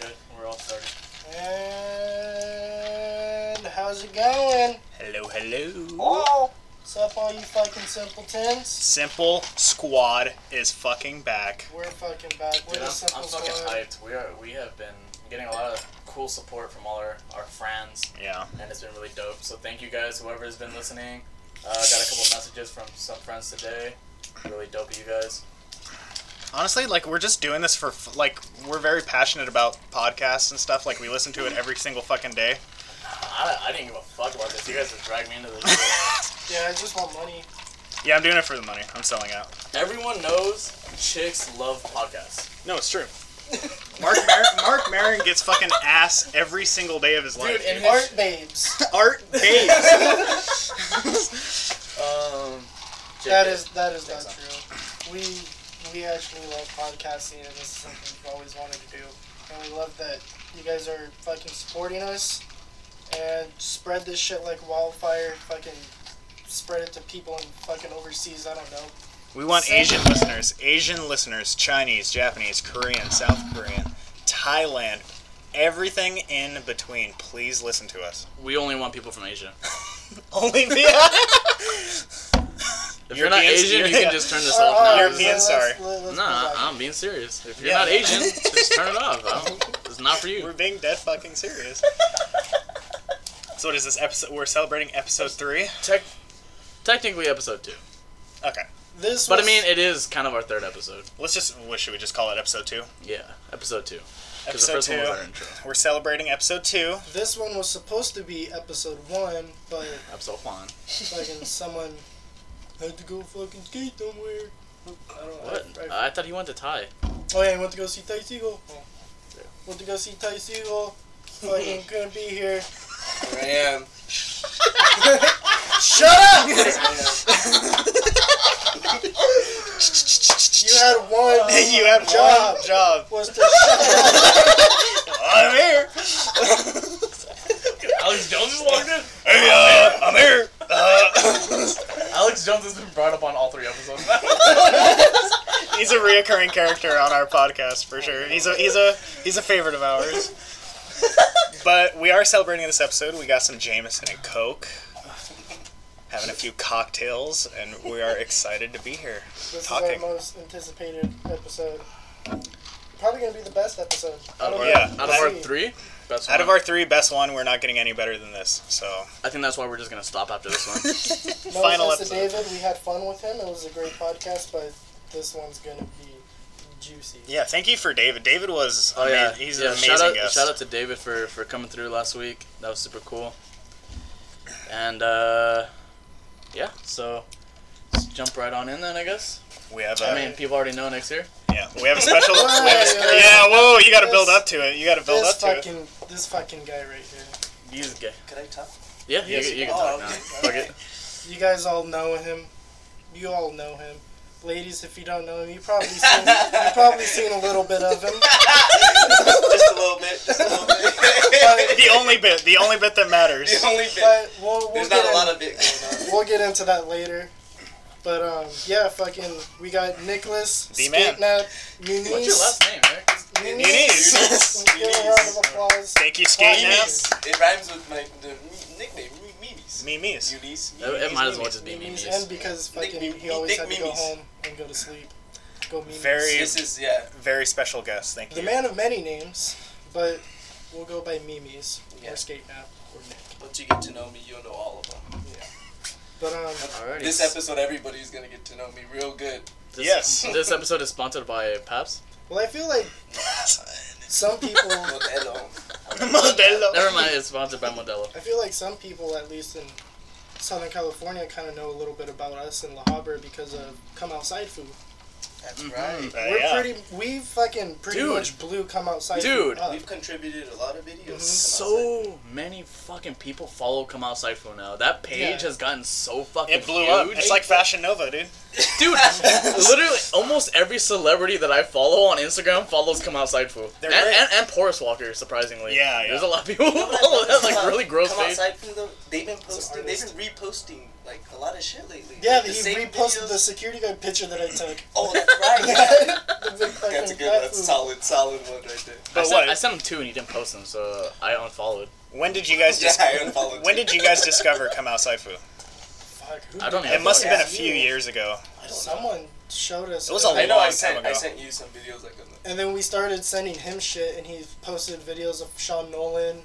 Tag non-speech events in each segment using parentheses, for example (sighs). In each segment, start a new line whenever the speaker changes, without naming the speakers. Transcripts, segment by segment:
good. We're all started.
And how's it going?
Hello, hello.
Oh, What's up, all you fucking simpletons?
Simple Squad is fucking back.
We're fucking back. We're
Dude, I'm,
the
I'm
simple
fucking
squad.
hyped. We are. We have been getting a lot of cool support from all our, our friends,
Yeah.
and it's been really dope. So thank you guys, whoever has been listening. Uh, got a couple messages from some friends today. Really dope of you guys.
Honestly, like we're just doing this for f- like we're very passionate about podcasts and stuff. Like we listen to it every single fucking day.
I, I didn't give a fuck about this. You guys have dragged me into this.
(laughs)
shit.
Yeah, I just want money.
Yeah, I'm doing it for the money. I'm selling out.
Everyone knows chicks love podcasts.
No, it's true. Mark Mar- Mark Maron gets fucking ass every single day of his life.
and-
Art
(laughs)
babes.
Art Days.
Um, chick
that
it.
is that is not true. We we actually love podcasting, and this is something we've always wanted to do. And we love that you guys are fucking supporting us, and spread this shit like wildfire. Fucking spread it to people in fucking overseas. I don't know.
we want Asian listeners, Asian listeners, Chinese, Japanese, Korean, South Korean, Thailand, everything in between. Please listen to us.
We only want people from Asia.
Only (laughs) via
If you're not
Europeans-
Asian, you
yeah.
can just turn
Uh,
this off now.
European-
let's-
sorry.
let- let's
No,
move on.
I'm being serious. If you're
Yeah.
not Asian, just turn it off. I don't- it's not for
We're
you.
being dead fucking (laughs) serious. so what is this episode? We're celebrating episode three.
Tech, technically, episode two,
Okay,
This
but I
was-
mean, it is kind of our third episode.
let's just. What should we just call it? Episode two.
Yeah, episode two. Because the
Episode
first one was
two.
our intro.
We're celebrating episode two.
This one was supposed to be episode one, but
Episode one. (laughs)
fucking someone had to go fucking skate somewhere. I don't know.
What?
I- I-
I thought he went to Thai.
oh yeah, I went to go see Ty Segall. Oh.
Yeah.
Went to go see Ty Segall.
(laughs)
Fucking couldn't be here.
Here I am.
Shut up!
You had one
(laughs)
Uh,
you had
Job.
one job.
was to shut up.
I'm here.
Alex Jones is logged in.
Hey, uh, I'm here. Uh,
Alex Jones has been brought up on all three episodes.
he's a reoccurring character on our podcast for sure. He's a he's a he's a favorite of (laughs) ours. But we are celebrating this episode. We got some Jameson and Coke, having a few cocktails, and we are excited to be here.
This
Talking.
is our most anticipated episode. Probably gonna be the best episode.
out of our,
Yeah.
out of our
Three.
three, best
Out of
one.
our three best one, we're not getting any better than this. So
I think that's why we're just gonna stop after this
(laughs)
one.
No
final
offense to
episode.
David, we had fun with him. It was a great podcast, but this one's gonna be juicy.
Yeah, thank you for David. David was
Oh
ama-
yeah,
he's
yeah,
an amazing
shout out,
guest.
Shout out to David for for coming through last week. That was super cool. And uh, yeah, so let's jump right on in then. I guess.
We have a
I mean, people already know next year.
yeah, we have a special. we have a spe-
Yeah, yeah,
yeah, whoa, you got to
This-
build up to it. You got to build
This
up to it.
fucking this fucking guy right here.
He's gay.
Could I talk?
Yeah, you,
Yes.
can- you can talk
Oh,
now.
okay.
Fuck it.
You guys all know him. You all know him. Ladies, if you don't know him, you probably seen, you probably seen a little bit of him.
(laughs) just a little bit. Just a little bit.
(laughs) The only bit, the only bit that matters.
(laughs) the only bit.
But we'll, we'll,
There's
get,
not
in,
a lot of bit going on.
we'll get into that later. But um, yeah, fucking, we got Nicholas,
The man.
Skatenap,
What's your
Muniz.
last name, Eric?
Muniz.
Let's give him a round of applause.
Thank you, Skate Nap.
Memes.
It rhymes with my the me- nickname, me- Memes.
Memes.
Unis.
It, it
Memes,
might as well
Memes.
just be me.
Muniz, and because
Nick
fucking
Mimi-
he always
Nick
had to go
Mimis.
home and go to sleep. Go Mimis.
Very-
This is yeah.
Very special guest. Thank
The
you. (laughs)
man of many names, but we'll go by Mimis
Yeah.
or Skatenap or Nick.
Once you get to know me, you'll know all of them.
But um,
Alrighty.
This episode, everybody's gonna get to know me real
(laughs)
good.
This-
Yes.
This episode is sponsored by Paps.
well, I feel like some
(laughs)
people.
Modelo.
Modelo.
Never mind. It's sponsored by Modelo.
I feel like some people, at least in Southern California, kind of know a little bit about us in La Habra because of Come Outside Food.
That's
Mhm.
right.
Uh,
We're
yeah.
pretty. We fucking pretty
Dude.
much blew Come Outside
Dude.
Food. up.
We've contributed a lot of videos. to come outside.
Mm-hmm. So many fucking people follow Come Out Cypher now. That page
Yeah.
has gotten so fucking
It blew
huge.
up. It's like Fashion Nova, dude.
Dude, literally, almost every celebrity that I follow on Instagram follows Come Outside Fool.
They're
And,
great.
and, and Porous Walker, surprisingly.
Yeah, yeah.
There's a lot of people who
You know what I
follow
noticed
that, like,
about
really gross
Come
face.
outside from the, they've been posting, they've been reposting like a lot of shit lately.
Yeah,
Like,
he
same
reposted
videos-
the security guard picture that I took.
Oh, that's
(laughs)
right.
The big fucking
(laughs) that's a good.
cat
That's
food.
solid, solid one right there.
I,
But
sent,
what?
I sent him two and he didn't post them, so I unfollowed.
When did you guys
Yeah,
dis-
I unfollowed.
when did you guys discover Come Outside Fu?
Fuck, who
I don't
did
have
It must have been a
that?
few years ago.
I don't know.
Someone showed us.
It was a
I
that.
know.
long
I
time
sent. I
ago.
sent you some videos like on the.
And then we started sending him shit, and he posted videos of Sean Nolan.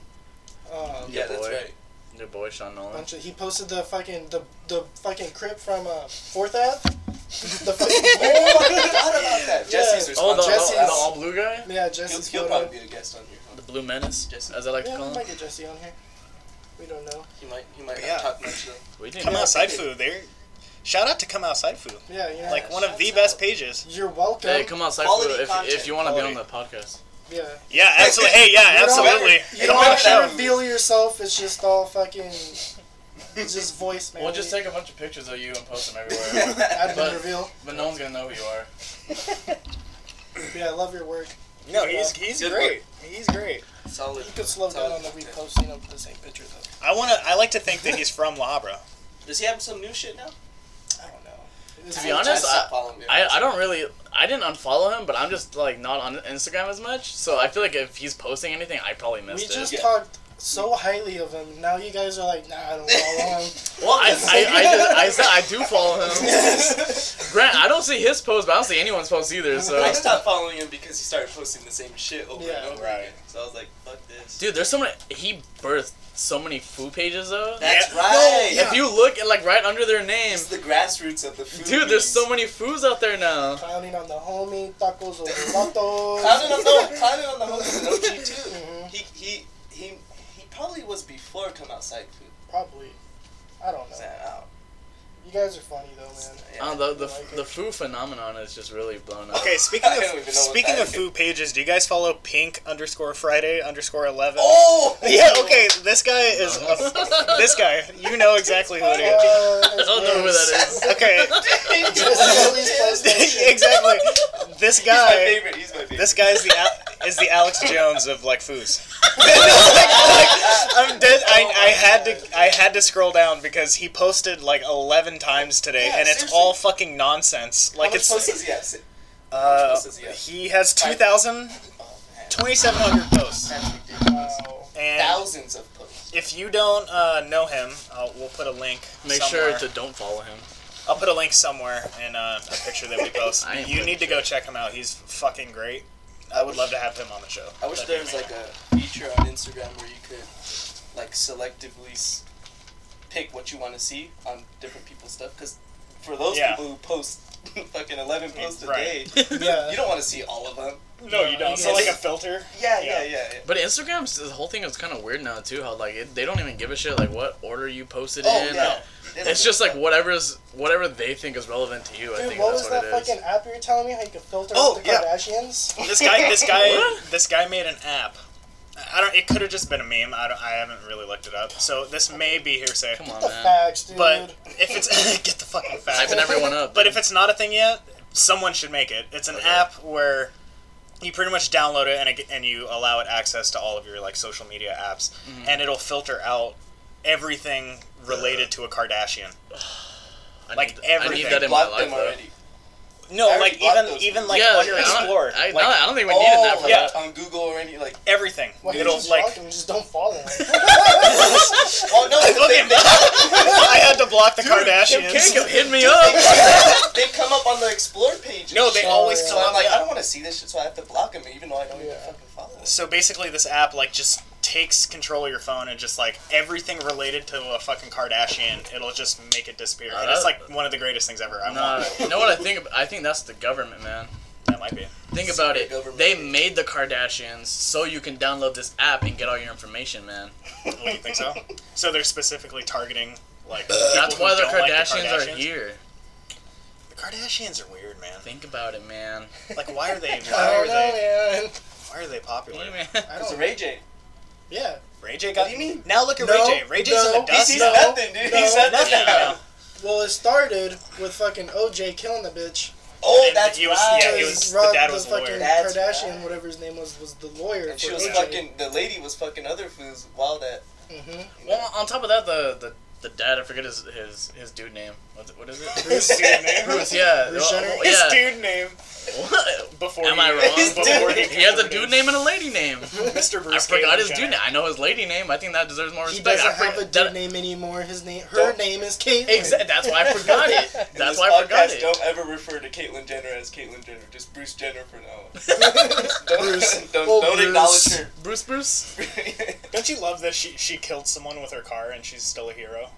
Um,
Yeah,
Yeah, that's
boy.
right.
Your boy Sean Nolan.
bunch of, he posted the fucking the the fucking crip from uh, Fourth Ave. The
(laughs)
fucking,
(laughs) Oh, I forgot about that.
Yeah.
Jesse's
Oh, the,
responsible.
Jesse's-
the, the all blue guy,
yeah,
He'll,
Jesse's
he'll
photo.
probably be a guest on here.
the blue menace,
Jesse.
as I like to
Yeah,
call
we
him.
might get Jesse on here. We don't know.
He might. He might
But
not
yeah.
talk
(laughs)
much though.
We didn't.
Come
know.
Outside Fu, there. Shout out to Come Outside Fu,
Yeah, you know.
like one of the
Shouts
best
out.
pages.
you're welcome.
Hey, come outside
Quality
Fu, if, if
content.
you want to be on
Quality.
the podcast.
yeah.
Yeah, absolutely. Hey, yeah,
You don't-
absolutely.
You
Hey,
don't
come
have
on
to
out.
reveal yourself. It's just all fucking. It's just voice, man.
We'll just take a bunch of pictures of you and post them
(laughs)
everywhere,
admin
but-
reveal.
but no one's gonna know who you are.
Yeah, I love your work.
No,
(laughs)
he's he's
Good
great. He's great.
Solid.
You could slow down
solid
on the
content.
reposting of the same picture though.
I wanna. I like to think that he's from La Habra.
Does he have some new shit now?
I don't know.
To be honest,
stopped following him.
I, I don't really I didn't unfollow him, but I'm just like not on Instagram as much. So I feel like if he's posting anything, I probably
we
missed it.
just
Yeah.
talked so highly of him. Now you guys are like, nah, I don't follow him.
well, I I, I, did, I said I do follow him.
(laughs)
Grant, I don't see his post, but I don't see anyone's post either. So
I stopped following him because he started posting the same shit over
Yeah,
and over
right.
again. So I was like, fuck this.
dude, there's so many. He birthed so many food pages though.
That's
Yeah.
right.
If you look at like right under their name,
It's the grassroots of the food.
dude, there's so many foods out there now.
(laughs) Clowning on the homie, tacos
(laughs)
or vatos.
Clouded on the Clouded on the Hook is an OG too.
Mhm.
He he he he probably was before Come Outside Food.
Probably. I don't know.
Was that out?
You guys are funny though, man.
Yeah.
Uh, the, the the food phenomenon is just really blown up.
Okay, speaking
I don't even
of
know what
speaking
that
of food pages, do you guys follow Pink underscore Friday underscore eleven?
oh
(laughs) Yeah.
(laughs)
Okay, this guy is
No.
this guy. You know exactly who it
(laughs)
is.
Uh,
(laughs) (laughs) I don't know who that
(laughs)
is.
Okay,
Just
(laughs)
(laughs) exactly. This
He's my
guy.
favorite. He's my favorite.
This guy's the Al- is the Alex
(laughs)
Jones of like foos. Like, like, I'm dead. I, I had to I had to scroll down because he posted like eleven times today,
Yeah,
and it's
seriously.
all fucking nonsense. Like
How much posts
it's
does he have? Si- how much
uh,
posts does he have?
he has 2,000,
Oh, man.
(laughs) 2,700 posts,
That's ridiculous.
Wow.
and
Thousands of posts.
if you don't uh, know him, I'll, we'll put a link.
Make
somewhere.
sure to don't follow him.
I'll put a link somewhere in uh, a picture
(laughs)
that we post.
I ain't
you
putting
need to go check him out. He's fucking great. I would love to have him on the show.
I wish
That'd be
there was
amazing.
like a feature on Instagram where you could like selectively s- pick what you want to see on different people's stuff. Because for those
Yeah. Mm,
people who post (laughs) fucking eleven posts a
Right.
day,
Yeah.
you don't want to see all of them.
No, you don't. So
Yes.
like a filter.
Yeah,
Yeah.
yeah, yeah. yeah.
But Instagram's the whole thing is kind of weird now too. How like it, they don't even give a shit like what order you posted
Oh
in.
yeah. They don't
It's
give
just
a
like
fuck.
whatever's whatever they think is relevant to you. I
Dude,
think
what
that's
was
what
that
it is.
fucking app you were telling me how you could filter
Oh,
out the
yeah.
Kardashians?
This guy, this (laughs) guy,
What?
this guy made an app. I don't. It could have just been a meme. I don't. I haven't really looked it up. So this may be hearsay.
Come on,
The
man.
facts, dude.
But if it's (laughs) get the fucking facts.
Hyping everyone up.
But if it's not a thing yet, someone should make it. It's an
Okay.
app where you pretty much download it and it, and you allow it access to all of your like social media apps,
Mm-hmm.
and it'll filter out everything related to a Kardashian.
I
like
need, I
everything.
need that in my
blocked
life.
them
Though.
already.
No,
I already
like
blocked
even
those
even
people.
like
yeah, I
underexplored.
don't, I,
like,
no, I don't think we need an
oh,
app for
yeah.
that.
on Google or
(laughs)
any like.
everything.
Why
it'll
just
like
block them? Just don't follow
(laughs)
them.
Oh no!
Look
they,
at me. I had to block the
(laughs)
Kardashians.
Kim hit me up.
(laughs) they come up on the explore page.
No, they
Oh,
always
yeah.
So
come
I'm
up.
like, I
yeah.
don't want to see this shit, so I have to block him, even though I don't even
Yeah.
fucking follow him.
So basically, this app like just takes control of your phone and just like everything related to a fucking Kardashian, it'll just make it disappear.
Oh,
and it's
that-
like one of the greatest things ever. I
Nah,
want
you know what I think? ab- I think that's the government, man.
that might be.
Think about it.
government
They
aid.
made the Kardashians so you can download this app and get all your information, man.
Oh, you think so? so they're specifically targeting like.
That's
Uh, people
why
who
the
don't like
Kardashians,
the
are here.
The Kardashians are weird, man.
Think about it, man.
Like, why
(laughs)
are they?
I
Why
don't
are
know,
they?
man.
Why are they popular?
Hey, man. (laughs)
I
It's a
don't.
Ray J.
Yeah.
Ray J got.
What do you mean?
Now look at
No,
Ray J. Ray J's in
no,
the dust.
He's
No,
nothing, dude. He's
no,
nothing,
nothing
now.
now.
Well, it started with fucking OJ killing the bitch.
Oh,
And
that's
he was-
right.
yeah, he
Because
was- the dad was a
fucking
lawyer.
That's
Kardashian,
right.
whatever his name was, was the lawyer.
And she
for
was
OJ.
fucking. The lady was fucking other foods while that.
Mhm.
Well, on top of that, the the the dad. I forget his his, his dude name. What's it, what is it?
(laughs) Bruce dude name.
(laughs)
Bruce. Yeah.
Bruce
well,
Jenner?
well,
(laughs) His
yeah.
dude name
What?
before.
Am
he, (laughs)
I wrong?
Before he,
He has a
converted.
dude name and a lady name.
Mr.
I
Bruce.
forgot
Galen
his dude
Jenner.
name. I know his lady name. I think that deserves more
He
respect.
doesn't
I forgot-
have a dude
that-
name anymore. His name, her
Don't-
name is Kate.
Exa- that's why I forgot it.
In
That's
this
why I forgot
podcast,
it.
Don't ever refer to Caitlyn Jenner as Caitlyn Jenner. Just Bruce Jenner for now. Don't,
Bruce.
(laughs) don't,
Oh,
don't
(laughs)
Bruce.
acknowledge
Bruce Bruce?
her.
Don't you love that she she killed someone with her car and she's still a hero?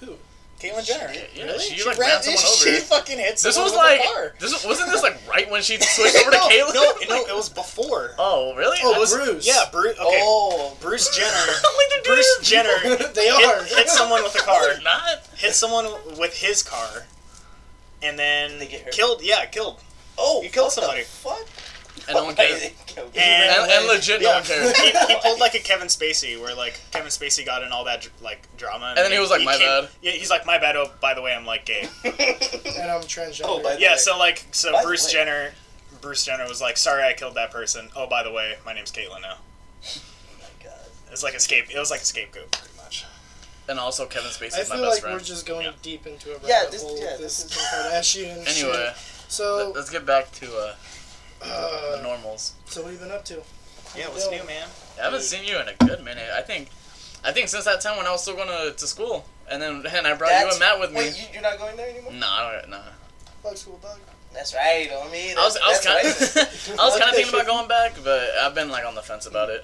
Who?
Caitlyn Jenner.
Yeah,
really?
she, like,
ran,
ran
(laughs)
someone
She
over.
fucking hit
This
someone
was
with
like
a car.
this was- wasn't this like right when she switched over to
no,
Caitlyn?
No, it, no, it was before.
(laughs) Oh really?
Oh, it
I- (laughs)
was,
Bruce.
Yeah, Bruce. Okay,
Oh,
Bruce Jenner.
I'm like, they're doing
Bruce
this-
(laughs)
Jenner
they are.
hit, hit someone with a
No, (laughs)
car.
they're Not.
Hit someone with his car, and then
They get hurt.
killed. Yeah, killed.
oh,
You killed
what the
somebody.
fuck?
And no one
(laughs)
cares. (laughs)
And-
And, and legit, no
(laughs) Yeah.
one cares.
he, he pulled like a Kevin Spacey, where like Kevin Spacey got in all that like drama,
And then he was like, "My
came-
bad."
Yeah, he's like, "My bad." Oh, by the way, I'm like gay.
(laughs) and I'm transgender.
Oh, by the
Yeah,
way.
so like, so
By the
Bruce
way.
Jenner, Bruce Jenner was like, "Sorry, I killed that person." Oh, by the way, my name's Caitlyn now. It's like a scape. It was like a scapegoat, pretty much.
And also, Kevin
I
Spacey's my
feel
best
like
friend.
we're just going
Yeah.
deep into a rabbit
Yeah, this-
hole.
yeah,
with
this
this
is-
Kim Kardashian. shit.
Anyway,
so
let- let's get back to uh, the
uh,
normals.
so what have you been up to?
Yeah, what's new, man?
I haven't seen you in a good minute. I think, I think since that time when I was still going to, to school, and then and I brought you and Matt with me.
Wait, you, you're not going there anymore?
No, I don't. Nah.
Fuck school, dog.
That's right, on me.
I was, I was
that's
kind (laughs)
right. (laughs)
of, I was kind of thinking about going back, but I've been like on the fence about it.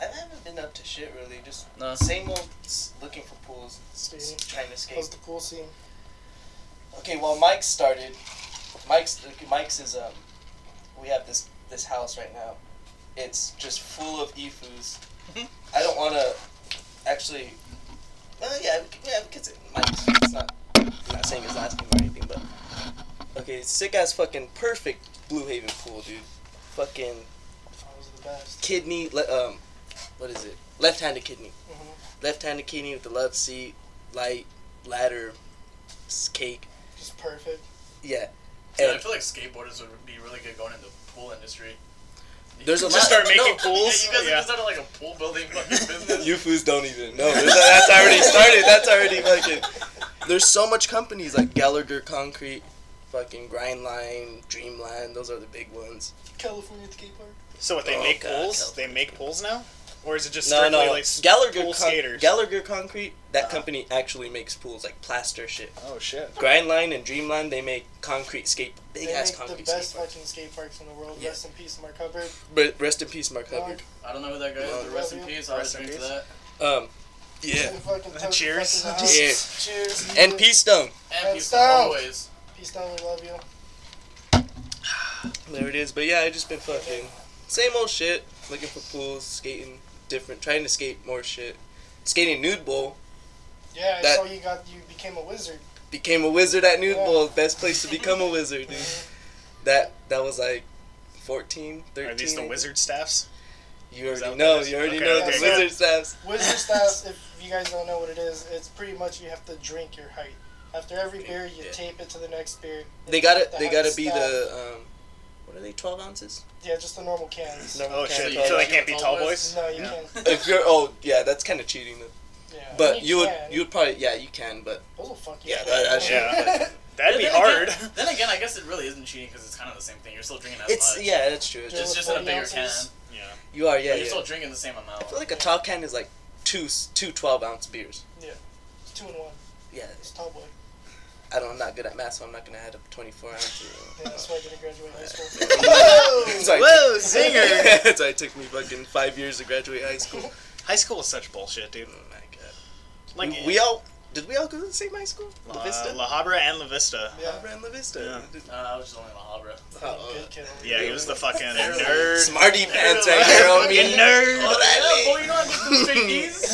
I haven't been up to shit really. Just uh,
No.
same old s- looking for pools, s-
Skating.
trying to skate.
How's the pool scene?
Okay, well Mike started. Mike's okay, Mike's is um, we have this this house right now. It's just full of ifus.
Mhm.
I don't want to actually. Uh, yeah, we can, yeah, we can say Mike's. It's not. I'm not saying his last name or anything, but okay, sick ass fucking perfect Blue Haven pool, dude. Fucking
I was the best.
kidney. Le- um, what is it? Left-handed kidney.
hmm
Left-handed kidney with the love seat, light ladder, s- cake.
Just perfect.
Yeah.
Dude, I
And-
feel like skateboarders would be really good going into the pool industry. You
There's a
could
lot-
just
Start making
No.
pools.
Yeah, you guys
Yeah.
just started like a pool building fucking business.
You fools don't even (laughs) know. There's- That's already started. That's already fucking. There's so much companies like Gallagher Concrete, fucking Grindline, Dreamland. Those are the big ones.
California skate park.
So what? They
Oh,
make
God,
pools.
Kelsey.
They make pools now, or is it just
No,
strictly
no.
like s-
Gallagher,
pool
Con-
skaters?
Gallagher Concrete. That
Ah.
company actually makes pools like plaster shit.
oh shit.
Grindline and Dreamland. They make concrete skate. Big
they
ass
make the
concrete
best
skate. park.
fucking skate parks in the world.
Yeah.
Rest in peace, Mark Hubbard.
But rest in peace, Mark
Mark,
Hubbard.
I don't know who that guy is, but rest in peace. I'll
Rest
just
in
drink to
peace.
that.
Um, yeah.
you fucking toast
Cheers.
the fucking house.
Yeah.
Cheers.
And Peace Stone.
And
And
peace
stop.
always.
Peace down. We love you.
There it is. But yeah, I just been fucking same old shit. Looking for pools, skating different, trying to skate more shit. Skating nude bowl.
Yeah, I
That-
saw you got you became a wizard.
Became a wizard at nude
Yeah.
bowl. Best place to become a wizard, dude.
Mhm.
That that was like 14, 13.
Are these the wizard staffs?
You
Is that
already
what
know.
it is?
You already
Okay,
know
okay,
the
good.
wizard staffs.
Wizard staffs, if you guys don't know what it is, it's pretty much you have to drink your height. After every beer, you
Yeah.
tape it to the next beer.
They gotta
The
they
height
gotta
staff.
be the um, what are they? 12 ounces.
Yeah, just the normal cans.
No,
Oh
okay.
shit!
Yeah.
So they can't be tall boys.
No, you
Yeah.
can't.
If you're oh yeah, that's kind of cheating though.
Yeah. I
But
mean,
you would
can.
you would probably yeah you can but
Those will fuck you.
yeah
up.
that, that shit.
Yeah. That'd be
Then again-
(laughs) hard.
then again, I guess it really isn't cheating because it's kind of the same thing. You're still drinking as
It's
much.
yeah that's true. It's
It's
just,
Yeah.
just in a
40
bigger
ounces.
can.
Yeah.
you are yeah
but you're
yeah.
still drinking the same amount.
I feel like a tall can is like two s- two 12 ounce beers.
It's (laughs) two and one.
Yeah,
It's tall boy.
I don't. I'm not good at math, so I'm not gonna add up 24
(laughs)
ounces.
Yeah, that's why I didn't graduate high school.
Whoa!
Whoa,
zinger.
(laughs) That's why it took me fucking five years to graduate high school.
(laughs) High school is such bullshit, dude.
Oh my god.
Like
we, we all did we all go to the same high school? La
La,
Vista.
La Habra and La Vista.
La
Yeah.
La Vista.
Uh, I was just only in La
(laughs)
Habra.
Oh,
Good kid.
Yeah, he was the fucking
They're like
nerd.
Smarty pants right
Fucking
here on me. (laughs)
nerd.
Oh,
that
yeah, boy, you know I get those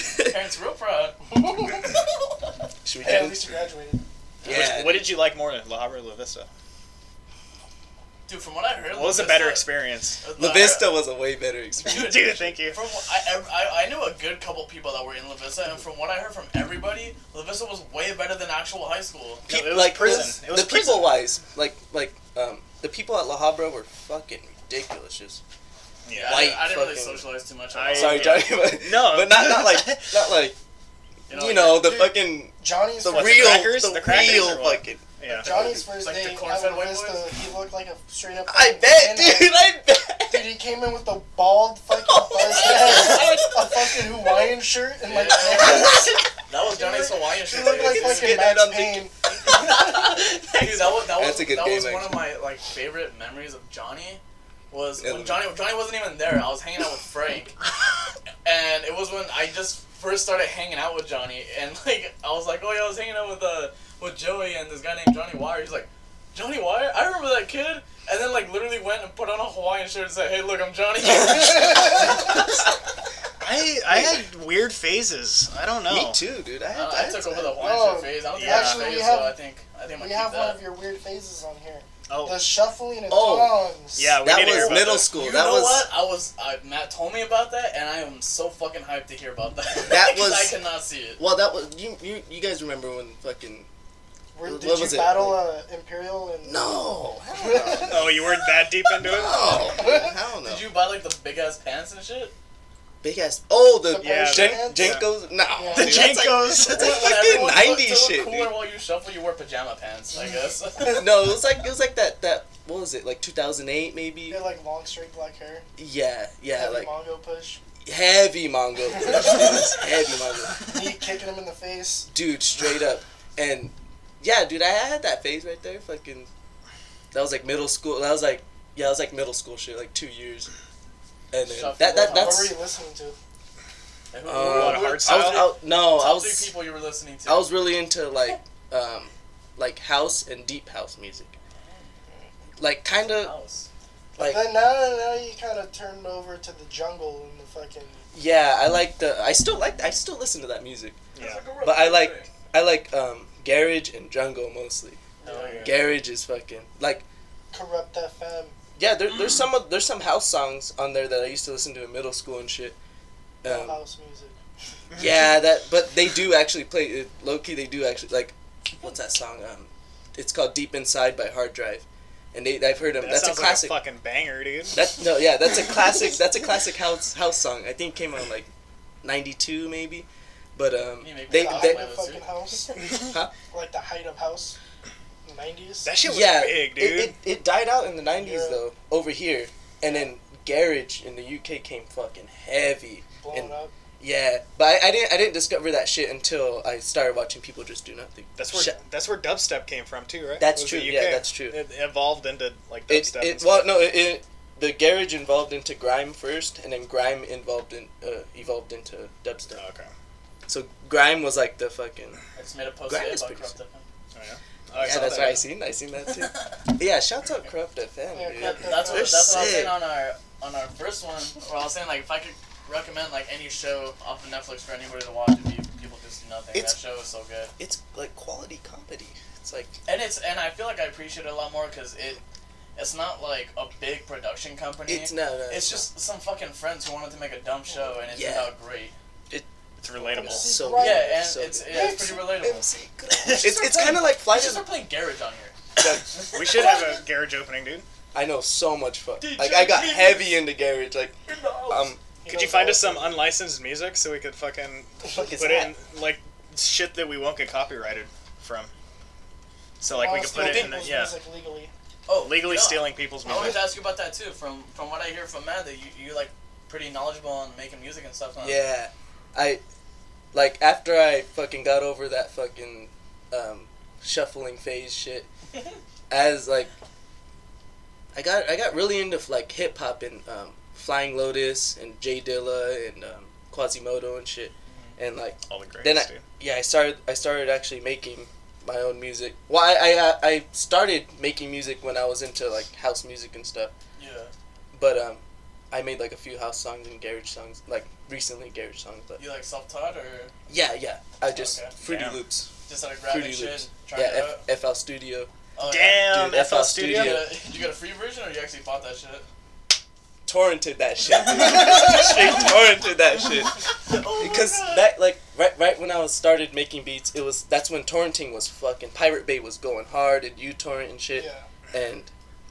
straight D's. Parents real proud.
(laughs) Should we
Hey, (laughs) at
get
least you graduated.
yeah.
Which- what did you like more, La Habra or La Vista?
Dude, from what I heard,
What was a
La
better
Vista-
experience?
La Vista was a way better experience.
Dude,
(laughs) Dude, thank you.
From what- I, I I knew a good couple people that were in La Vista, and from what I heard from everybody, La Vista was way better than actual high school.
No, it was
like
prison. It was
the
prison.
people wise, like like um, the people at La Habra were fucking ridiculous. Just
Yeah,
White
I, I didn't really
fucking-
socialize too much.
I-
I,
sorry,
yeah. (laughs)
Johnny, (laughs) but,
No.
but not not like not like you know, the
dude,
fucking
Johnny's
the
what,
first,
the
real,
crackers?
the,
The crackers
real
or what?
fucking.
Yeah.
Johnny's first
Like the
day
corn
out
fed
of
white
Vista,
boys?
he looked like a straight up.
I bet,
Hispanic.
dude. I
Dude,
(laughs) bet.
he came in with a bald fucking
(laughs) Oh,
buzz
yeah.
head, a fucking Hawaiian shirt, and like
Yeah.
(laughs) pants.
That was Johnny's Hawaiian
he
shirt.
looked like
dude.
Just
fucking
get that
Max
on the-
Payne.
Dude, that was that was,
That's a good
that
game,
was one of
actually.
my like favorite memories of Johnny. Was
Yeah,
when
the-
Johnny Johnny wasn't even there. I was hanging out with
(laughs)
Frank, and it was when I just first started hanging out with Johnny, and like I was like, oh yeah, I was hanging out with uh with Joey and this guy named Johnny Wire. He's like, Johnny Wire, I remember that kid. And then like literally went and put on a Hawaiian shirt and said, hey look, I'm
(laughs)
Johnny. Uh,
I I had weird phases. I don't know.
Me too, dude. I,
I,
Uh,
had,
don't know, I took over the Hawaiian
Oh,
shirt phase. I don't think
yeah.
that's a
Actually, we
phase,
have-
so I think I think I'm
We
gonna
have
keep
one
that.
of your weird faces on here.
Oh,
The shuffling of
Oh.
tongs.
Yeah, we
That
need to hear
was
about
middle
that.
school.
You
that
know
was
what? I was I, Matt told me about that, and I am so fucking hyped to hear about that. (laughs)
That
'Cause
was-
I cannot see it.
well. That was you. You, you guys remember when fucking
Where,
What
did you
was it?
battle uh, Imperial and? (laughs)
no? (laughs) Hell no.
Oh, you weren't that deep into it.
No, dude, hell no.
Did you buy like the big ass pants and shit?
Big ass. Oh, the
The
Yeah,
Jen-
pants?
Jenkos. No,
Yeah.
The
dude, (laughs) that's like-
Jenkos.
That's like
When
fucking
everyone- to look-
90s
to look
shit,
Cooler
dude. Uh,
while you shuffle, you wear pajama pants, I
(laughs)
guess. (laughs)
no, it was like it was like that that what was it like 2008 maybe?
You had like long straight black hair.
Yeah, yeah,
heavy
like
Mongo push.
heavy Mongo. It was heavy Mongo,
Me kicking him in the face.
dude, straight up. And yeah, dude, I had that phase right there. Fucking, that was like middle school. That was like yeah, that was like middle school shit, like two years. And then
Shuffle
that, that
up.
What were
that's
you listening to?
And who-
Uh,
who-
a lot of
who-
hard
I
top
was
three-
out. No, I
top three
was
people you were listening to.
I was really into like um like house and deep house music. Like kind of
House.
like
then now, now you kind of turned over to the jungle and the fucking.
yeah, I like the I still like I still listen to that music.
Yeah.
But I like- I like um garage and jungle mostly.
Hell yeah.
Garage is fucking like
Corrupt FM.
yeah. There, there's some of, there's some house songs on there that I used to listen to in middle school and shit. Um,
house music.
yeah, that but they do actually play it, low key. They do actually like what's that song? Um, it's called Deep Inside by Hard Drive, and they I've heard them.
That
that's a
sounds
classic.
like a fucking banger, dude.
that no yeah, that's a classic. that's a classic house house song. I think it came out in, like '92 maybe, but um
You make me
they
the
laugh,
they
height of fucking house.
(laughs) Huh?
Like the height of house. Nineties.
That shit was
yeah,
big, dude.
It, it, it died out in the 90s,
Yeah.
though, over here. And then Garage in the UK came fucking heavy.
blown
and-
up.
Yeah, but I, I didn't I didn't discover that shit until I started watching people just do nothing.
that's where
Sh-
that's where dubstep came from too, right?
That's
Was
true,
the
yeah, that's true.
It evolved into like
it,
dubstep. and
it
stuff.
well no it, it the Garage involved into grime first, and then grime involved in uh, evolved into dubstep.
Oh, okay.
So grime was like the fucking
I just made a post
Grand
today
is
about
pretty-
corrupt FM.
Oh, I
yeah.
saw
That's
that.
what I seen. I seen that too. (laughs)
(laughs)
yeah, shouts out corrupt FM.
Yeah,
dude.
Corrupt
That- that's what,
They're
that's what I was
sick.
saying on our on our first one. Where I was saying like if I could recommend like any show off of Netflix for anybody to watch, it'd be people just do nothing.
It's-
that show is so good,
It's like quality comedy. It's like
and it's and I feel like I appreciate it a lot more because it it's not like a big production company.
Mm-hmm. it's no, no
It's
no.
just some fucking friends who wanted to make a dumb show and it turned
Yeah.
out great.
It's relatable.
So
Right.
Yeah,
good,
and
so
it's
good.
yeah, it's pretty relatable.
(laughs) it's it's kind of like
Why
flight.
just
Of,
start playing Garage on here?
We should have a garage opening, dude.
(laughs) I know so much fun.
Dude,
Like I got
Jack
heavy into garage. Like um,
He
Could you
knows
find
all
us some uh,
the-
unlicensed music so we could fucking
fuck is
put
that?
in like shit that we won't get copyrighted from? So like we
Well,
could
steal
put it in, the,
people's
yeah,
music legally.
Oh,
legally
yeah.
stealing people's
I wanted
music.
to ask you about that too. From from what I hear from Matt, that you you're like pretty knowledgeable on making music and stuff. Huh?
Yeah, I like after I fucking got over that fucking um, shuffling phase shit. as like, I got I got really into like hip hop and um, Flying Lotus and Jay Dilla and um, Quasimodo and shit, and like.
All the greats,
Then I-
dude.
yeah, I started. I started actually making my own music. Well, I, I I started making music when I was into like house music and stuff.
Yeah.
But um, I made like a few house songs and garage songs, like recently garage songs. But
You like self-taught or
yeah, yeah, I just
Okay.
Fruity
Damn.
Loops.
just started grabbing
Fruity
shit,
Loops.
and trying it
Yeah,
out?
F- FL Studio.
Oh, yeah.
Damn,
Dude,
FL,
FL
Studio.
Did you,
Studio.
get a, did you get a free version or you actually bought that shit?
Torrented that shit.
(laughs)
Dude. Straight torrented that shit.
oh
Because that like right right when I was started making beats, it was that's when torrenting was fucking Pirate Bay was going hard and U torrent and shit.
Yeah.
and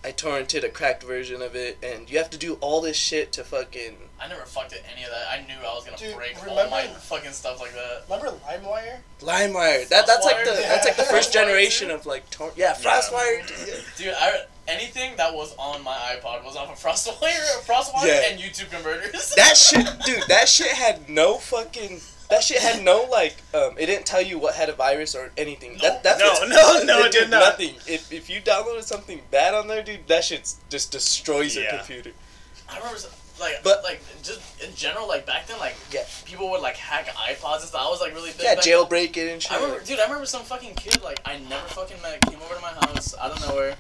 I torrented a cracked version of it, and you have to do all this shit to fucking.
I never fucked at any of that. I knew I was gonna
Dude,
break all
remember-
my fucking stuff like that.
Remember LimeWire?
LimeWire. That that's like the
Frostwire?
that's like the first
Frostwire
generation
too?
of like tor- yeah FrostWire. dude.
Dude, I, anything that was on my iPod was off of (laughs) FrostWire, FrostWire,
Yeah.
and YouTube converters.
(laughs) That shit, dude. That shit had no fucking. That shit had no like. Um, it didn't tell you what had a virus or anything. That that's
No,
what's-
no, no, it did not.
nothing. If if you downloaded something bad on there, dude, that shit just destroys your
Yeah.
computer.
I remember, s- like, but
But-
like, just in general, like back then, like,
Yeah.
people would like hack iPods and stuff. I was like really big
Yeah,
back
jailbreak it and shit.
I
(laughs)
remember, dude. I remember some fucking kid. Like I never fucking met. Came over to my house out of nowhere.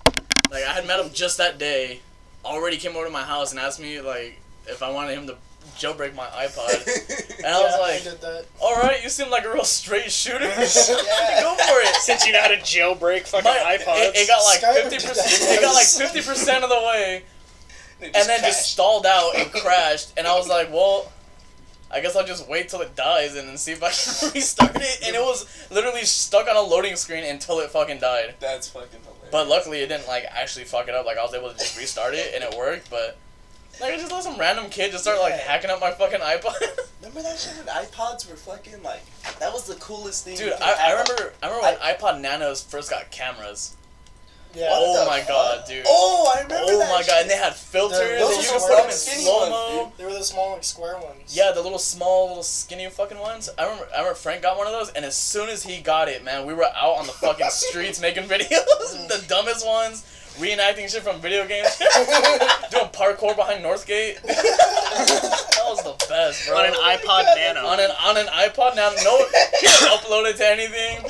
Like I had met him just that day. Already came over to my house and asked me like if I wanted him to jailbreak my iPod. And I
yeah,
was
I
like,
did that.
"All right, you seem like a real straight shooter. Go
Yeah.
for it."
Since you know how to jailbreak fucking
My,
iPods.
it, it got like
Skyrim
fifty
did
percent.
that.
It got like fifty percent of the way, and then just stalled out and crashed. And I was like, "Well, I guess I'll just wait till it dies and then see if I can (laughs) restart it." And it was literally stuck on a loading screen until it fucking died.
That's fucking hilarious.
But luckily, it didn't like actually fuck it up. Like I was able to just restart it and it worked. But like I just let some random kid just start like
Yeah.
hacking up my fucking iPod. (laughs)
remember that shit when iPods were fucking like that was the coolest thing.
Dude,
you could
I, I
have.
remember I remember when iPod Nanos first got cameras.
yeah.
What
Oh
the
my
fuck?
god, dude.
Oh, I remember
Oh
that.
my
shit.
god, and they had filters. and
Those were
you
the
could put them in
skinny
slow
ones,
mo.
They were the small, like, square ones.
(laughs)
Yeah, the little small, little skinny fucking ones. I remember, I remember Frank got one of those, and as soon as he got it, man, we were out on the
(laughs)
fucking streets making videos, (laughs) the dumbest ones, reenacting shit from video games, (laughs) doing parkour behind Northgate. (laughs) that was the best, bro.
on an iPod Nano.
on an on an iPod now, no, he
(laughs)
didn't upload it to anything.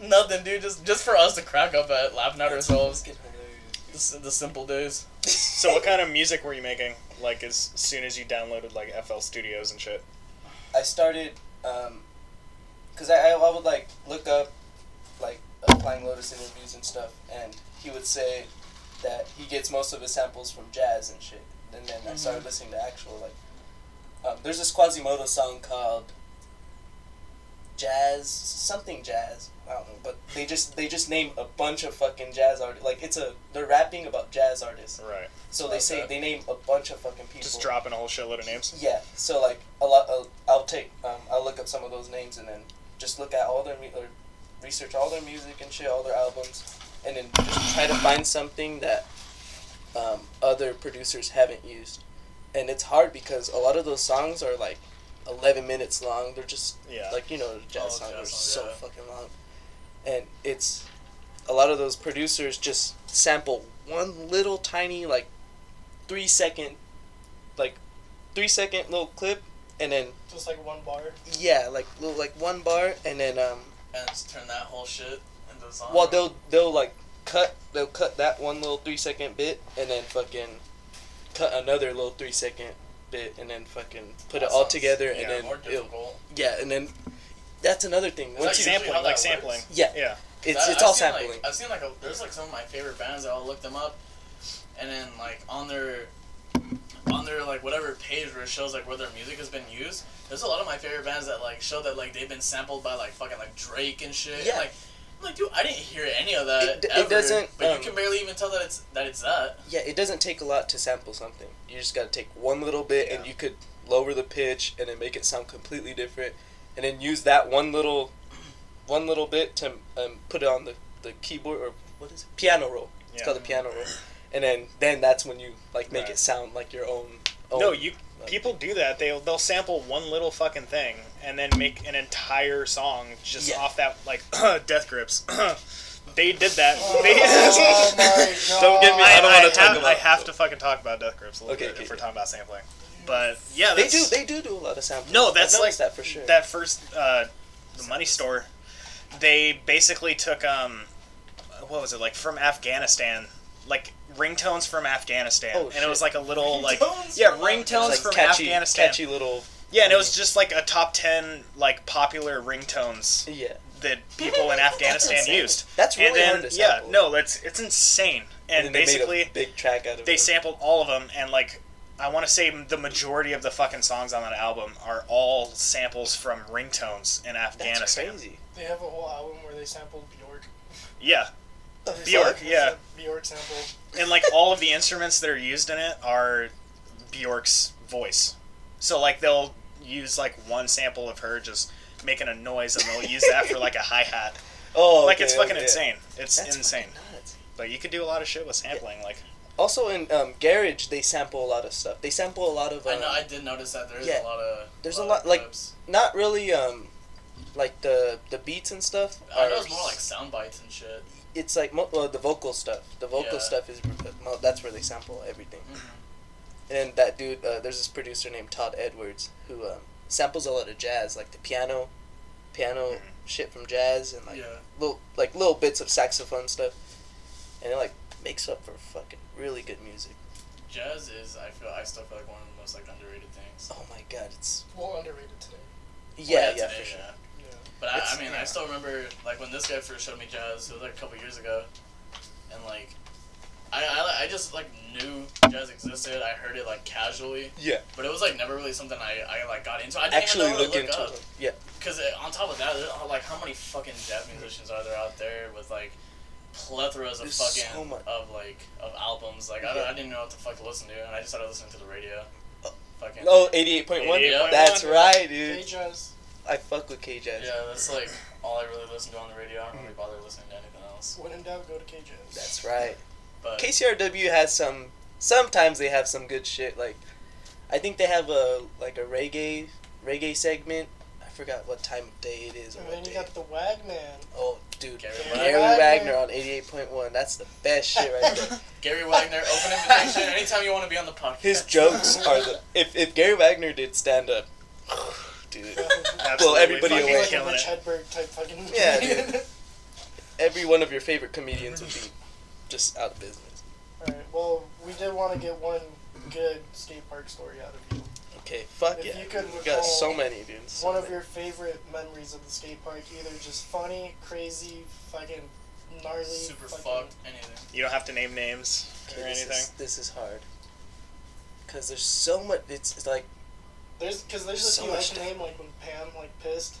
(laughs) Nothing, dude. Just just for us to crack up at, laughing at ourselves.
Fucking hilarious.
The, s- the simple days.
so what kind of music were you making? Like as soon as you downloaded like FL Studios and shit.
I started, um, cause I, I I would like look up, like applying Lotus interviews and stuff, and he would say that he gets most of his samples from jazz and shit. And then I started listening to actual like, um, there's this Quasimodo song called Jazz something jazz. I don't know, but they just they just name a bunch of fucking jazz artists. Like it's a they're rapping about jazz artists,
Right.
so they say
Okay.
they name a bunch of fucking people.
Just dropping a whole shitload of names.
Yeah, so like a lot, I'll, I'll take, um, I'll look up some of those names and then just look at all their, mu- or research all their music and shit, all their albums, and then just try to find something that um, other producers haven't used. And it's hard because a lot of those songs are like 11 minutes long. They're just
Yeah.
like you know, jazz
Oh,
songs
jazz
are
songs,
so
yeah.
fucking long, and it's a lot of those producers just sample one little tiny like three second, like three second little clip, and then
(laughs) Just like one bar.
(laughs)
yeah, like little like one bar, and then um,
And just turn that whole shit into a song.
well they'll they'll like cut they'll cut that one little three second bit, and then fucking cut another little three second bit, and then fucking put
That
it all
sounds,
together,
yeah,
and then
more
it'll,
difficult.
yeah, and then that's another thing.
Is
Once
that
you
usually
Sampling,
how that
like
works?
sampling.
yeah.
Yeah.
It's
I-
it's
I've
all
seen, like-
sampling.
I've seen like a, there's like some of my favorite bands. I'll look them up, and then like on their on their like whatever page where it shows like where their music has been used. There's a lot of my favorite bands that like show that like they've been sampled by like fucking like Drake and shit.
Yeah.
Like, I'm like dude, I didn't hear any of that.
It d- it
ever,
doesn't,
But
um,
you can barely even tell that it's that it's that.
yeah, it doesn't take a lot to sample something. You just gotta take one little bit, and you could lower the pitch, and then make it sound completely different, and then use that one little, one little bit to um, put it on the, the keyboard or what is it? Piano roll. It's
Yeah.
called the piano roll, and then then that's when you like make
Right.
it sound like your own. own
No, you
like-
people do that. They'll they'll sample one little fucking thing and then make an entire song just
Yeah.
off that like (clears throat) death grips. (clears throat) they did that. They-
Oh
(laughs)
my god.
Don't get me-
I,
I don't wanna
I
talk
have,
about
I
it.
have to fucking talk about death grips a little
Okay,
bit
okay,
if we're
okay.
talking about sampling. But yeah,
They
that's,
do they do do a lot of sampling.
No,
I've
that's like
noticed that for sure.
That first, uh, the money store, they basically took um, what was it like from Afghanistan, like ringtones from Afghanistan,
Oh,
and it was like
shit.
a little like
Ringtones
yeah
from
ringtones
It's
from
like catchy,
Afghanistan.
catchy little
Yeah, and it was just like a top ten like popular ringtones
(laughs) yeah.
that people in Afghanistan
insane.
used.
That's really
and then,
hard to
yeah,
sample.
no, it's it's insane. And,
then they made a
basically,
big track out of
they
it.
sampled all of them and like i want to say the majority of the fucking songs on that album are all samples from ringtones in
That's
afghanistan
crazy.
They have a whole album where they sampled Bjork.
yeah Bjork, yeah.
Bjork sample.
and like all of the instruments that are used in it are Bjork's voice. So like they'll use like one sample of her just making a noise, and they'll use that for like a hi hat.
Oh,
Like it's
okay,
fucking
okay.
insane. It's
That's
insane.
fucking nuts.
But you could do a lot of shit with sampling. Like
Also in um, Garage, they sample a lot of stuff. They sample a lot of.
I
um,
know. I did notice that there's
yeah.
a lot of.
There's a
of
lot, like-
clips.
Not really. Um, like the the beats and stuff.
I
are-
know it's more like sound bites and shit.
It's like mo- well, the vocal stuff. The vocal
Yeah.
stuff is well, that's where they sample everything.
Mhm.
And that dude, uh, there's this producer named Todd Edwards who um, samples a lot of jazz, like the piano, piano
Mhm.
Mm-hmm.
shit from jazz, and like
yeah.
little like little bits of saxophone stuff, and it like makes up for fucking really good music.
Jazz is. I feel. I still feel like one of the most like underrated things.
Oh my god, it's
Well, underrated today.
yeah,
Well,
yeah,
today,
for sure.
yeah.
Yeah.
But I,
It's-
I mean,
yeah.
I still remember like when this guy first showed me jazz. It was like a couple years ago, and like, I, I I just like knew jazz existed. I heard it like casually,
Yeah,
but it was like never really something I, I like got into. I didn't
actually
even know where
look
to look
into
up.
it. Yeah,
Because on top of that, there are, like how many fucking jazz musicians are there out there with like plethoras of
There's
fucking
so much.
of like of albums? Like I, don't-
Yeah.
I didn't know what the fuck to listen to, and I just started listening to the radio. Fucking
oh, 88.1?
88.1.
That's right,
Hey,
dude.
Jazz.
I fuck with K Jazz.
yeah, that's like all I really listen to on the radio. I don't
Mm.
really bother listening to anything else.
When in doubt, go to K Jazz.
That's right.
But
KCRW has some. Sometimes they have some good shit. Like, I think they have a like a reggae reggae segment. I forgot what time of day it is. Or
And
what
then you
day.
got the Wagman.
Oh, dude,
Gary
Gary
Wagner.
Wagner on eighty-eight point one. That's the best (laughs) shit right
(laughs)
there.
Gary Wagner, open
(laughs)
invitation. Anytime you want to be on the podcast.
His jokes are the. If if Gary Wagner did stand up, (sighs) dude,
absolutely
everybody
fucking
Like
away.
a
killing
Rich
it.
Hedberg type fucking.
Yeah, dude. every one of your favorite comedians would be just out of business.
(laughs) Alright, well, we did want to get one good skate park story out of you.
Okay, fuck
If
yeah.
you could
we got so
recall
many, dude. So
one of
many.
your favorite memories of the skate park, either just funny, crazy, fucking gnarly,
super
fucking,
fucked. Anything.
you don't have to name names
Okay,
or
this
anything.
Is, this is hard. Cause there's so much. It's, it's like,
There's because there's a
So
few I
much
can
stuff.
name like when Pam like pissed.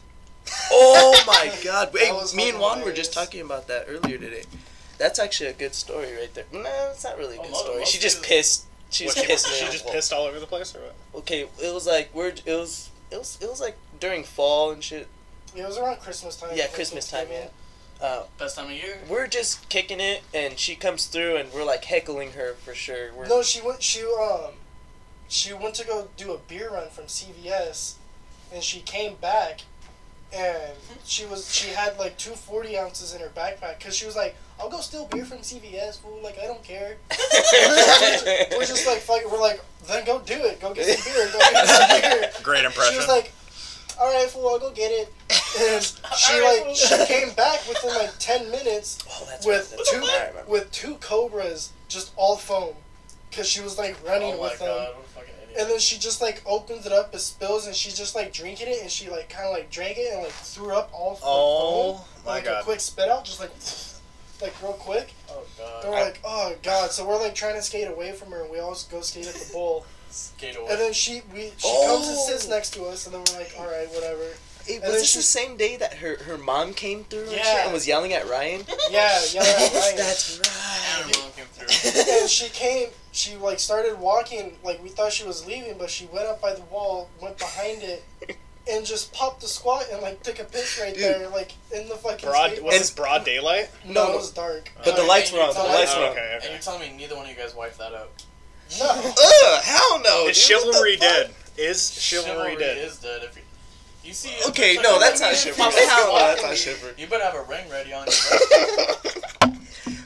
oh
(laughs)
my god!
That
Wait,
was
me and
fucking
Juan were just
hilarious.
talking about that earlier today. That's actually a good story right there. No, it's not really a
Oh,
good
most-
story.
most
She just
people-
pissed. She was
What, she,
pissed.
she
me
just
off.
pissed all over the place, or what?
Okay, it was like we're. It was. It was. It was like during fall and shit.
Yeah, it was around Christmas time.
Yeah, Christmas time. Yeah.
Thanksgiving.
Uh,
Best time of year.
we're just kicking it, and she comes through, and we're like heckling her for sure. We're, (laughs)
No, she went. She um, she went to go do a beer run from CVS, and she came back, and she was she had like two forty ounces in her backpack because she was like, "I'll go steal beer from CVS, fool. Like I don't care." we're just like fucking. We're like, then go do it. Go get some beer. Go get some beer.
Great
She was like, "All right, fool. I'll go get it." And she
Alright,
like
fool.
she came back within like ten minutes
oh, that's
with
right, that's
two
right, I remember.
with two cobras just all foam because she was like running
oh my
with them
god, what a fucking idiot.
and then she just like opens it up it spills and she's just like drinking it and she like kind of like drank it and like threw up all the
Oh
foam
my
like
God.
a quick spit out just like (laughs) like real quick
oh god.
and we're like oh god so we're like trying to skate away from her and we all go skate at the bowl
Skate away.
and then she we she comes and
Oh.
sits next to us and then we're like all right whatever
It,
And
was
then
this the
she's-
same day that her, her mom came through and, shit
Yeah.
and was yelling at Ryan?
(laughs) yeah yeah right
(laughs) That's
and
right.
her mom came
(laughs)
through.
and she came she like started walking like we thought she was leaving but she went up by the wall went behind it and just popped a squat and like took a piss right
Dude.
there like in the fucking
Broad
skate-
was this broad daylight? Oh,
no,
No,
it was
(laughs)
dark
But the
Okay,
lights
and
were on.
you're
The
telling-
lights were on.
Okay,
And
okay.
you're telling me neither one of you guys wiped that up.
no
Ugh, hell no.
Is
dude, what the
chivalry
fuck?
dead? Is chivalry
Chivalry
dead?
is dead. If you, you see. a
Okay,
bitch
no,
like
that's
that,
not
you
chivalry.
fucking
Hell no,
walk
that's
me.
not chivalry.
You better have a ring ready on you.
(laughs)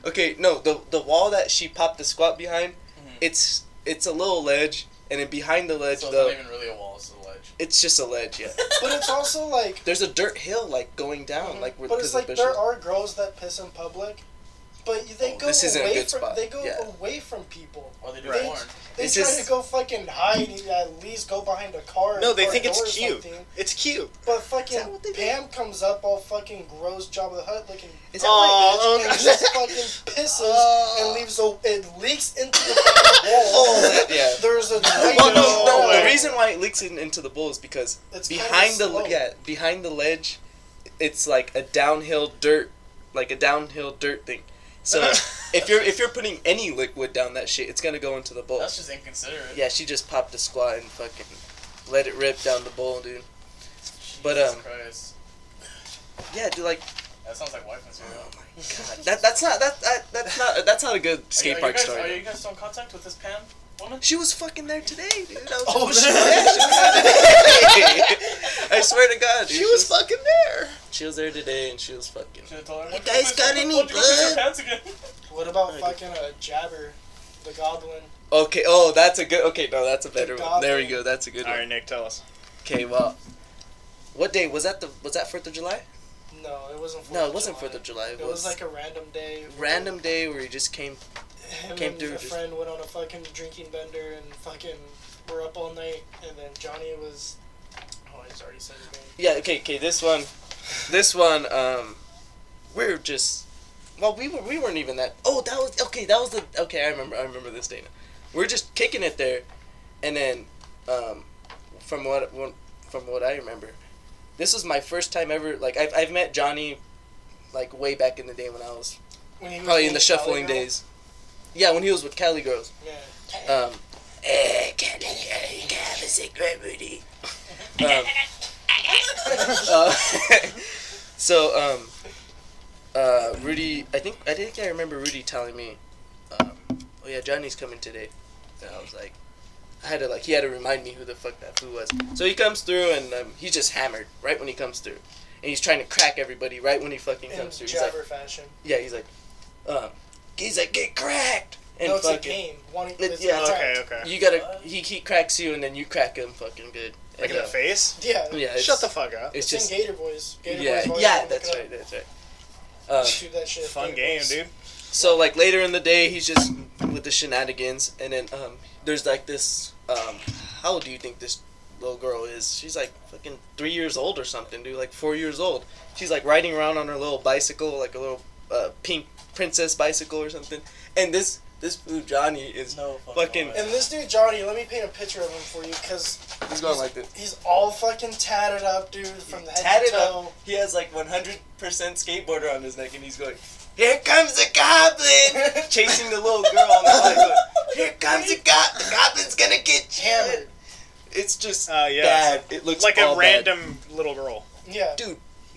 okay, no, the the wall that she popped the squat behind, it's it's a little ledge, and then behind the
bro.
ledge,
Mm-hmm. so it's
though,
not even really a wall. It's a ledge.
it's just a ledge, yeah.
but it's also like
There's a dirt hill, like, going down, like, where
but it's
the
like there are girls that piss in public but they
Oh,
go
this isn't a
away
good
from
spot.
they go
Yeah.
away from people
Or they do
Right.
porn.
they
It's
try
just-
to go fucking hide and at least go behind a car
No,
or
they think
door
it's
or
cute.
something.
It's (laughs) cute.
But
Is that
fucking
what they do?
Pam comes up all fucking gross Job of the Hut looking
Is
bitch
that oh,
Oh,
and
okay.
(laughs)
just fucking pisses
Oh.
and leaves a it leaks into the fucking wall.
(laughs) Oh, that- yeah.
There's a (laughs)
Well,
No
no, no,
way.
the reason why it leaks in, into the bowl is because
it's kinda
behind the
slow.
yeah behind the ledge it's like a downhill dirt like a downhill dirt thing (laughs) So
(laughs)
if you're if you're putting any liquid down that shit, it's gonna go into the bowl.
That's just inconsiderate.
Yeah, she just popped a squat and fucking let it rip down the bowl, dude. but,
Jesus
um,
Christ.
Yeah, dude, like
that sounds like wife material.
oh my (laughs) god, that that's not that, that that's not that's not a good
Are you-
skate
are
park
you guys,
story.
Are you guys still in contact with this Pam woman?
She was fucking there today, dude. I was
Oh,
just-
shit.
Yeah, she was there today. I swear to God, dude,
She was fucking there.
She was there today, and she was fucking.
Should have told her.
You guys got any blood?"
pants again?
What about
Alright.
fucking uh, Jabber, the goblin?
Okay. Oh, that's a good. Okay, no, that's a better one.
goblin.
There we go. That's a good
All
one.
right, Nick, tell us.
Okay. Well, what day was that? The was that Fourth of July?
No, it wasn't. Fourth
No,
of
it wasn't
July.
Fourth of July.
It was like a random day.
random day where you just came.
Him
came
and
through
a
just-
friend went on a fucking drinking bender and fucking were up all night. And then Johnny was. Oh, I just already said his name.
Yeah. Okay. Okay. This one. This one. Um, we're just. Well, we were. We weren't even that. Oh, that was okay. That was the. Okay, I remember. I remember this day. now. We're just kicking it there, and then, um, from what what- from what I remember, this was my first time ever. Like I've I've met Johnny, like way back in the day when I was
When he was
probably in the
dating
shuffling
Polygirl?
days. Yeah, when he was with Cali girls.
Yeah.
Um, eh, can I- you can have a cigarette, Rudy? Um, uh, (laughs) so, um, uh, Rudy, I think I think I remember Rudy telling me, um, "Oh yeah, Johnny's coming today," and I was like, I had to like he had to remind me who the fuck that fool was. So he comes through and um, he's just hammered right when he comes through, and he's trying to crack everybody right when he fucking
In
comes through. He's like,
Jabber fashion.
yeah, he's like, um, he's like, get cracked and
no, it's a
fucking.
game. One, it's
yeah,
yeah,
Okay, okay.
You gotta
What?
he, he cracks you and then you crack him fucking good.
Like in
And,
the
uh,
face.
Yeah.
Yeah, it's,
Shut the fuck up.
It's
It's,
just
in Gator Boys. Gator
yeah
Boys.
yeah that's right that's right. Um,
Shoot that shit.
Fun
Gator
game,
Boys.
dude.
so like later in the day he's just with the shenanigans and then um there's like this um how old do you think this little girl is she's like fucking three years old or something dude like four years old she's like riding around on her little bicycle like a little uh, pink princess bicycle or something and this this fool Johnny is
No (laughs)
Fucking-
way.
And this dude Johnny, let me paint a picture of him for you, cause
he's going like this
he's all fucking tatted up, dude, from the head
tatted
to toe.
up. He has like 100% skateboarder on his neck, and he's going, "Here comes the goblin!" (laughs) chasing the little girl on the bike. going, Here comes the goblin! The goblin's gonna get you!
Hammered.
It's just
Uh, yeah.
bad. It looks
like
all
a
bad.
random little girl.
Yeah.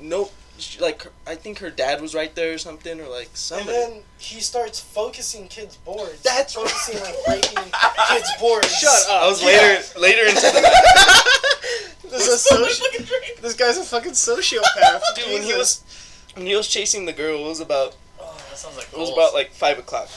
Nope. She- Like her- I think her dad was right there or something, or like
And
somebody.
then he starts focusing kids' boards.
That's
focusing like breaking kids' boards.
(laughs) Shut up.
I was
Yeah.
later later into the night.
(laughs) This is a soci- This guy's a fucking sociopath.
(laughs) dude when he
Jesus.
was when he was chasing the girl. It was about
Oh, that sounds like
It was
goals.
about like five o'clock.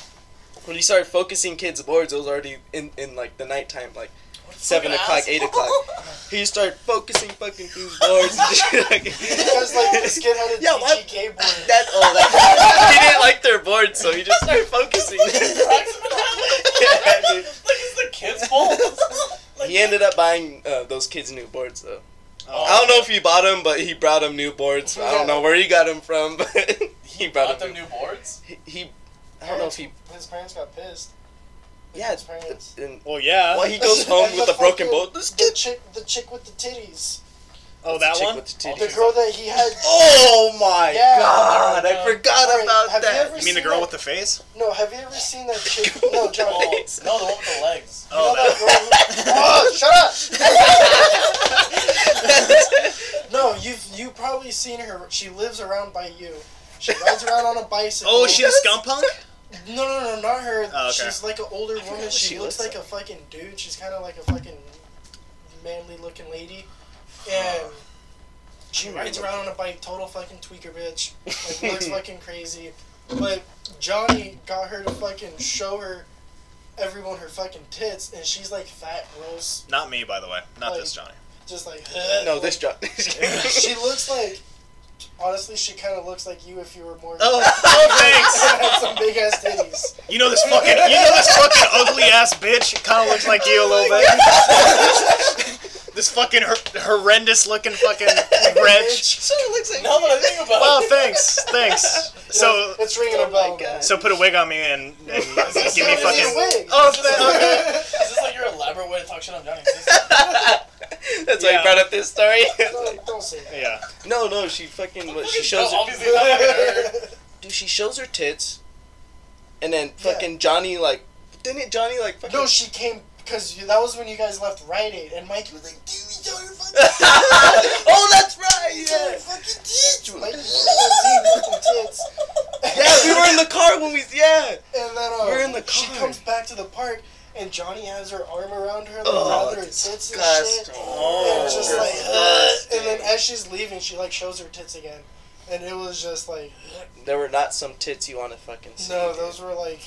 When he started focusing kids' boards, it was already in, in like the nighttime, like
What a
seven
fucking
o'clock,
asshole.
eight o'clock.
(laughs)
He started focusing fucking kids'
(laughs)
boards. and shit, (laughs) like-
He has like the skinheaded
(laughs) Yeah, why-
PGK board.
That's all. That he didn't like their boards, so he just started
(laughs)
focusing.
Cracks him in the
Yeah,
head. (laughs)
dude.
Like it's the kid's fault. Like,
he ended up buying uh, those kids new boards though.
Oh.
I don't know if he bought them, but he brought them new boards. I don't know where he got them from, (laughs) but he brought
Bought
them.
them
New,
new
(laughs)
boards.
he, he, I don't know if he.
His parents got pissed.
Yeah,
His parents.
and
Well, yeah.
Well, he goes home
And
with
the
a broken
fucking-
boat. This
The chick, the chick with the titties.
oh, that
chick
one.
with the titties.
The girl that he had.
Oh my
Yeah.
god! I
Yeah.
forgot
Alright,
about
have you
that.
ever
You mean the
seen
girl
that-
with the face?
No, have you ever seen that
(laughs)
chick? No, Johnny.
Oh,
You
no, the one with the legs.
know
Oh,
that girl who-
(laughs)
oh, shut up! No, you've you probably seen her. She lives around by you.
(laughs)
She rides around on a bicycle.
oh, she's a scum punk.
No, no, no, not her.
Oh, okay.
She's like an older
forgot
woman.
what
She,
she
looks
looks
like a fucking dude. She's kind of like a fucking manly looking lady.
(sighs)
And she rides around on a bike, total fucking tweaker bitch. Like,
(laughs)
looks fucking crazy. But Johnny got her to fucking show her everyone her fucking tits, and she's like fat, gross,
Not me, by the way. Not this
Oh.
Johnny.
just like.
(laughs) no, this (laughs) job.
(laughs) She looks like. Honestly, she kind of looks like you if you were more.
Oh, oh,
(laughs)
thanks.
Had some big ass titties.
(laughs)
You know this fucking. You know this fucking ugly ass bitch. Kind of looks like you a little bit.
(laughs)
(laughs)
this fucking hor- horrendous looking fucking wretch.
so it looks
(laughs)
like
Now that I think about
Well,
it,
thanks, thanks. So,
it's ringing
Oh
a
my
bell.
God.
so put a wig on me and, and
this-
give me
is this
It's a
fucking.
wig.
Oh, th- okay.
is this like your elaborate way to talk shit on Johnny?
(laughs)
Is this-
(laughs) That's why
Yeah.
I brought up this
(laughs)
story.
(laughs) Don't, don't say that.
Yeah.
no, no, she fucking. What,
Fucking
she shows
no,
her. (laughs)
obviously not her.
Dude, she shows her tits, and then
Yeah.
fucking Johnny like didn't Johnny like fucking
No, she came because that was when you guys left Rite Aid, and Mikey was like, "Dude, we don't
(laughs)
fucking,
(laughs) oh, that's right.
yeah.
Yeah.
fucking tits." Like, you fucking tits.
(laughs) yeah, we were in the car when we. Yeah.
(laughs) And then uh,
We're in the
she
car.
comes back to the park, and Johnny has her arm around her, like,
Oh,
around her tits and
disgusting.
shit.
Oh,
and just like, uh,
disgusting.
and then as she's leaving, she like shows her tits again, and it was just like,
There were not some tits you want to fucking see.
no,
dude.
those were like,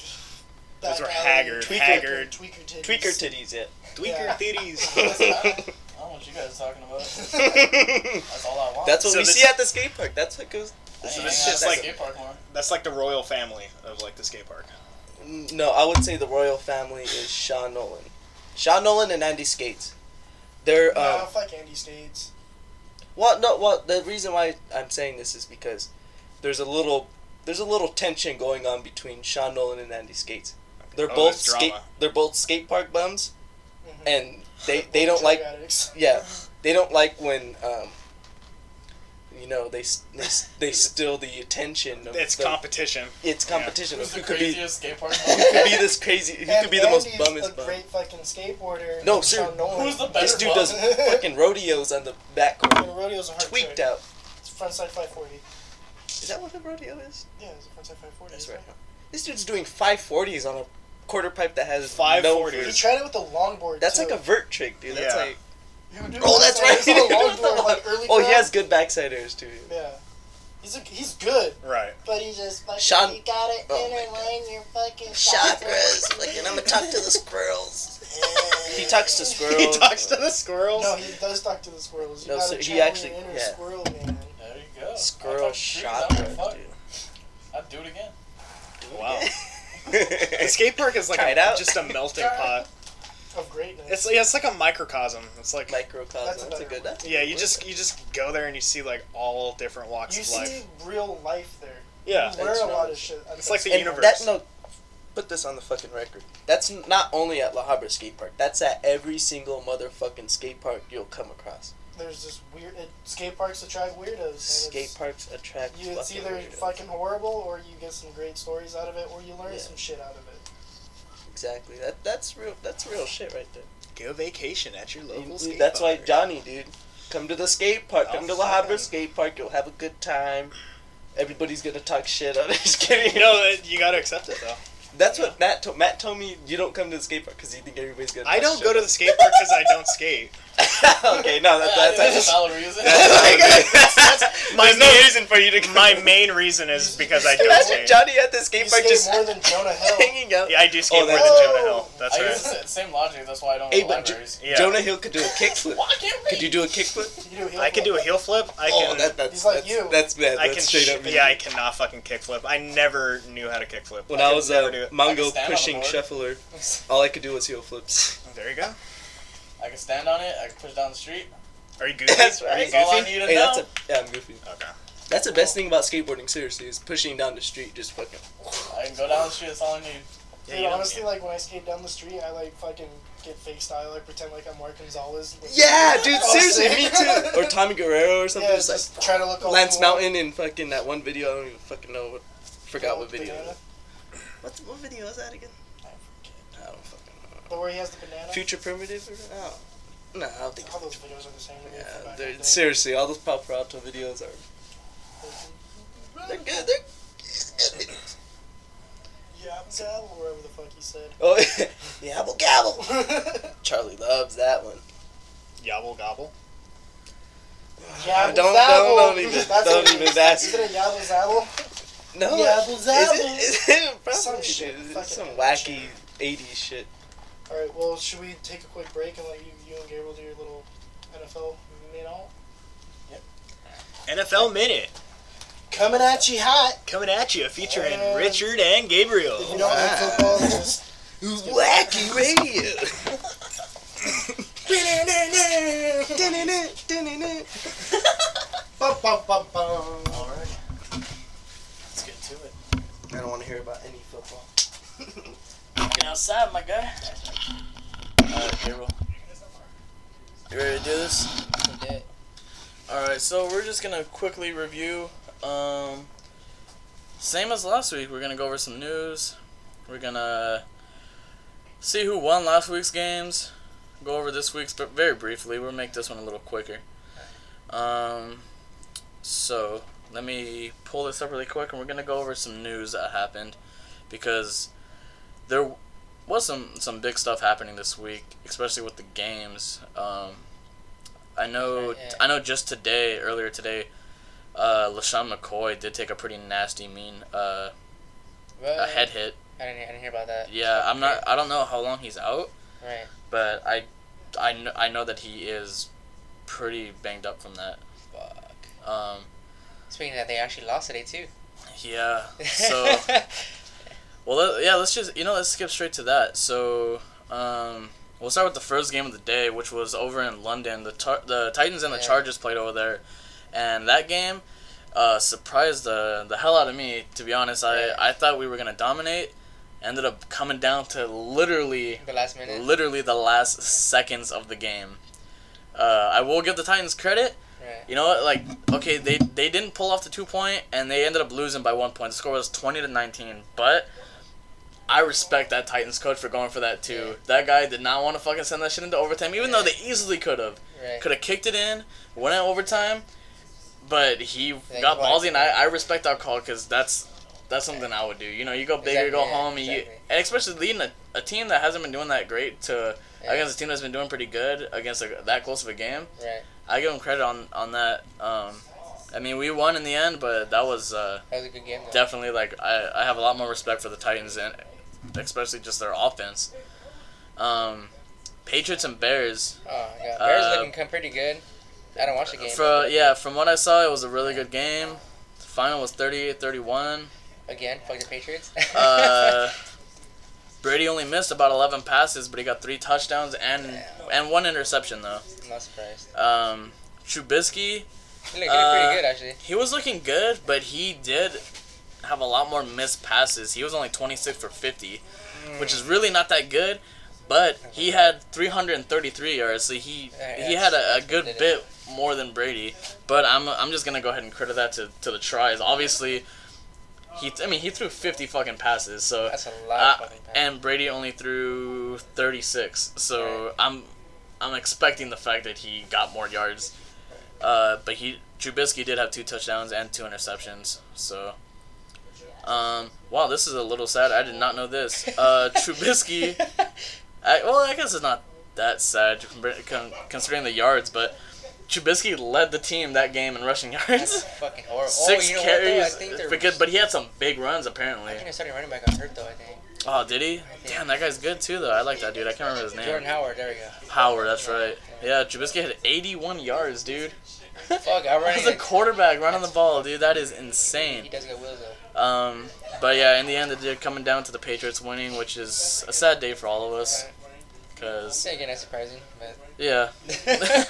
Those
back
were
alley
haggard,
tweaker,
haggard.
tweaker titties.
tweaker titties. Yeah.
Tweaker
Yeah. (laughs)
titties.
I don't know what you guys are talking about.
so (laughs)
That's all I want.
(laughs) That's what
So
we
this-
see at the skate park. That's what goes.
I
so
ain't
this
hanging
is
out
just
at the
like-
skate park more.
That's like the royal family of like the skate park.
No, I would say the royal family is Sean Nolan, Sean Nolan and Andy Skates. They're um,
nah, fuck Andy States.
Well, no. Well, the reason why I'm saying this is because there's a little there's a little tension going on between Sean Nolan and Andy Skates. They're
Oh,
both
there's drama.
skate. They're both skate park bums,
Mhm.
and
(laughs)
they they don't
Drug
like. (laughs)
addicts.
Yeah, they don't like when um, you know they s- they, s-
(laughs)
they steal the attention. Of
It's
the,
competition.
It's competition.
Who's
Who
the
could be
craziest skate park
who
bum?
could be this crazy? Who
And
could be the most
Andy's
bummest
a
bum?
great fucking skateboarder.
No,
and
sir.
Sean Nolan.
Who's the
This
best?
dude
(laughs)
does (laughs) fucking rodeos on the back
Fucking
road,
rodeo's a hard
tweaked
trick.
out.
It's front side 540.
Is that what the rodeo is?
Yeah, it's a front side 540.
That's
isn't
right.
it?
This dude's doing 540s on a quarter pipe that has no
540s.
He
vert.
tried it with a longboard.
That's
too.
like a vert trick, dude. That's
Yeah.
like.
He would do
Oh,
it
that's
with
right.
a- with a
(laughs)
longboard, like early
oh, he
crowd.
has good backside airs too.
Yeah. He's a, he's good,
Right. (laughs)
but he just fucking.
Sean-
You got it
Oh
in
my
her lane. You're fucking
like, and I'm gonna talk to the squirrels.
Yeah.
(laughs) He talks to squirrels.
(laughs) He talks to the Oh, squirrels.
No, he does talk to the squirrels. You
No,
gotta
so he
channel your
actually-
inner
yeah.
squirrel man.
(laughs) There you go. I
squirrel
talk shit, I
shot
don't give a
drugs,
fuck.
dude.
I'd do it again.
Wow.
(laughs)
The skate park is like
Tried
a,
out?
just a melting pot.
Of greatness.
It's yeah, it's like a microcosm. It's like
Microcosm.
That's
That's,
a
a
better
good. That's a
yeah,
good
you
word.
just you just go there and you see like all different walks
you
of
see
life.
real life there.
Yeah.
You learn
It's
a
real.
lot of shit.
It's like the
and
universe.
That, no, put this on the fucking record. That's not only at La Habra Skate Park. That's at every single motherfucking skate park you'll come across.
there's this weird it, skate parks attract weirdos. and it's-
Skate parks attract.
You, it's
fucking
either
weirdos.
fucking horrible, or you get some great stories out of it, or you learn
Yeah.
some shit out of it.
Exactly. That that's real. That's real shit right there.
Go vacation at your local
You-
skate
that's why
park.
Johnny, dude, come to the skate park. Come
Oh,
to La Habra
fucking-
Skate Park. You'll have a good time. Everybody's gonna talk shit. I'm (laughs) just kidding.
You know, that- you gotta accept it though.
that's what Matt. To- Matt told me you don't come to the skate park because you think everybody's gonna.
I
talk
don't
shit.
go to the skate park because I don't (laughs) skate.
(laughs) okay, no, that,
Yeah, I
(laughs)
think
that's
that's a
actually-
valid reason. (laughs)
That's-
my
There's no
main-
reason for you to. My main reason is because I don't
Imagine
skate.
Johnny at the skate
You
park
skate
just
more than Jonah
(laughs)
Hill.
hanging out.
Yeah, I do skate
Oh,
more than
that's-
Jonah Hill. That's
I use
right.
the same logic. That's why I don't
Hey,
go to
but J-
libraries.
Yeah.
Jonah Hill could do a kickflip.
Why can't we?
Could you do a kickflip?
You do heel
I can do a heel flip. I
Oh,
can.
that, that's
He's like
that's,
you.
That's bad.
I
that's
can.
straight
Sh-
up.
yeah, I cannot fucking kickflip. I never knew how to kickflip.
When
I
I
could
was uh,
never
a
do it.
I can
Mongo
stand on the
pushing
board.
shuffler, all I could do was heel flips.
There you go.
I can stand on it. I can push down the street.
(laughs) Are you goofy?
(laughs) That's
Are you
right.
That's all I
goofy?
need to
Hey,
know.
that's a yeah, I'm goofy.
Okay.
That's the best thing about skateboarding. Seriously, is pushing down the street, just fucking.
I can go down the street. That's all I need.
Yeah,
Dude,
you don't
honestly,
need
like when I skate down the street, I like fucking get fake style. I pretend like I'm Mark Gonzalez. with-
(laughs) Yeah,
(laughs)
dude.
Oh,
Seriously, me
sick. (laughs)
too. Or Tommy Guerrero or something.
yeah,
just
just try to look all
like Lance
cool.
Mountain in fucking that one video. I don't even fucking know. What, forgot what
With the
video.
banana.
What what video was that again? I forget. I don't fucking know.
But where he has the banana.
Future primitive? Or, no. No, I don't think.
All those videos are the same. they're
Yeah,
back in
they're,
the day.
seriously, all those Pop Alto videos are. They're good. They're. good videos.
Yeah, I'm sad, or whatever the fuck he
(laughs)
said.
Oh, yabble gabble. Charlie loves that one.
it. Yobble gobble.
Yeah,
don't- don't-
(laughs)
don't even- don't even ask.
Is it a yabble zabble?
No,
Yabble
is
zabble.
it, (laughs) is it probably
Some shit,
is. It's
fucking
some
shit.
wacky '80s shit.
All right. Well, should we take a quick break and let you, you and Gabriel do your little NFL minute?
NFL minute
Coming at you hot.
coming at you, featuring
Uh,
Richard and Gabriel.
Oh,
If you don't like
wow.
football, just (laughs)
Wacky radio.
bum bum bum bum.
All right. Let's get to it.
I don't want to hear about any football.
Get outside, my guy. Alright, Gabriel. You ready to do this? Alright, so we're just gonna quickly review. Um, same as last week, we're gonna go over some news, We're gonna see who won last week's games. Go over this week's, but very briefly. We'll make this one a little quicker. Um, so let me pull this up really quick, and we're gonna go over some news that happened because there was some some big stuff happening this week, especially with the games. Um, I know
Yeah.
I know just today, earlier today, uh, LaShawn McCoy did take a pretty nasty mean uh,
Well,
a head hit.
I didn't, I didn't hear about that.
Yeah, I'm
Okay.
not. I don't know how long he's out,
Right.
but I, I, kn- I know that he is pretty banged up from that.
Fuck.
Um,
Speaking of that, they actually lost today too.
yeah. So well, let- yeah. Let's just you know let's skip straight to that. So um, we'll start with the first game of the day, which was over in London. The tar- the Titans and the
Yeah.
Chargers played over there, and that game. Uh, surprised the the hell out of me. To be honest, I,
Yeah.
I thought we were gonna dominate. Ended up coming down to literally
(laughs) the last minute.
literally the last seconds of the game. Uh, I will give the Titans credit.
right.
You know what? Like, okay, they they didn't pull off the two point, and they ended up losing by one point. The score was twenty to nineteen. But I respect that Titans coach for going for that too.
Yeah.
That guy did not want to fucking send that shit into overtime, even though
Yeah.
they easily could have
Right.
could have kicked it in, went in overtime. But he
Yeah,
got
he won.
ballsy, and I, I respect that call because that's that's something I would do. You know, you go big, you go
Exactly, yeah,
home, and you,
exactly.
and especially leading a, a team that hasn't been doing that great to
Yeah.
against a team that's been doing pretty good against a, that close of a game.
Right.
I give him credit on on that. Um, I mean, we won in the end, but that was uh,
That was a good game though.
definitely like I, I have a lot more respect for the Titans and especially just their offense. Um, Patriots and Bears.
oh yeah. Bears
Uh,
looking come pretty good. I don't watch the game.
Fro- yeah, from what I saw, it was a really good game. The final was 38-31.
(laughs) Again, fuck the Patriots. (laughs)
Uh, Brady only missed about 11 passes, but he got three touchdowns and and one interception though.
I'm not surprised.
Um, Trubisky,
He looked
Uh,
pretty good actually.
he was looking good, but he did have a lot more missed passes. He was only 26 for 50, which is really not that good. But he had 333 yards, so he
Yeah,
he
yeah.
had a, a good
Did it.
bit more than Brady. But I'm I'm just gonna go ahead and credit that to, to the tries. Obviously, he I mean he threw 50 fucking passes, so
That's a lot.
uh,
of fucking power.
and Brady only threw 36. So
Right.
I'm I'm expecting the fact that he got more yards. Uh, but he Trubisky did have two touchdowns and two interceptions. So um, wow, this is a little sad. I did not know this.
(laughs)
Uh, Trubisky I, well, I guess it's not that sad con- considering the yards, but Trubisky led the team that game in rushing (laughs)
That's
yards.
fucking horrible.
Six
oh, you know What, though? I
carries,
think they're,
but good- but he had some big runs apparently.
I think I started running back on hurt though. I think
Oh, did he? Damn, that guy's good too, though. I like that dude. I can't remember his
Jordan
name.
Howard. There we go.
Howard, that's right. Yeah, Trubisky had 81 yards, dude. (laughs)
Fuck, I'm running.
That's a quarterback running the ball, dude. That is
He
insane.
does get wheels though.
Um, but yeah, in the end, it did coming down to the Patriots winning, which is a sad day for all of us. Cause
Say again, that's surprising, but.
yeah, (laughs)
(laughs)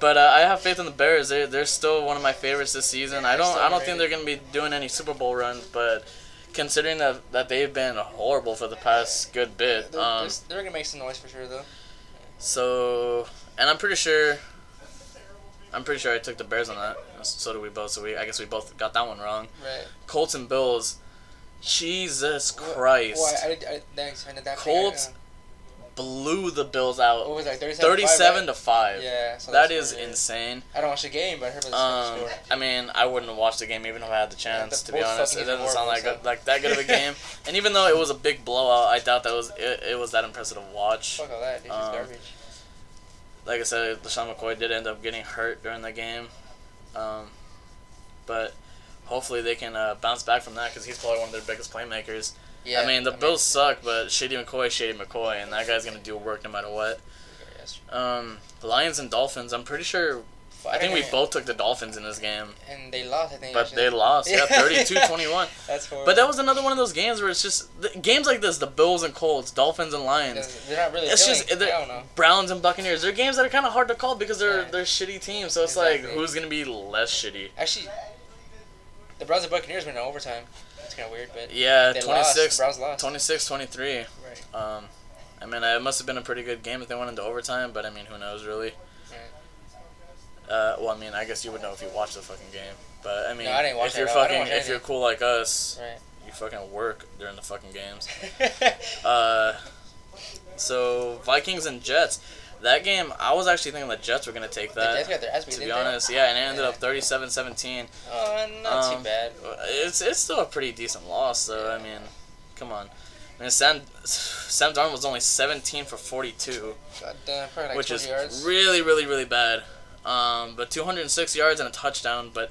but uh, I have faith in the Bears. They they're still one of my favorites this season. I don't I don't think they're gonna be doing any Super Bowl runs, but considering that that they've been horrible for the past good bit,
they're,
um,
they're, they're gonna make some noise for sure though.
So, and I'm pretty sure, I'm pretty sure I took the Bears on that. So did we both. So we, I guess we both got that one wrong.
Right.
Colts and Bills. Jesus
What-
Christ!
What, I, I, thanks, I did that thing,
Colts
uh,
Blew the Bills
What
out,
was that? Thirty-seven.
thirty-seven to five.
Yeah. So
that
that's
is
what it
insane.
I don't watch the game, but I heard about the
Um,
score.
I mean, I wouldn't have watched the game even if I had the chance.
the
to be
Colts
honest, it
fucking
doesn't sound
horrible,
like a,
so.
like that good of a game. and even though it was a big blowout, I doubt that was it, it was that impressive to watch.
Fuck all that, dude.
um,
it's garbage.
like I said, LaShawn McCoy did end up getting hurt during the game. Um, but hopefully they can uh, bounce back from that because he's probably one of their biggest playmakers.
Yeah.
I mean, the Bills suck, but Shady McCoy, Shady McCoy, and that guy's going to do work no matter what.
yes.
Um, Lions and Dolphins, I'm pretty sure. I think we both took the Dolphins in this game,
And they lost. I think.
but
actually.
they lost. Yeah, 32 21.
That's horrible.
But that was another one of those games where it's just th- games like this the Bills and Colts, Dolphins and Lions.
They're not really.
It's
feeling
just
it.
they're-
I don't know.
Browns and Buccaneers. They're games that are kind of hard to call because they're
Yeah.
they're shitty teams. So it's like
Exactly.
who's gonna be less shitty?
Actually, the Browns and Buccaneers went in overtime. It's kind of weird, but
Yeah,
they lost.
26,
The
(laughs)
Browns lost. (laughs)
26, 23.
Right.
Um, I mean, it must have been a pretty good game if they went into overtime. But I mean, who knows really? Uh, well, I mean, I guess you would know if you watched the fucking game. But I mean,
I didn't watch
if
that
you're
at all. I didn't
fucking
watch
if you're
anything.
cool like us,
Right.
You fucking work during the fucking games. Uh, so Vikings and Jets. That game, I was actually thinking the Jets were gonna take
the Jets
that.
got their ass beat,
To be
didn't they?
honest, yeah, and it ended up 37-17.
Oh, not
Um,
too bad.
It's it's still a pretty decent loss, though. I mean, come on. I mean, Sam Sam Darnold was only 17 for 42,
God damn, uh, probably like
which
20
is
yards.
really, really, really bad. Um, but 206 yards and a touchdown. But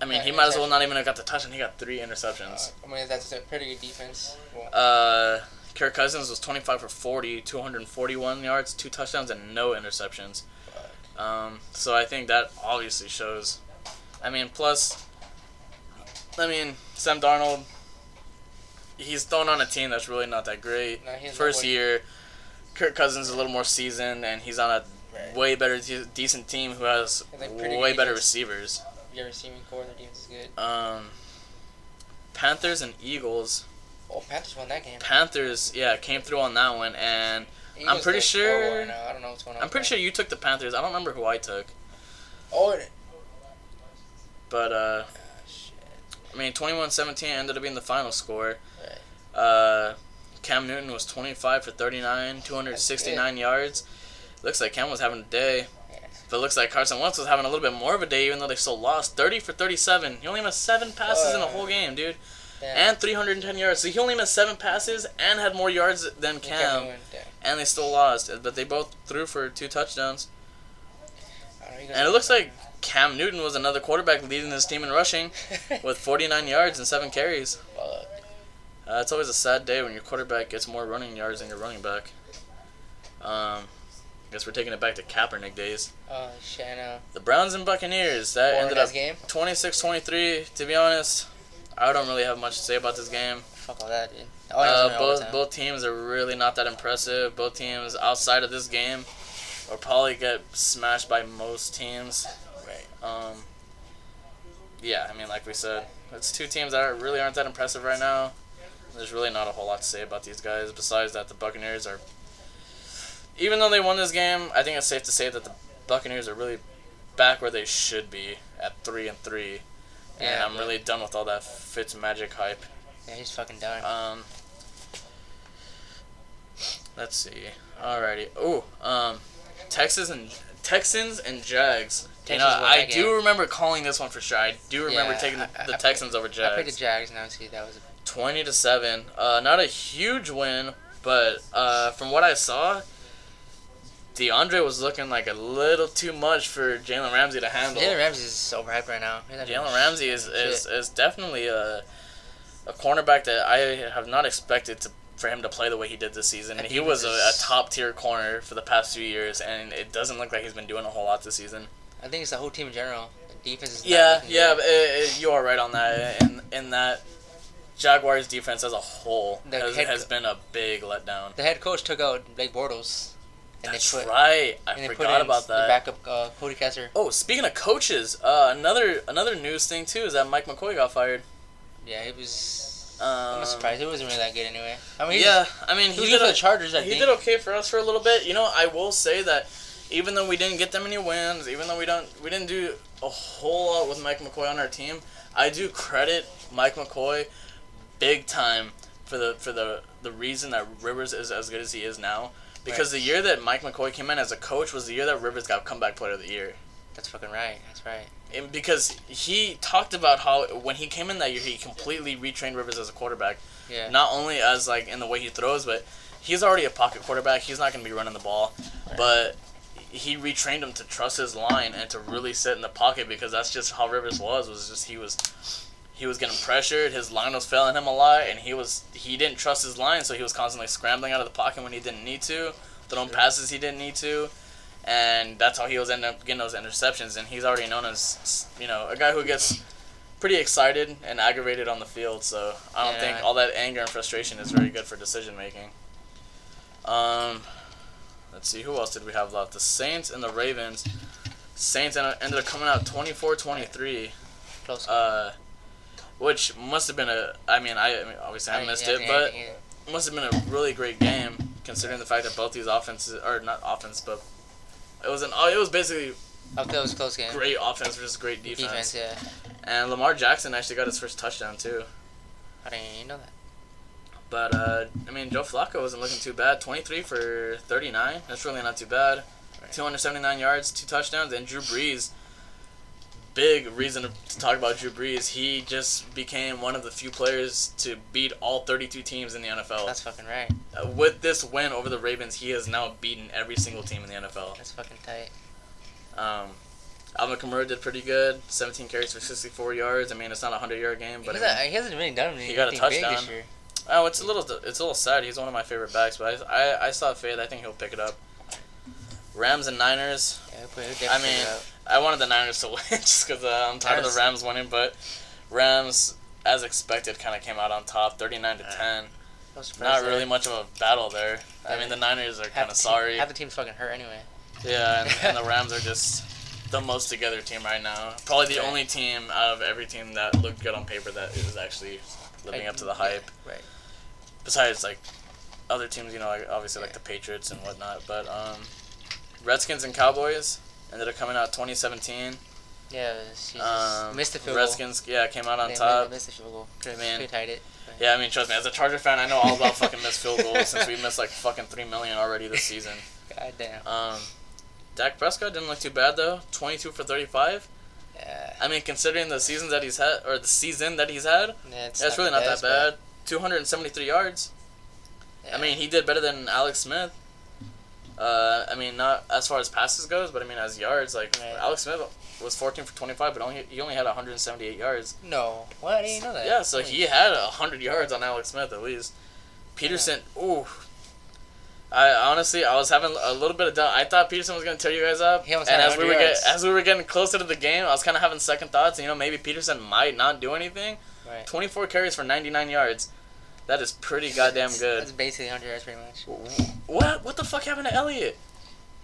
I mean,
Yeah,
he
yeah,
might as well
touchdown.
not even have got the touchdown. He got three
Uh,
interceptions.
I mean, that's a pretty good defense. Well,
Uh, Kirk Cousins was 25 for 40, 241 yards, two touchdowns, and no interceptions. Um, so I think that obviously shows. I mean, plus, I mean, Sam Darnold, he's thrown on a team that's really not that great.
No, he's
First
nobody.
year, Kirk Cousins is a little more seasoned, and he's on a
Right.
way better, de- decent team who has
And they pretty
way
good
better
defense.
receivers.
your receiving core, their defense is good.
Um, Panthers and Eagles.
Oh, Panthers won that game.
Panthers, yeah, came through on that one, and
Eagles
pretty
like
sure-
4-1 right now. I don't know what's going on.
I'm pretty sure you took the Panthers. I don't remember who I took,
Oh, it-
but uh,
ah, shit.
I mean, 21-17 ended up being the final score.
Right.
Uh, Cam Newton was 25 for 39, 269 yards. Looks like Cam was having a day,
Yeah.
but looks like Carson Wentz was having a little bit more of a day, even though they still lost. 30 for 37. He only missed seven passes in the whole game, dude,
Damn.
and 310 yards. So he only missed seven passes and had more yards than
He
Cam,
got me with- damn.
and they still lost. But they both threw for two touchdowns.
I don't know, he
And it
doesn't- (laughs)
looks like Cam Newton was another quarterback leading his team in rushing with 49 yards and seven carries.
Fuck.
Uh, it's always a sad day when your quarterback gets more running yards than your running back. Um, I guess we're taking it back to Kaepernick days.
Oh, shit, I know.
The Browns and Buccaneers. That
Boring
ended
ass
up
game.
26-23. To be honest, I don't really have much to say about this game.
Fuck all that, dude. Oh,
Uh, both both teams are really not that impressive. Both teams outside of this game will probably get smashed by most teams.
Right.
Um, yeah, I mean, like we said, it's two teams that are, really aren't that impressive right now. There's really not a whole lot to say about these guys. Besides that, the Buccaneers are, even though they won this game, I think it's safe to say that the Buccaneers are really back where they should be at three and three. And
Yeah,
I'm
but-
really done with all that Fitz magic hype.
Yeah, he's fucking done.
Um, let's see. Alrighty. Oh, um, Texas and Texans and Jags. you
Texans
know,
won that
I do
game.
remember calling this one for sure. I do remember
Yeah,
taking
I-
the,
I-
the
I-
Texans over
I played the
Jags.
Jags, and obviously that was a
Twenty to seven. Uh, not a huge win, but uh, from what I saw, DeAndre was looking like a little too much for Jalen Ramsey to handle.
Jalen Ramsey is so ripe right now. He's not doing
Jalen Ramsey is,
shit.
is, is definitely a, a cornerback that I have not expected to for him to play the way he did this season.
I think
He was a,
this
a
is-
top tier corner for the past few years, and it doesn't look like he's been doing a whole lot this season.
I think it's the whole team in general. The defense is. not
Yeah,
looking
yeah,
good.
but, uh, uh, you are right on that. In in that, Jaguars defense as a whole
The
has,
head
has
co-
been a big letdown.
The head coach took out Blake Bortles, and
That's
they put
right.
and
I
they
forgot
put in
about
The
that.
backup uh, Cody Kessler.
Oh, speaking of coaches, uh, another another news thing too is that Mike McCoy got fired.
Yeah, it was.
Um,
I'm surprised it wasn't really that good anyway. I mean,
yeah, I mean
he was
he did
good for
a,
the Chargers. I
he
think.
did okay for us for a little bit. You know, I will say that even though we didn't get that many wins, even though we don't we didn't do a whole lot with Mike McCoy on our team, I do credit Mike McCoy big time for the for the the reason that Rivers is as good as he is now. Because the year that Mike McCoy came in as a coach was the year that Rivers got comeback player of the year.
That's fucking right. That's right.
And because he talked about how when he came in that year he completely retrained Rivers as a quarterback
Yeah.
not only as like in the way he throws, but he's already a pocket quarterback. He's not going to be running the ball, but he retrained him to trust his line and to really sit in the pocket because that's just how Rivers was. Was just he was he was getting pressured. His line was failing him a lot, and he was he didn't trust his line, so he was constantly scrambling out of the pocket when he didn't need to, throwing passes he didn't need to. And that's how he was ending up getting those interceptions. And he's already known as, you know, a guy who gets pretty excited and aggravated on the field, so I don't
Yeah.
think all that anger and frustration is very good for decision making. Um, let's see, who else did we have left? The Saints and the Ravens. Saints en- ended up coming out 24 23,
Close.
uh, which must have been a. I mean, I, I mean, obviously I,
mean,
missed
yeah,
it,
yeah,
but
yeah.
must have been a really great game considering the fact that both these offenses, or not offense, but it was an. oh, It was basically
I
Oh,
thought it was a close game.
great offense versus great
defense.
defense.
yeah.
And Lamar Jackson actually got his first touchdown, too.
I didn't know that.
But uh, I mean, Joe Flacco wasn't looking too bad. Twenty three for thirty nine. That's really not too bad. Two hundred seventy nine yards, two touchdowns, and Drew Brees. Big reason to talk about Drew Brees. He just became one of the few players to beat all thirty two teams in the NFL.
That's fucking right.
Uh, with this win over the Ravens, he has now beaten every single team in the NFL.
That's fucking tight.
Um, Alvin Kamara did pretty good. Seventeen carries for sixty four yards. I mean, it's not a hundred yard game,
He,
but I
was
mean-
a- he hasn't really done anything
He got a
big
touchdown.
this year.
Oh, it's a little it's a little sad. He's one of my favorite backs, but I I, I saw Fade. I think he'll pick it up. Rams and Niners.
Yeah, we put- we definitely
I
put it
mean,
up.
I wanted the Niners to (laughs) win just because uh, I'm tired of the Rams winning, but Rams, as expected, kind of came out on top, 39 to 10.
No surprise
Not
there.
really much of a battle there. I mean, the Niners are
Half
kind
the
of
team-
sorry.
Half the team's fucking hurt anyway.
Yeah, and,
(laughs)
and the Rams are just the most together team right now. Probably the
Right.
only team out of every team that looked good on paper that is actually living
Like,
up to the
yeah,
hype.
right.
Besides, like other teams, you know, like obviously like
Yeah.
the Patriots and whatnot. But um, Redskins and Cowboys ended up coming out 2017.
Yeah, it was, he just
Um,
missed the field goal.
Redskins, yeah, came out on
They mi-
top.
They missed the field goal. Could
Man.
have tied it.
Yeah, I mean, trust me, as a Charger fan, I know all about fucking missed field goals since we missed like fucking three million already this season.
God damn.
Um, Dak Prescott didn't look too bad though. 22 for 35.
Yeah.
I mean, considering the seasons that he's had, or the season that he's had,
That's
that's really not that bad. 273 yards. I mean, he did better than Alex Smith. Uh, I mean, not as far as passes goes, but I mean, as yards, like
Right.
Alex Smith was 14 for 25, but only he only had 178 yards.
No. What? I didn't know that.
Yeah, so
Holy
he had 100 yards on Alex Smith at least. Peterson, ooh. I honestly, I was having a little bit of doubt. I thought Peterson was going to tear you guys up,
He almost
and
had
as we were
100
get,
yards.
as we were getting closer to the game, I was kind of having second thoughts. You know, maybe Peterson might not do anything.
Right.
24 carries for 99 yards. That is pretty goddamn
(laughs) That's-
good.
That's basically 100 yards pretty much.
What? What the fuck happened to Elliott?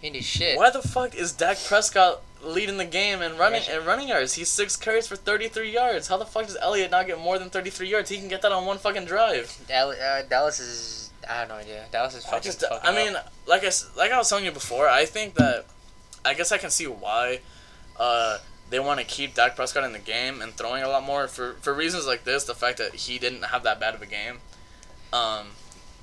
He didn't do shit.
Why the fuck is Dak Prescott leading the game and running
Rushing.
and running yards? He's six carries for 33 yards. How the fuck does Elliott not get more than 33 yards? He can get that on one fucking drive.
Dallas, uh, Dallas is. I have no idea. Dallas is
I
fucking.
just,
fucking
I mean,
up.
like I, s- like I was telling you before, I think that, I guess I can see why, uh, they want to keep Dak Prescott in the game and throwing a lot more for for reasons like this. The fact that he didn't have that bad of a game, um,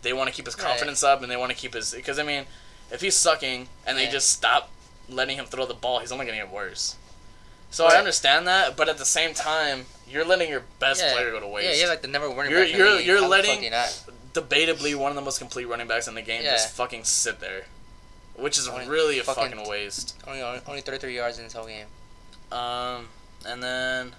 they want to keep his
Right.
confidence up and they want to keep his because I mean, if he's sucking and they
Yeah.
just stop letting him throw the ball, he's only gonna get worse. So
Right.
I understand that, but at the same time, you're letting your best
Yeah.
player go to waste
yeah, you're like the number one. running
You're-
back in the
you're-
league.
you're
How the fuck
letting-
do you not?
debatably one of the most complete running backs in the game
Yeah.
just fucking sit there, which is
Only
really a
fucking-
fucking, waste.
Only, only, only 33 yards in this whole game.
Um, and then,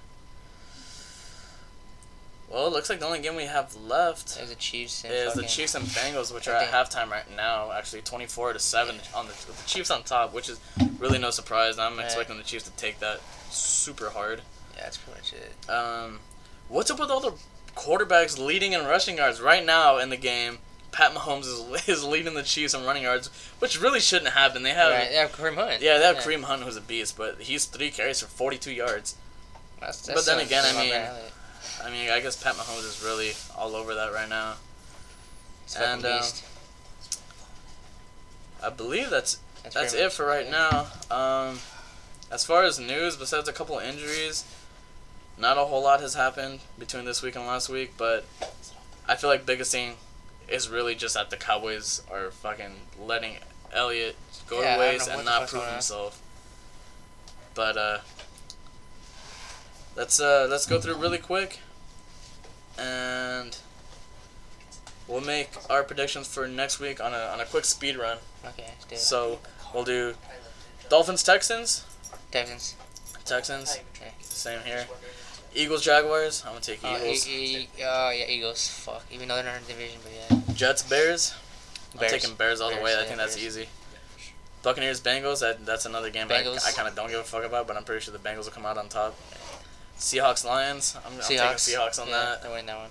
well, it looks like the only game we have left
It was the Chiefs. And
is the
fucking-
Chiefs and Bengals, which are at halftime right now. Actually, twenty-four to seven on the, the Chiefs on top, which is really no surprise. I'm
Right.
expecting the Chiefs to take that super hard.
Yeah, that's pretty much it.
Um, what's up with all the quarterbacks leading in rushing yards right now in the game? Pat Mahomes is, (laughs) is leading the Chiefs in running yards, which really shouldn't happen. They have
right. They have Kareem Hunt.
yeah, they have Kareem Hunt who's a beast, but he's three carries for forty two yards.
That's,
but then
sounds
again, I
pretty
mean,
much right.
I mean, I guess Pat Mahomes is really all over that right now.
It's fucking
and, uh,
beast.
I believe that's that's
pretty
it
much
for right now. Um, as far as news, besides a couple injuries, not a whole lot has happened between this week and last week. But I feel like biggest thing is really just that the Cowboys are fucking letting Elliott go
Yeah, I
to
don't
waste
know what
and
the
not
fuck's
prove
going on.
himself. But uh, let's uh, let's go through really quick, and we'll make our predictions for next week on a on a quick speed run.
Okay, let's do it.
So we'll do Dolphins, Texans,
Devins.
Texans.
Okay.
Same here. Eagles, Jaguars. I'm gonna take
Uh,
Oh, Eagles.
E- e- uh, yeah, Eagles. Fuck. Even though they're not in the division, but yeah.
Jets, Bears.
E Bears.
I'm taking Bears all the
Bears,
way. I
yeah,
think that's
Bears.
easy. Buccaneers, Bengals. That, that's another game I,
Bengals.
I kind of don't give a fuck about, but I'm pretty sure the Bengals will come out on top. Seahawks, Lions. I'm, I'm taking Seahawks on
yeah,
that.
They're winning that one.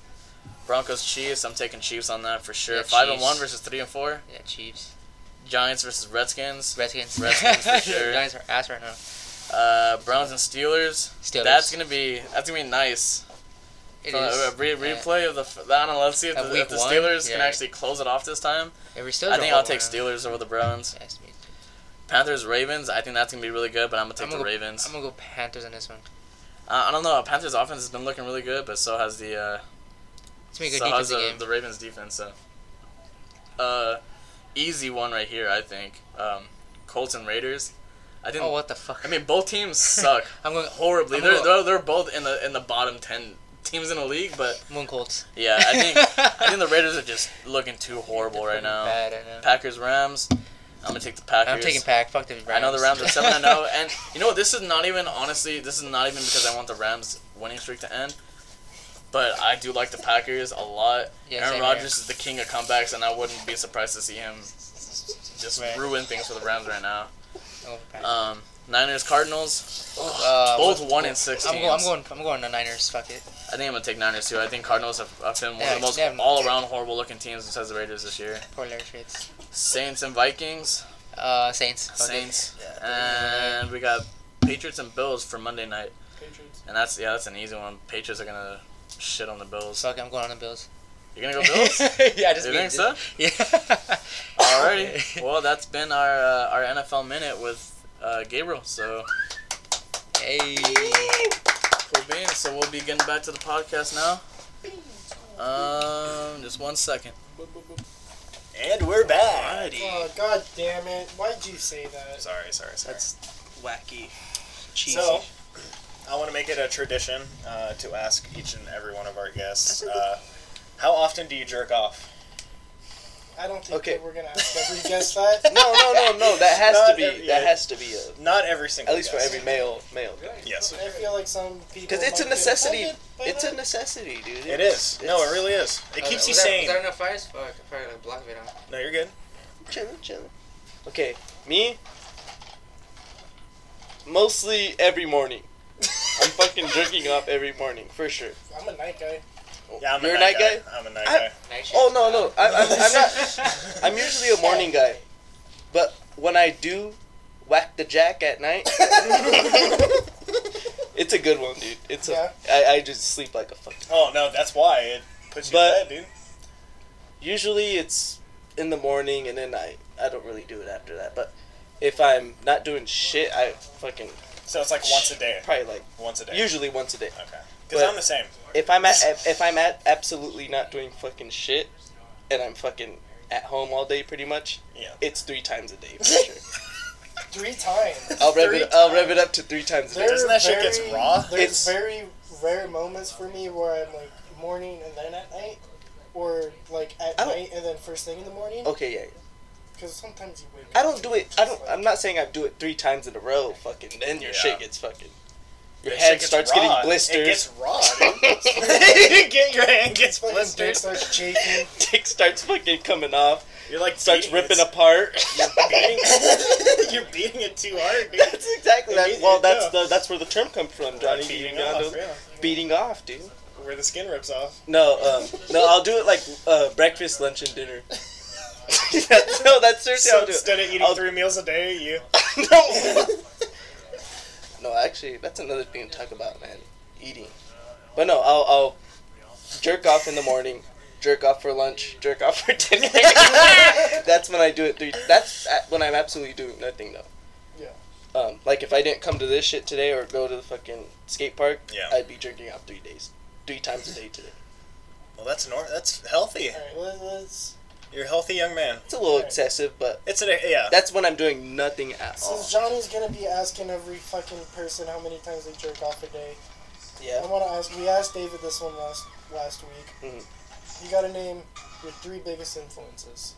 Broncos, Chiefs. I'm taking Chiefs on that for sure.
Yeah,
Five and one
Chiefs.
versus three and four.
Yeah, Chiefs.
Giants versus Redskins.
Redskins.
Redskins for
(laughs)
sure.
Giants are ass right now.
Uh, Browns and Steelers.
Steelers.
That's gonna be that's gonna be nice.
It
From
is.
a uh, re-
Yeah.
replay of the. f- I don't know. Let's see if
Of
the,
week
if the
one?
Steelers can
Yeah.
actually close it off this time.
If we're still
I
the
think
whole
I'll take
round-
Steelers over the Browns.
Yeah, it's me too.
Panthers, Ravens. I think that's gonna be really good, but I'm gonna take
I'm
the
gonna go-
Ravens.
I'm gonna go Panthers on this one.
Uh, I don't know. Panthers offense has been looking really good, but so has the uh,
It's been a good
So how's
defensive
the,
game.
the Ravens defense? So. Uh, easy one right here, I think. Um, Colts and Raiders. I didn't.
oh, what the fuck?
I mean, both
(laughs)
teams suck
I'm going,
horribly.
I'm
They're,
gonna-
they're they're both in the in the bottom ten teams in the league, but
I'm going Colts.
yeah, I
(laughs)
think I think the Raiders are just looking too horrible right now.
Bad, I know.
Packers Rams. I'm gonna take the Packers.
I'm taking pack. Fuck the Rams.
I know the Rams are seven and zero, (laughs)
(laughs)
and you know what? This is not even honestly. This is not even because I want the Rams winning streak to end. But I do like the Packers a lot.
Yeah,
Aaron
same
Rodgers is the king of comebacks, and I wouldn't be surprised to see him just
Right.
ruin things for the Rams right now.
here. Over Oh, Pack.
Um, Niners Cardinals, (sighs)
Uh,
both one and six
I'm,
teams.
go, I'm going. I'm going to Niners. Fuck it.
I think I'm gonna take Niners too. I think Cardinals have, have been one
Yeah,
of the most
they have-
all around horrible looking teams besides the Raiders this year.
Poor Larry Fitz.
Saints and Vikings,
Uh, Saints. Fuck it.
Saints,
Yeah.
and we got Patriots and Bills for Monday night,
Patriots.
and that's yeah, that's an easy one. Patriots are gonna shit on the Bills.
Fuck. it, I'm going on the Bills.
You're gonna go (laughs) Bills?
(laughs) yeah, I just
You
mean-
think (laughs) so?
(laughs) Yeah.
(laughs) Alrighty. Well, that's been our uh, our NFL minute with uh, Gabriel. So.
hey.
Cool beans. So we'll be getting back to the podcast now. Um, just one second.
And we're back.
Oh god damn it! Why'd you say that?
Sorry, sorry, sorry.
That's wacky. Cheesy.
So, I want to make it a tradition uh, to ask each and every one of our guests, uh, how often do you jerk off?
I don't think
Okay.
that we're gonna ask every guest that.
no, no, no, no. That has
Not
to be.
every-
That
yeah.
has to be a.
Not every single.
At least for
guest.
every male, male.
Yes,
I feel like some people.
'Cause it's a
might get
necessity.
offended by
It's
that.
a necessity, dude.
it is. No, it
It's-
really is. It keeps you
Was that-
sane.
Was that enough fires? Fuck. I probably like blocked it out.
No, you're good.
Chilling, chilling. Okay, me. Mostly every morning. I'm (laughs) fucking jerking off every morning for sure.
I'm a night
(laughs)
guy.
Yeah, I'm
You're
a night guy. I'm a night
I-
guy.
Night shift.
Oh no, no, I, I'm, I'm not.
I,
I'm usually a morning guy, but when I do whack the jack at (laughs) night, it's a good one, dude. It's
Yeah.
a. I, I just sleep like a fuck.
oh no, that's why it puts you to
But-
bed,
Usually it's in the morning, and then I I don't really do it after that. But if I'm not doing shit, I fucking
dude. So it's like once a day.
probably like
Once a day.
usually once a day.
Okay. Because
But-
I'm the same.
If I'm at if, if I'm at absolutely not doing fucking shit, and I'm fucking at home all day pretty much,
Yeah.
it's three times a
(laughs)
day for sure.
Three times.
I'll rev
Three
it. I'll rev it up to three times a
There
day.
Doesn't
are
that shit gets
very-
raw?
There's
It's-
very rare moments for me where I'm like morning and then at night, or like at
I don't-
night and then first thing in the morning.
Okay, yeah. yeah.
Because sometimes you wake up.
I don't do it. I don't. I'm not saying I do it three times in a row. Fucking then
Yeah.
your shit gets fucking. Your
That shit
head
gets
starts
raw.
getting
It
blisters.
gets
(laughs)
raw. Dude. Get your hand gets
Fucking dick
blisters.
(laughs)
starts shaking.
Dick starts fucking coming off.
You're like
Starts
beating
ripping
it.
apart. (laughs)
Beating- (laughs) You're beating it too hard, dude.
that's exactly that.
Immediately,
Well, that's
no.
the that's where the term comes from, Johnny.
beating
you
off,
know,
yeah.
beating off, dude.
Where the skin rips off.
No, um, no, I'll do it like uh, breakfast, lunch, and dinner. (laughs) That's- no, that's seriously
So
I'll do it.
instead of eating
I'll-
three meals a day, you
(laughs) no. no, actually, that's another thing to talk about, man. Eating. But no, I'll, I'll jerk off in the morning, jerk off for lunch, jerk off for dinner. that's when I do it three. That's at- when I'm absolutely doing nothing though.
Yeah.
Um, like if I didn't come to this shit today or go to the fucking skate park,
Yeah.
I'd be jerking off three days, three times a day today.
Well, that's nor- that's healthy.
All right, let- let's.
You're a healthy young man.
It's a little excessive, but that's when I'm doing nothing at all.
Since Johnny's gonna be asking every fucking person how many times they jerk off a day, I
Yeah.
want to ask. We asked David this one last last week.
Mhm.
You got to name your three biggest influences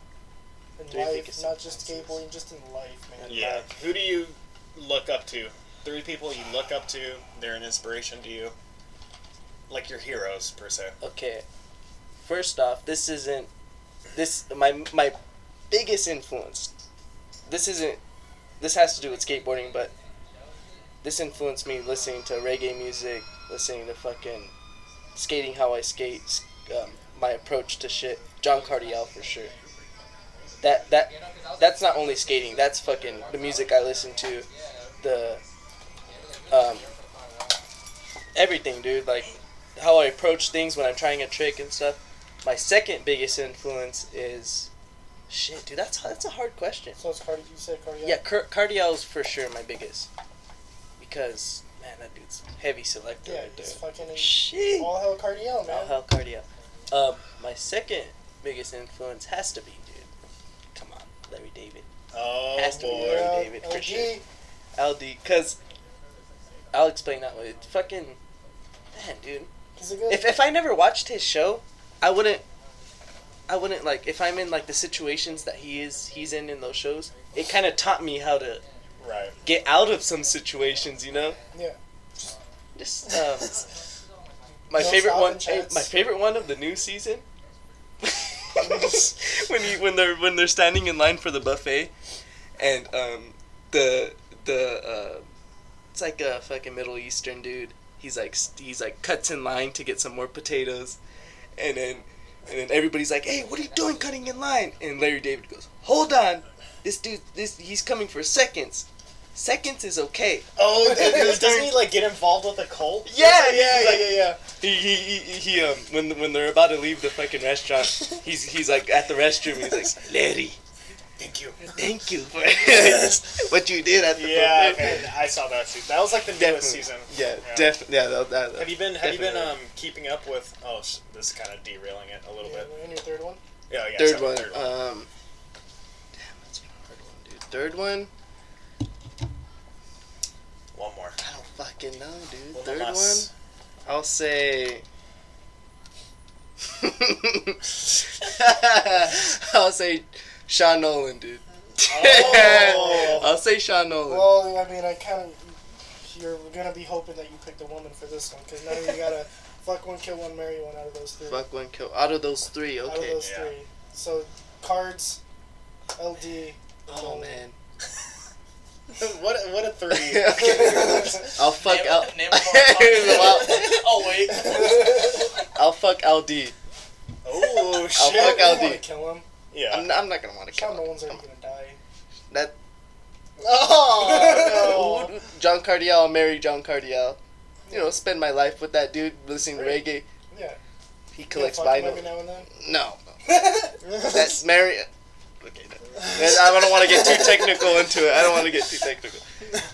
in
Three
life,
biggest
not just skateboarding, just in life, man.
Yeah. Who do you look up to? Three people you look up to. They're an inspiration to you. Like your heroes, per se.
Okay. First off, this isn't this my my biggest influence. This isn't this has to do with skateboarding, but this influenced me listening to reggae music, listening to fucking skating how I skate, s- um, my approach to shit. John Cardiel for sure. That that that's not only skating. That's fucking the music I listen to, the um, everything, dude. Like how I approach things when I'm trying a trick and stuff. My second biggest influence is shit, dude. That's that's a hard question.
So it's cardio. You said cardio.
Yeah, Car- Cardiel's for sure my biggest because man, that dude's heavy selector
Yeah,
right
it's
there.
fucking
Shit. Uh-huh.
all hell cardio,
All
man.
hell Cardiel. Uh, my second biggest influence has to be, dude. Come on, Larry David.
Oh
Has to be
boy.
Larry David for
LG.
sure. LD, cause I'll explain that one. It's fucking man, dude.
He's a good.
If if I never watched his show, I wouldn't. I wouldn't like if I'm in like the situations that he is he's in in those shows. It kind of taught me how to (laughs)
Right.
get out of some situations, you know.
Yeah.
Just um,
(laughs)
my
Don't
favorite
stop
one.
and
hey,
chance.
my favorite one of the new season. when you when they're when they're standing in line for the buffet, and um, the the uh, it's like a fucking Middle Eastern dude. He's like s- he's like cuts in line to get some more potatoes, and then and then everybody's like, "Hey, what are you doing cutting in line?" And Larry David goes, "Hold on, this dude this he's coming for seconds. Seconds is okay."
(laughs)
Oh,
dude, it was
doesn't
during-
he like get involved with a cult?
Yeah,
yeah,
he's like-
yeah, yeah.
He, he, he, he um when when they're about to leave the fucking restaurant, he's he's like at the restroom. He's like, Larry,
Thank you.
thank you for (laughs) what you did at the
Yeah,
buffet."
man, (laughs) I saw that season. That was like the newest
Definitely.
season.
Yeah, def- yeah, that, that,
Have you been Have you been um
Definitely.
keeping up with? Oh, sh- this is kind of derailing it a
Yeah,
little bit. Oh,
we're in your third one.
Yeah, yeah.
third
sorry,
one. Um, damn, that's been a hard one, dude. Third one.
one
(laughs)
more. (laughs)
I don't fucking know, dude.
One
third one.
less.
I'll say. (laughs) I'll say Sean Nolan, dude.
Oh.
(laughs) I'll say Sean Nolan.
Well, I mean, I kind of. You're gonna be hoping that you picked a woman for this one, because now you
(laughs)
gotta fuck one, kill one, marry one out of those three.
Fuck one kill. Out of those three,
Out of
okay.
those
Yeah.
three. So, cards,
(laughs)
LD.
Oh man.
what a, What a
(laughs)
three.
Okay.
I'll fuck
Name-
out. (laughs)
name one more topic.
Well,
Oh wait.
I'll fuck LD.
(laughs) oh shit.
I'll fuck out
You wanna
the-
kill him.
Yeah.
I'm not, I'm not gonna want to
Sean
kill him.
Nolan's already gonna die. (laughs)
That
Oh
(laughs)
no.
John Cardiel. I'll marry John Cardiel. You know, spend my life with that dude, listening to
Right.
reggae.
Yeah.
He
You
collects
fuck him every
vinyl.
now and then.
No,
That's
(laughs) that's marry. Okay,
(laughs)
no. I don't want to get too technical into it. I don't want to get too technical.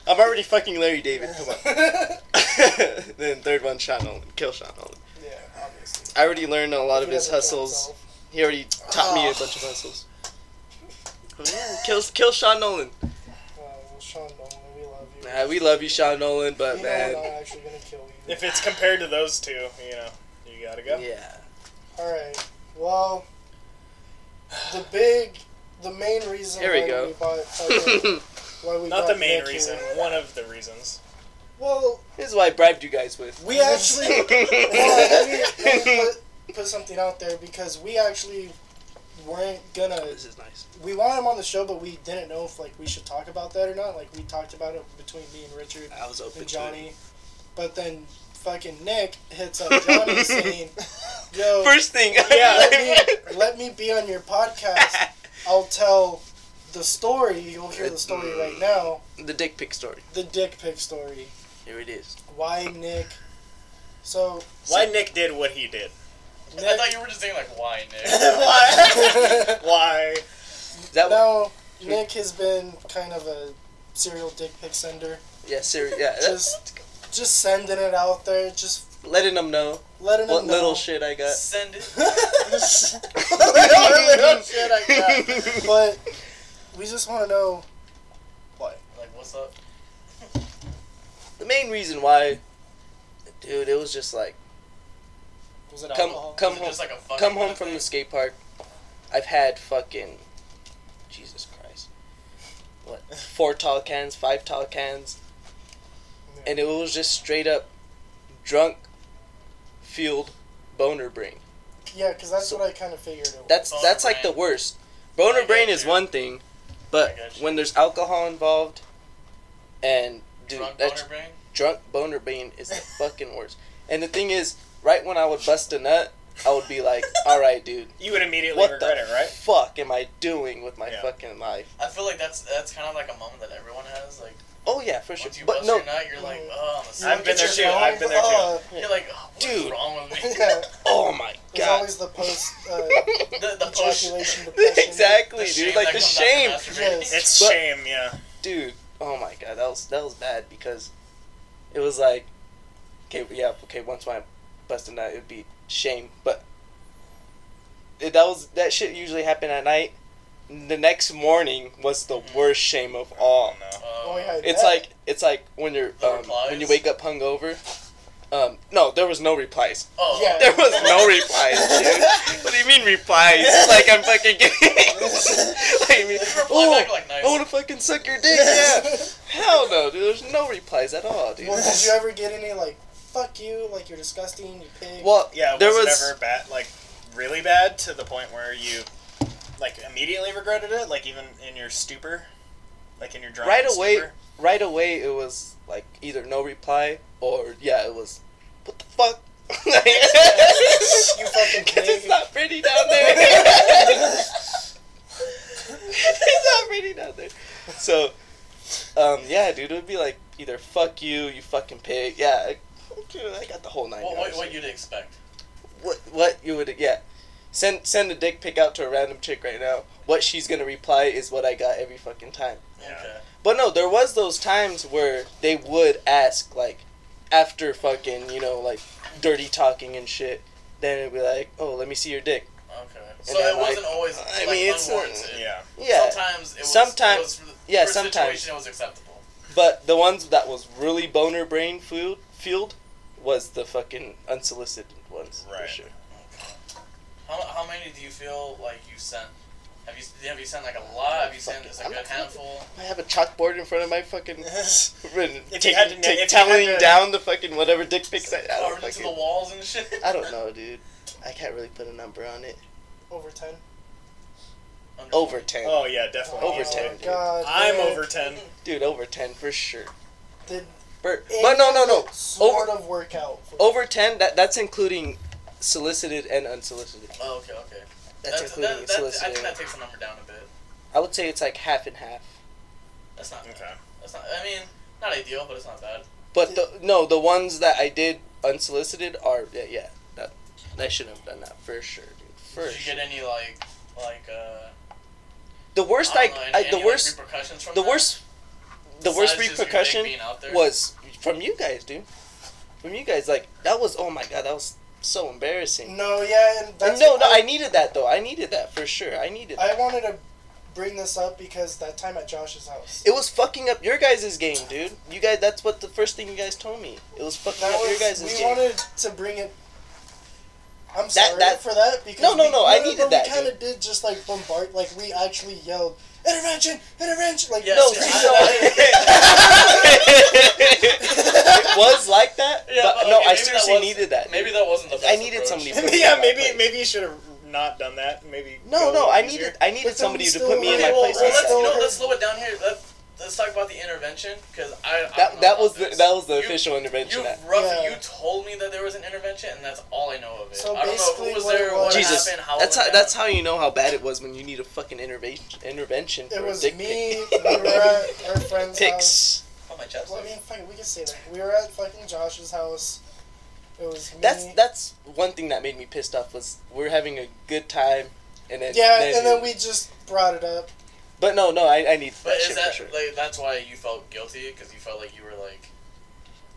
I'm already fucking Larry David. Come on. (laughs)
(laughs) yeah,
then third one, Sean Nolan. Kill Sean Nolan.
obviously.
I already learned a lot
If
of
he
his
doesn't kill
hustles.
himself.
He already taught me a bunch of hustles. Yeah, kill, kill Sean Nolan.
Uh, well, Sean Nolan, we love you.
Nah, we love you, Sean Nolan, but
You know
man,
we're not actually gonna kill you.
If it's compared to those two, you know, you gotta go.
yeah,
All right. Well, the big, the main reason
Here we
why
go.
we bought,
(laughs)
okay, why we
Not
bought
the main
Nick
reason.
here-
One of the reasons.
Well,
this is what I bribed you guys with.
we
(laughs)
actually (laughs) well, let me, let me put, put something out there because we actually weren't gonna.
this is nice.
We wanted him on the show, but we didn't know if like we should talk about that or not. Like we talked about it between me and Richard
I was open
and
to
Johnny, but then fucking Nick hits up
(laughs)
Johnny saying, "Yo,
it. First thing, (laughs)
yeah, let, me, let me be on your podcast. I'll tell the story. You'll hear the story
Mm.
right now.
the dick pic story.
The dick pic story.
Here
(laughs)
it is.
Why Nick? So
Why Nick did what he did.
I thought you were just saying like why Nick.
Why? Why?
That one,
now Nick has been kind of a serial dick pic sender.
yeah, sir, yeah.
Just just sending it out there. Just
letting them know
letting
what
him know.
little shit I
(laughs)
got. (laughs)
Send (laughs) it.
little
shit
(laughs)
I But we just want to know.
Like what's up?
the main reason why, dude, it was just like
Was it
come
alcohol?
come
Is it
home.
Just like a fucking
come home from the skate park. I've had fucking Jesus Christ. What? Four tall cans, five tall cans. And it was just straight up drunk fueled boner brain.
yeah, because that's
So-
what I kind of figured. It was.
That's
Boner
that's like the
brain.
worst.
I
Boner
get
brain is
you.
one thing,
I
but
get you.
when there's alcohol involved and dude
Drunk
that's
boner brain.
drunk boner brain is the fucking worst. And the thing is, right when I would bust a nut, I would
(laughs)
be like, Alright dude,
You would immediately
what
regret
the
it, right?
fuck am I doing with my
Yeah.
fucking life?
I feel like that's that's kind of like a moment that everyone has. Like
Oh yeah, for sure.
once you
But
bust
no,
your nut, you're like, oh, I'm a
I've
savage.
been there
Get
too.
your
I've been there too.
phone.
You're like, oh, what's
Dude.
wrong
(laughs)
with me?
(laughs) yeah.
oh my
There's
god,
always the post uh,
(laughs)
(laughs)
the the push.
ejaculation depression.
exactly,
the
dude.
shame
Like
that
the
comes after
shame,
masturbating.
Yes.
It's
But-
shame, yeah.
dude. Oh my god, that was that was bad because it was like, okay, yeah, okay. Once I busted out, it'd be shame, but it- that was that shit usually happened at night. The next morning was the
Mm-hmm.
worst shame of all.
no.
Oh, yeah.
It's like it's like when you're
The
um, when you
replies?
wake up hungover. Um, no, there was
(laughs)
no replies.
Oh,
Yeah.
There
(laughs)
was no replies,
(laughs)
(laughs) dude. What do you mean replies? Like I'm fucking kidding. (laughs) like, I mean,
Reply
oh,
back like nice.
I want to fucking suck your
(laughs)
dick. Yeah. Hell no, dude. There's no replies at all, dude.
Well, did you ever get any like "fuck you," like you're disgusting, you pig?
Well,
Yeah, was
there
it
was
ever bad, like really bad to the point where you like immediately regretted it, like even in your stupor, like in your drunk
Right away-
stupor?
right away. It was like either no reply or yeah, it was what the fuck. Like,
You
(laughs)
fucking
It's
pig.
not pretty down there. (laughs) it's not pretty down there. So, um, yeah, dude, it would be like either fuck you, you fucking pig. Yeah, I- dude, I got the whole nine.
What, what,
yards.
what you'd expect.
what what you would yeah send send a dick pic out to a random chick right now what she's gonna reply is what i got every fucking time
Yeah.
Okay.
but no there was those times where they would ask like after fucking you know like dirty talking and shit then it'd be like oh let me see your dick
Okay. So
then,
it
like,
wasn't always.
I
like,
mean, it's, uh,
unwarranted.
Yeah.
yeah
Sometimes it was.
Sometime-
It was for the,
yeah,
for the
sometimes.
Situation, it was acceptable.
but the ones that was really boner brain fueled fueled was the fucking unsolicited ones for
Right.
sure
Oh, How, how many do you feel like you sent? Have you have you sent like a lot? Have you sent just like
I'm
a
not-
good handful?
i have a chalkboard in front of my
(laughs)
fucking (laughs)
if
if
you had to, na- if you had
telling
to,
down the fucking whatever dick pics I, I don't
Carved into
fucking,
the walls and shit.
I don't know, dude. I can't really put a number on it.
over ten.
(laughs) Under
Over
20.
ten.
Oh yeah, definitely.
Over
Oh,
10, dude.
God,
I'm
man.
over ten. (laughs)
Dude, over ten for sure.
Did
But, but no, no, no.
Sort of workout. For
Over ten. That that's including solicited and unsolicited.
Oh, okay, okay.
That's
That's-
including
that- that- I
solicited.
think that takes the number down a bit.
I would say it's like half and half.
That's not.
Okay.
That's not. I mean, not ideal, but it's not bad.
But the no, the ones that I did unsolicited are yeah, yeah that I should have done that for sure, dude. For
Did you
sure.
get any like like uh?
The worst
I
I,
don't know, any-
I
any,
the
like,
worst
repercussions from
the
that?
worst the worst
Besides just your dick
repercussion
being out there?
was from you guys, dude. From you guys, like that was oh my god, that was so embarrassing.
no, yeah, and
And
that's
no, no,
I,
I needed that though. I needed that for sure. I needed that.
I wanted to bring this up because that time at Josh's house.
It was fucking up your guys' game, dude. You guys, that's what the first thing you guys told me. It was fucking
That
up your
was,
guys'
we
game.
wanted to bring it. I'm sorry
that-
for that because
No, no,
we,
no, I
but
needed that,
We kind of did just like bombard, like we actually yelled intervention, intervention, like
Yeah,
(laughs)
No,
see,
you
I-
know- (laughs) it was like that.
Yeah,
but,
but
no,
okay,
I
maybe that
seriously
was-
needed that.
Maybe that wasn't the. Best
I needed
approach.
somebody-
yeah, maybe maybe you should have not done that. Maybe.
No,
go
no, I
easier.
needed I needed
But then
somebody
we
to
still
put me in
Okay,
my
well,
wanted-
place.
well, let's, you know,
Still
let's slow it down here. Let, let's talk about the intervention because I, I don't know
that that
about
was the,
this.
that was the
You-
official intervention.
You
that-
roughly
Yeah.
you told me that there was an intervention, and that's all I know of it.
So
I don't know
basically
who was
what it
there,
was-
what
Jesus,
happened, how. it
that's
went
how
down.
that's how you know how bad it was when you need a fucking intervention intervention for
It
a
was
dick
me.
pic. (laughs)
We were at our friend's house.
Pics.
Oh, my chest.
Well, I mean, fuck it, we can say that. We were at fucking Josh's house. It was me.
That's that's one thing that made me pissed off was we are having a good time, and then
yeah, and then we just brought it up.
But no, no, I, I need
But
that
is
shit
that
for sure.
like that's why you felt guilty because you felt like you were like.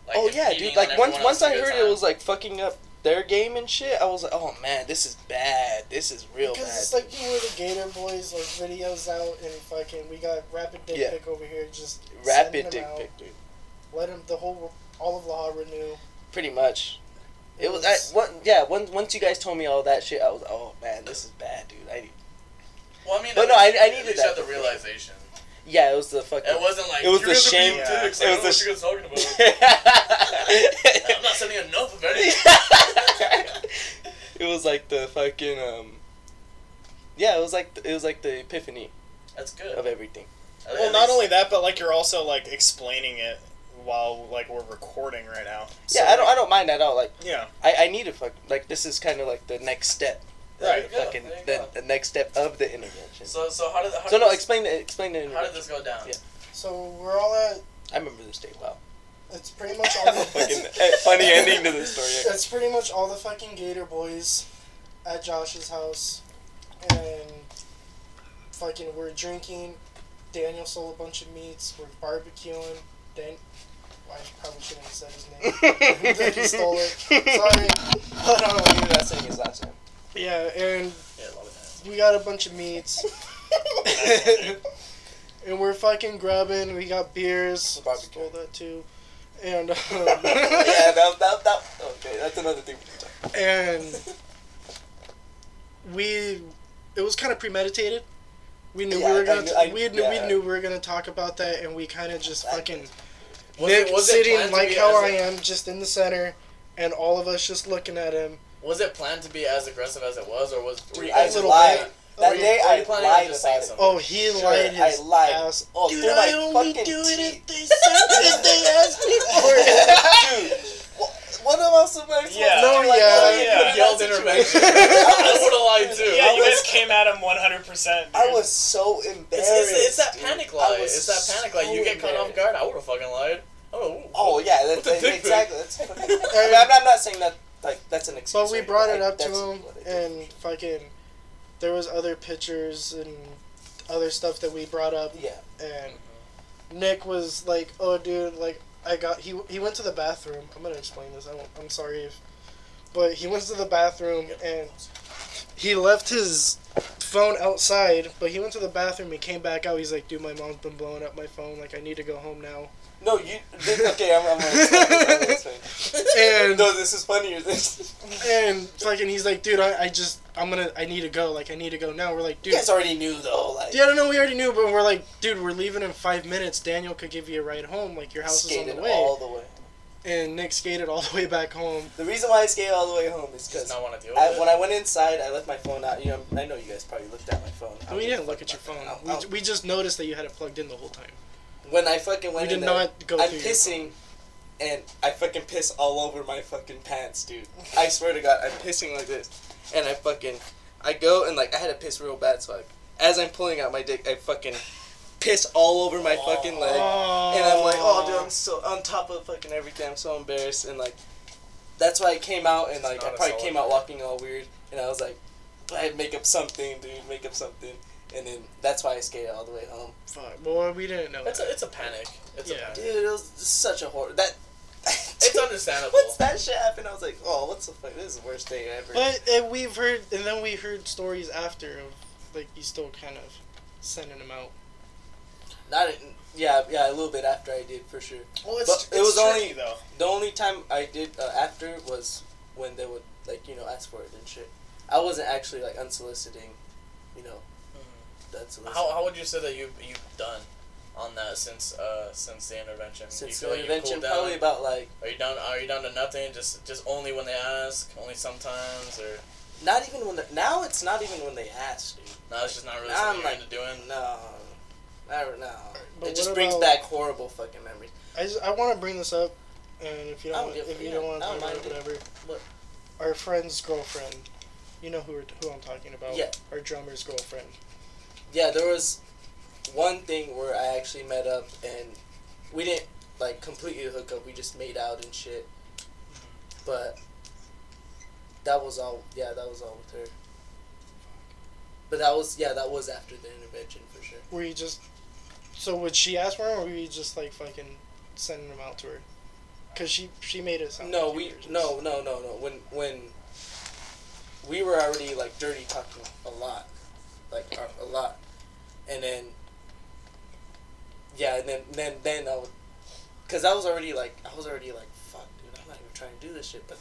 like
oh yeah,
impeding
dude. Like
on
once
everyone
once I
else's
heard
good
it
time?
was like fucking up their game and shit, I was like, oh man, this is bad. This is real
Because it's
bad.
like you were the Gator Boys, like videos out, and fucking we got rapid dick
Yeah.
pic over here. Just sending
Rapid
'em
dick
out.
pic, dude.
Let him the whole all of La Habra knew.
Pretty much. It was I,
was-
what, yeah. Once once you guys told me all that shit, I was oh man, this is bad, dude. I
Well, I mean,
But
at
no, I-
least-
I
at
needed
least
that
you had the
for sure. (laughs)
realization.
yeah, it was the fucking.
It
(laughs)
wasn't like
It was
"You
the
guys are
shame.
being
Yeah.
dicks,
It
Like,
was
I
the
don't
sh-
know what you guys talking about. (laughs) I'm not sending enough of
(laughs)
anything.
it was like the fucking um. Yeah, it was like it was like the epiphany
That's good.
of everything.
At
Well, not
least-
only that, but like you're also like explaining it while like we're recording right now.
yeah, I don't I don't mind at all. Like
don't. Yeah.
I I need a fuck like this is kind of like the next step.
There
Right,
you
The
go,
fucking
there you
the,
go.
the next step of the intervention. So,
So so how did how
no,
did this,
explain the explain the
how did
intervention.
this go down?
Yeah.
So we're all at.
I remember this day
(laughs)
well.
It's pretty much
(laughs)
all the
fucking eh, funny ending to
(laughs)
this story.
That's pretty much all the fucking Gator boys at Josh's house, and fucking we're drinking. Daniel sold a bunch of meats. We're barbecuing. Dan, I probably shouldn't have said his
(laughs)
name. he stole it. Sorry.
Oh, Sorry. Hold on, you're not saying his last name.
Yeah, and
Yeah,
we got a bunch of meats,
(laughs)
and we're fucking grubbing. We got beers.
Barbecue.
Stole that too, and um,
(laughs) yeah, that, that, that, okay, that's another thing we can talk
and we it was kind of premeditated. We knew
Yeah,
we
I
were gonna
knew- I-
we, knew,
yeah.
we knew we were gonna talk about that, and we kind of just
I-
fucking
Was
Nick
it, was it
sitting
planned to
like
be
how
as-
I am, just in the center, and all of us just looking at him.
Was it planned to be as aggressive as it was, or was were you
I
guys
little
planning-
lied.
were
That
you-
day
were
I
you planning on
lied
just
about
saying
it.
something?
Oh, he
Sure,
lied his
I lied.
ass.
Oh,
Dude,
through my
I only
fucking
do it
teeth.
if they said that they asked me for it.
(laughs) Dude, wh- what am I supposed
Yeah.
to do?
No, yeah,
what do you
yeah.
put in
Yelled
that
intervention.
situation?
I would have lied too.
Yeah,
I
you guys
was-
came at him 100%.
I
dude.
was so embarrassed.
It's, it's, it's that
dude.
panic
I
lie.
was
It's that panic lie. You
so
get caught off
embarrassed.
guard. I would have fucking lied. Oh,
Oh
(laughs)
yeah,
With
that's,
the
that's
dick pic.
exactly. That's fucking, I mean, I'm, I'm not saying that like that's an excuse.
But we
or
brought it
anything,
up to
that's
him,
what I did.
and fucking, there was other pictures and other stuff that we brought up,
yeah,
and Nick was like, "Oh, dude, like I got he he went to the bathroom. I'm gonna explain this. I won't, I'm sorry if, but he went to the bathroom and he left his phone outside. But he went to the bathroom. He came back out. He's like, "Dude, my mom's been blowing up my phone. Like I need to go home now."
no, you this, okay? I'm, I'm gonna explain this, I'm gonna explain this.
(laughs) And-
no, this is funnier. than-
(laughs) And fucking, he's like, "Dude, I, I just I'm gonna I need to go. Like I need to go now." We're like,
you
"Dude."
guys already knew though. Like
Yeah, I don't know. We already knew, but we're like, dude, we're leaving in five minutes. Daniel could give you a ride home. Like your house is on
skated
the way.
all the way.
And Nick skated all the way back home.
The reason why I skated all the way home is
just
because
not want to deal with
I,
it.
when I went inside, I left my phone out. You know, I know you guys probably looked at my phone. I
we
was-
didn't look at your phone.
I'll-
we,
I'll-
we just noticed that you had it plugged in the whole time.
when I fucking
We
went
did
in there,
not go
I'm
through. your phone.
pissing, and I fucking piss all over my fucking pants, dude. I swear to God, I'm pissing like this, and I fucking, I go and like I had to piss real bad, so like as I'm pulling out my dick, I fucking piss all over my fucking leg, and I'm like, oh dude, I'm so on top of fucking everything. I'm so embarrassed, and like that's why I came out and like
Not
I
a
probably
solid
came out
man.
walking all weird, and I was like, I had to make up something, dude, make up something, and then that's why I skated all the way home.
Fuck. Well, we didn't know.
It's
that.
a, it's a panic. It's
Yeah.
a panic.
Dude, it was such a horror. That. (laughs)
It's understandable.
Once that shit happened, I was like, oh, what's the fuck? This is the worst day ever.
But and we've heard, and then we heard stories after of like you still kind of sending him out.
Not. in- yeah, yeah, a little bit after I did for sure.
Well, it's,
But it was only-
though.
The only time I did uh, after was when they would like you know ask for it and shit. I wasn't actually like unsoliciting, you know. That's
Mm-hmm. How, how would you say that you you've done on that since uh since the intervention? Do
since
you
the
you've
intervention,
cooled down?
probably about like
Are you down? Are you down to nothing? Just just only when they ask, only sometimes, or
not even when the, now it's not even when they ask, dude.
no? It's just not really
Nah,
something
I'm
you're
like-
into doing.
No, I don't know.
But
It just
what
brings
about-
back horrible fucking memories.
I just, I want to bring this up, and if you
I
don't want,
don't give a
if you
fuck.
don't want
I
to
don't
talk about it,
mind
whatever.
What?
Our friend's girlfriend, you know who we're, who I'm talking about.
Yeah.
Our drummer's girlfriend.
Yeah, there was one thing where I actually met up and we didn't like completely hook up. We just made out and shit. But that was all. Yeah, that was all with her. But that was yeah, that was after the intervention for sure.
Were you just? So would she ask for him, or were you just like fucking sending him out to her? Cause she she made it sound. like
No,
you
we
were just-
no no no no. When when we were already like dirty talking a lot, like uh, a, a lot, and then yeah, and then then then I would, cause I was already like I was already like fuck, dude, I'm not even trying to do this shit, but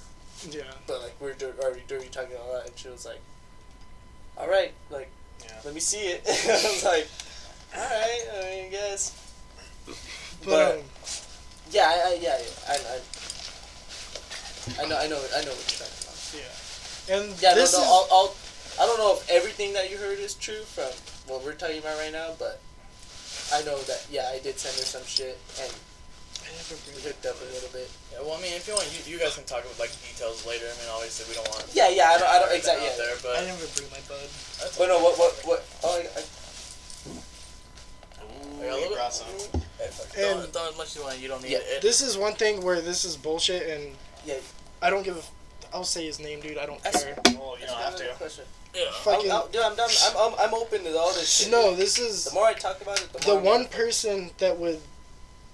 Yeah.
but like we were dir- already dirty talking a lot, and she was like, all right, like
Yeah.
let me see it. (laughs) I was like, all right, I mean, I guess.
But,
But-
um,
Yeah, I, I, yeah, yeah, I, I, I know, I know, I know what you're talking about.
yeah. And
Yeah,
this
no, no,
is
I'll, I'll, I don't know if everything that you heard is true from what we're talking about right now, but I know that yeah, I did send her some shit and
I never
we
bring it
hooked up a little bit.
Yeah, well, I mean, if you want, you, you guys can talk about like details later. I mean, obviously we don't want.
Yeah, yeah, I don't, I don't
everything
exactly.
out
Yeah.
there, but
I never bring my bud.
that's
But no, what, what, what? Oh, I, I,
Like, a little-
brought some.
don't,
And-
don't as much as you want. You don't need
Yeah,
it.
This is one thing where this is bullshit, and
yeah.
I don't give. a f- I'll say his name, dude. I don't
That's-
care.
Well, you don't have
another
to.
Question.
yeah.
Fucking
I'm, I'm, dude, I'm done. I'm, I'm, I'm open to all this shit.
no.
dude.
This is
The more I talk about it, the
the
more. I'm
one
like,
person that would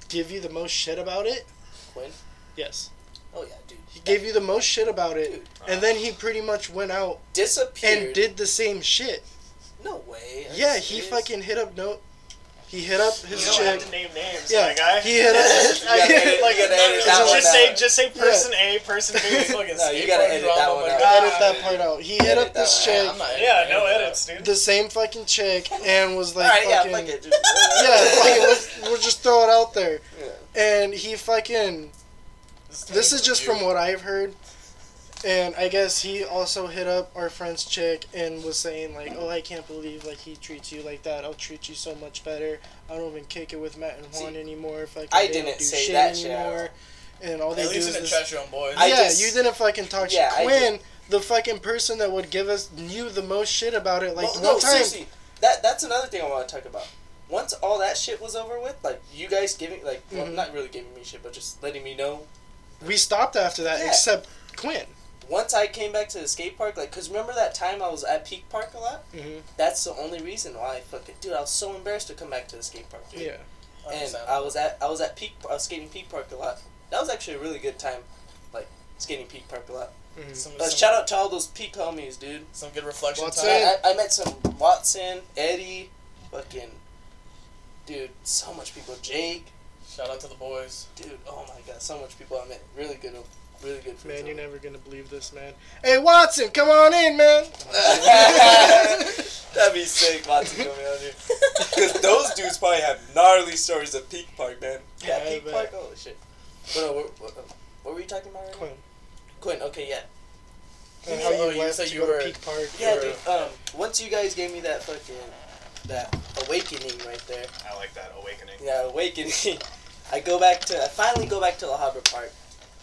give you the most shit about it.
Quinn?
Yes.
Oh yeah, dude.
He gave you the most shit about it, and then he pretty much went out
Disappeared.
and did the same shit.
No way. Are you
Yeah, he
serious?
fucking hit up no. He hit up
You
his
don't
chick.
have to name names,
Yeah,
my guy.
he
(laughs)
hit up.
You gotta edit-
like,
you gotta edit
just,
that one
just say
out.
just say person A, person
(laughs)
Dude,
B.
fucking
No, you gotta
skateboard
edit
drama,
that one
my
out.
God.
edit that part out. He hit
Edit
up this
that
chick,
one out. I'm not editing
yeah, no
that.
edits, dude.
the same fucking chick, and was like,
Alright, yeah,
fucking,
fuck it.
(laughs)
Just,
yeah,
(laughs)
fucking, let's- we'll just throw it out there.
Yeah.
And he fucking. This is just from
Dude.
what I've heard. And I guess he also hit up our friend's chick and was saying like, "Oh, I can't believe like he treats you like that. I'll treat you so much better. I don't even kick it with Matt and Juan
See,
anymore. Fucking,
I
they don't
didn't
do
say
shit
that shit
anymore."
out.
And all they
At
do
least
is
in the
this-
treasure room, boys.
I
yeah,
just-
you didn't fucking talk shit.
Yeah, I
Quinn, the fucking person that would give us knew the most shit about it. Like
Well,
one
no,
time,
seriously, that that's another thing I want to talk about. Once all that shit was over with, like you guys giving, like well,
Mhm.
not really giving me shit, but just letting me know.
we stopped after that.
Yeah.
Except Quinn.
Once I came back to the skate park, like, cause remember that time I was at Peak Park a lot.
Mhm.
That's the only reason why I fucking dude. I was so embarrassed to come back to the skate park, dude.
Yeah.
And
100%.
I was at I was at Peak. I was skating Peak Park a lot. That was actually a really good time, like skating Peak Park a lot.
some,
Uh,
some,
shout out to all those Peak homies, dude.
some good reflection
What's
time.
it?
I, I, I met some Watson, Eddie, fucking, dude, so much people. Jake,
Shout out to the boys.
dude, oh my god, so much people I met. Really good, really good. friends.
Man, you're never gonna believe this, man. Hey Watson, come on in, man.
(laughs)
(laughs)
That'd be sick, Watson coming out here. Because those dudes probably have gnarly stories of Peak Park, man.
Yeah,
Yeah,
I
Peak
bet.
Park. Oh shit. What, uh, what, what, uh, what were you talking about? Right now?
Quinn,
Quinn. Okay, yeah.
and
Oh,
how you
you
left
said
to
you
go
were-
to Peak Park.
Yeah,
Or-
dude. Um, once you guys gave me that fucking that awakening right there.
I like that awakening.
Yeah, awakening. (laughs) I go back to. I finally go back to La Habra Park.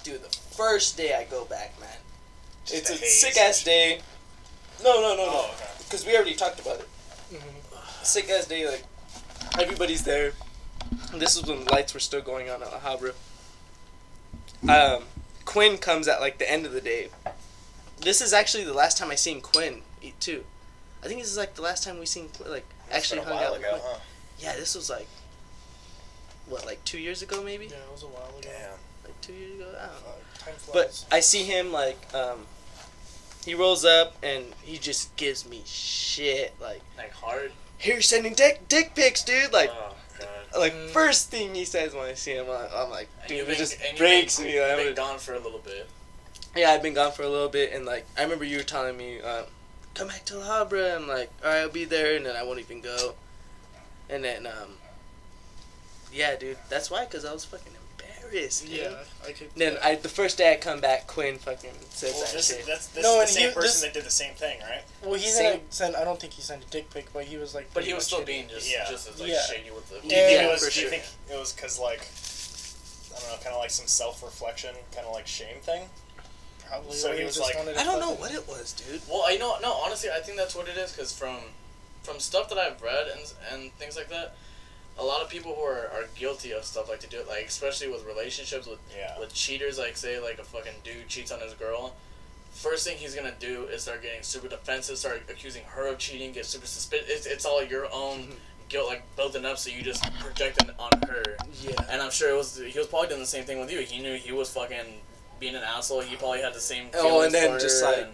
Dude, the first day I go back, man.
Just
it's
the
a
haze
sick
and
ass
shit.
day. No, no, no, no.
Oh, okay.
Because we already talked about it.
mm-hmm.
Sick ass day. Like everybody's there. This is when the lights were still going on at La Habra. Um, Quinn comes at like the end of the day. This is actually the last time I seen Quinn eat too. I think this is like the last time we seen Quinn, like actually
It's
hung
been a
out.
while
with
ago,
Quinn.
huh?
Yeah, this was like what, like two years ago maybe?
Yeah, it was a while ago.
Damn.
Like two years ago? I
Uh,
don't know.
Time
But
flies.
I see him like um he rolls up and he just gives me shit like
Like hard.
here sending dick dick pics, dude. Like
oh god.
like
Uh, Mm.
first thing he says when I see him, I, I'm like,
And
dude,
you've
it
been-
just
and you've
breaks
been-
me.
you've
Like,
been
I'm-
gone for a little bit.
yeah, I've been gone for a little bit, and like I remember you were telling me, uh, come back to La Habra. I'm like, all right, I'll be there, and then I won't even go. And then, um, yeah, dude, that's why, cause I was fucking embarrassed. Dude.
yeah, I could.
And then I, the first day I come back, Quinn fucking says
Well,
that
this,
shit.
that's this
No, and
is the
he-
same person
this-
that did the same thing, right?
well, he
Same-
didn't send. I don't think he sent a dick pic, but he was like.
But he
pretty
was
much
still
shitty.
being just
Yeah.
just as like
Yeah.
shady with the.
Do
Yeah,
you think
yeah,
it was?
for
do you
sure.
think it was because like I don't know, kind of like some self-reflection, kind of like shame thing?
Probably.
So
or
he was
just
like-
wanted to
I don't know
fucking-
what it was, dude.
Well, I know. No, honestly, I think that's what it is. Cause from from stuff that I've read and and things like that, a lot of people who are, are guilty of stuff like to do it, like especially with relationships with
Yeah.
with cheaters. Like say like a fucking dude cheats on his girl. First thing he's gonna do is start getting super defensive, start accusing her of cheating, get super suspicious. It's, it's all your
(laughs)
own guilt, like building up, so you just project it on her.
Yeah.
And I'm sure it was he was probably doing the same thing with you. He knew he was fucking being an asshole. He probably had the same.
Oh, and
feelings
then
for
just
her
like,
and,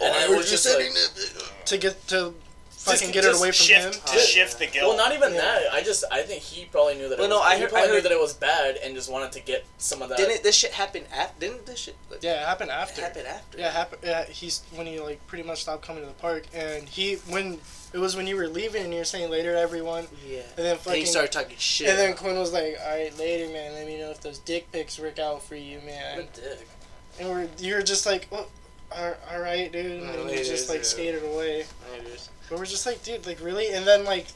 and then it was just like,
to get to fucking get it
Just
away from
shift,
him.
Oh,
shift
yeah.
the guilt.
well, not even
Yeah.
that. I just I think he probably knew that.
Well,
it
no,
was,
I
he
heard- I
probably knew
heard-
that it was bad and just wanted to get some of that.
Didn't this shit happen after? Didn't this shit like,
Yeah, it happened after.
happen after?
Yeah, it happened. Yeah, he's when he like pretty much stopped coming to the park, and he when it was when you were leaving, and you were saying later to everyone,
Yeah.
and then
And
fucking.
he started talking shit.
and then Quinn was like, "All right, later, man. Let me know if those dick pics work out for you, man."
What a dick.
And we're, you were just like, "Oh, all- all right, dude." And
All
then
right,
you just like
yeah.
skated away.
Anyways,
But we're just like, dude, like really? And then like,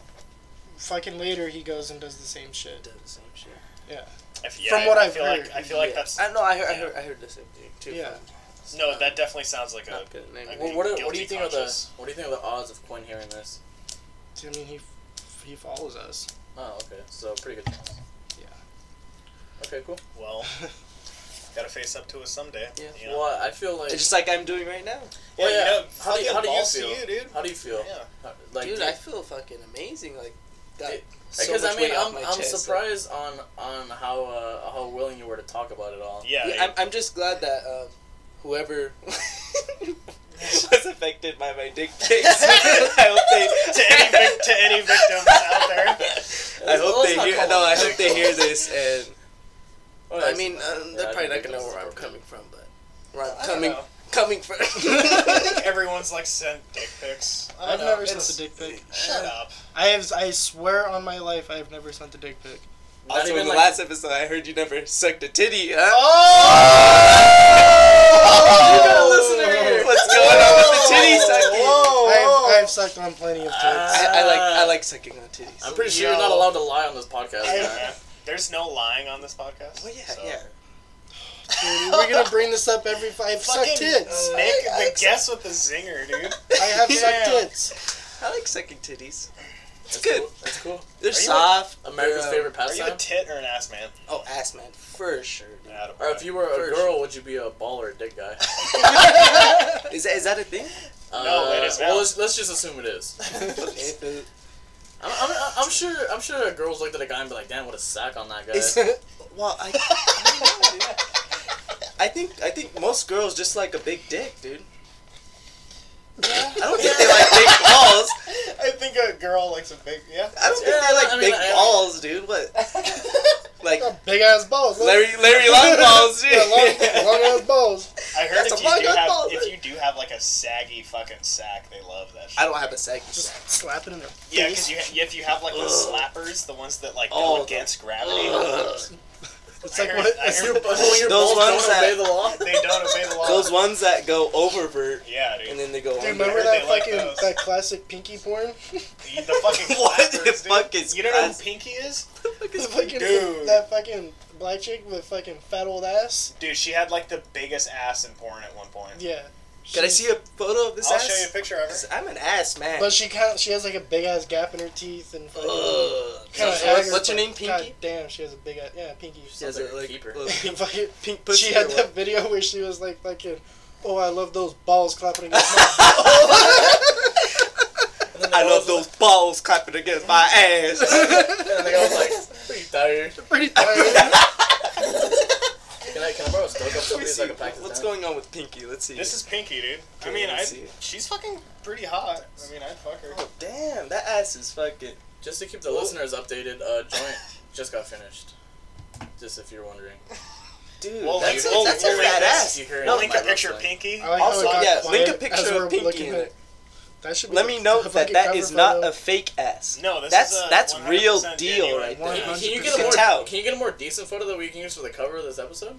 fucking later, he goes and does the same shit.
does the same shit.
I f- yeah,
from
I-
what
I
I've
feel
heard,
like I feel like
Yeah.
that's
I know. I heard. I heard. I heard the same thing too.
Yeah.
from-
no. That definitely sounds like a
Not good. Maybe.
I
Well,
mean,
what, do- what do
guilty
you think of the
conscience.
What do you think of the odds of Quinn hearing this?
I mean, he he
(laughs)
follows us.
Oh, okay. So pretty good. chance.
Yeah.
Okay, cool.
well. Gotta face up to us someday.
Yeah.
You know?
Well, I feel like.
It's just like I'm doing right now.
Yeah,
Well,
you
yeah.
know,
How do you-
fucking
how do you
balls to
feel?
you, dude.
how do you feel?
Yeah.
How- Like,
Dude,
do you-
I feel fucking amazing. Like, got
Dude,
so
because
much
I mean,
weight off
I'm,
my
I'm
chest, like-
surprised on on how uh, how willing you were to talk about it all.
Yeah.
Yeah,
you-
I'm, I'm just glad that um, whoever was affected by my (laughs) dick pics. I hope they
to any vic- to any victims out there.
I hope
Let's
they
not
hear.
call
No, I
them
hope they hear
victims.
this. And
Well,
I
that's-
mean, um, they're
yeah,
probably
think
not gonna know
that's
where I'm
appropriate.
coming from, but where
I
I'm
don't
coming
know.
coming (laughs) from.
I think everyone's like sent dick pics.
I've
know,
never
Oh, it's-
sent a dick pic.
Shut up.
I have. I swear on my life, I have never sent a dick pic.
Not
also,
even
in the
like-
last episode, I heard you never sucked a titty. Huh?
Oh! You got a listener here.
What's going on with the titty sucking?
Whoa!
I've, I've sucked on plenty of tits.
Oh. Ah.
I, I like I like sucking on titties.
I'm pretty sure you're
Yo.
not allowed to lie on this podcast.
Hey,
man.
man, There's no lying on this podcast.
Well, Oh, yeah,
so-
yeah.
Dude, We're gonna bring this up every. I've
Fucking
sucked tits.
Nick,
I- I
the
like
guess with the zinger,
(laughs)
dude.
I have
Yeah.
sucked tits.
I like sucking titties. It's
That's
good.
Cool. That's cool.
They're
you a-
soft.
America's
they're, um,
favorite
Are you a
pastime.
tit or an ass man?
Oh, ass man, for sure.
(laughs)
dude.
Attaboy.
Or if you were a
First.
girl, would you be a ball or a dick guy?
Is that is that a thing?
uh,
it is now.
Well, let's, let's just assume it is.
(laughs)
If it-
I'm, I'm, I'm sure. I'm sure girls looked at a guy and be like, "Damn, what a sack on that guy."
It's-
(laughs)
well, I, I don't know, dude. I think I think most girls just like a big dick, dude. I don't think they like big balls.
I think a girl likes a big yeah.
I don't
Yeah,
think they like
I mean,
big
I-
balls,
(laughs)
dude. What? Like
Got big ass balls. look.
Larry
(laughs)
Larry long balls, dude.
Yeah, long, long ass balls.
I heard
That's
if you
a
do
fucking
have
ball,
if
dude.
you do have like a saggy fucking sack, they love that. Shit.
I don't have a sack.
Just slap it in there.
Yeah, because you ha- if you have like the
Ugh.
slappers, the ones that like go
Oh, the-
against gravity,
Ugh.
It's
I
like
heard-
what?
I
it's
heard
your
that-
balls-
your
(laughs) Those
balls
ones
don't
that-
obey the law.
they don't obey the law.
(laughs) Those ones that go oververt
yeah, dude.
and then they go.
Dude,
under.
remember
heard
that
they like
fucking
those.
that classic pinky porn?
The, the fucking
(laughs) What the
clappers, dude.
fuck is
you don't know who
class-
Pinky is?
(laughs)
(laughs)
The fucking,
Dude.
That fucking black chick with fucking fat old ass.
Dude, she had like the biggest ass in porn at one point.
Yeah.
Can I see a photo of this
I'll
ass?
show you a picture of her.
I'm an ass man.
But she kind of, she has like a big ass gap in her teeth and fucking.
Ugh.
kinda
What's-
haggard,
What's your
but
name,
God
Pinky?
damn, she has a big ass. Yeah, Pinky.
She has
Sounds
a,
like a
like,
keeper.
little
(laughs)
pink,
Fucking,
pink pussy.
she
or
had
what? (laughs)
that video where she was like fucking, oh I love those balls clapping against my
And then the
I
guy was
love those balls clapping against my (laughs) ass.
Like, (laughs) and the guy was like, "Are you tired?
pretty tired.
Can I can I borrow a stroke up
Let me
please?
see.
I can pack this
What's
down?"
going on with Pinky? Let's see.
This is Pinky, dude. I
Okay,
mean, I
let's see.
she's fucking pretty hot. I mean, I'd fuck her.
Oh, damn, that ass is fucking.
Just to keep the listeners updated, uh, joint just got finished. Just if you're wondering.
Dude,
Well,
that's,
you-
a,
well,
that's
we'll
a fat
link-
ass.
you hear it
No,
on
Link
my
a picture of
website.
Pinky.
I like
Also,
how it got
yeah,
quiet
link a picture
as we're
of Pinky
looking
in
at
it.
it. That should be
Let
the- (laughs)
me
the
note that
fucking
that
cover
is not
photo.
a fake ass.
No, this
that's
is a
that's real
100%
deal
genuine.
right
Can
there.
you- Can you get
100%.
a
You
more?
can tell.
Can you get a more decent photo that we can use for the cover of this episode?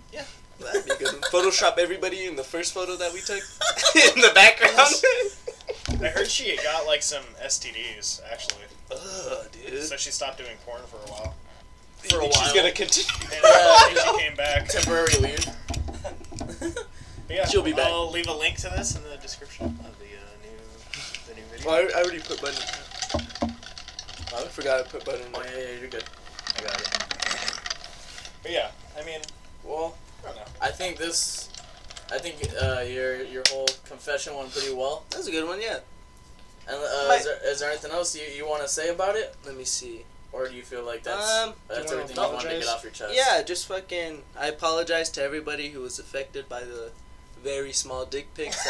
That'd be (laughs) good. Photoshop everybody in the first photo that we took (laughs) in the (laughs) background.
I heard she got like some STDs actually,
Ugh, dude.
so she stopped doing porn for a
(laughs)
while.
You think
while.
She's gonna continue.
And I think she came back.
Temporary leave.
But yeah,
She'll be back.
I'll leave a link to this in the description of the uh, new the new video.
Well, I, I already put button. I forgot I put button. in
Oh
there.
yeah, yeah, you're good. I got it.
But yeah, I mean,
Well,
I
(laughs)
don't know.
I think this. I think uh, your your whole confession went pretty well.
That's a good one, yeah.
And uh,
My-
is, there, is there anything else you, you want to say about it,
Let me see.
or do you feel like that's
Um,
that's
do you wanna
everything you wanted to
apologize?
get off your chest?
Yeah, just fucking. I apologize to everybody who was affected by the very small dick pics (laughs)
a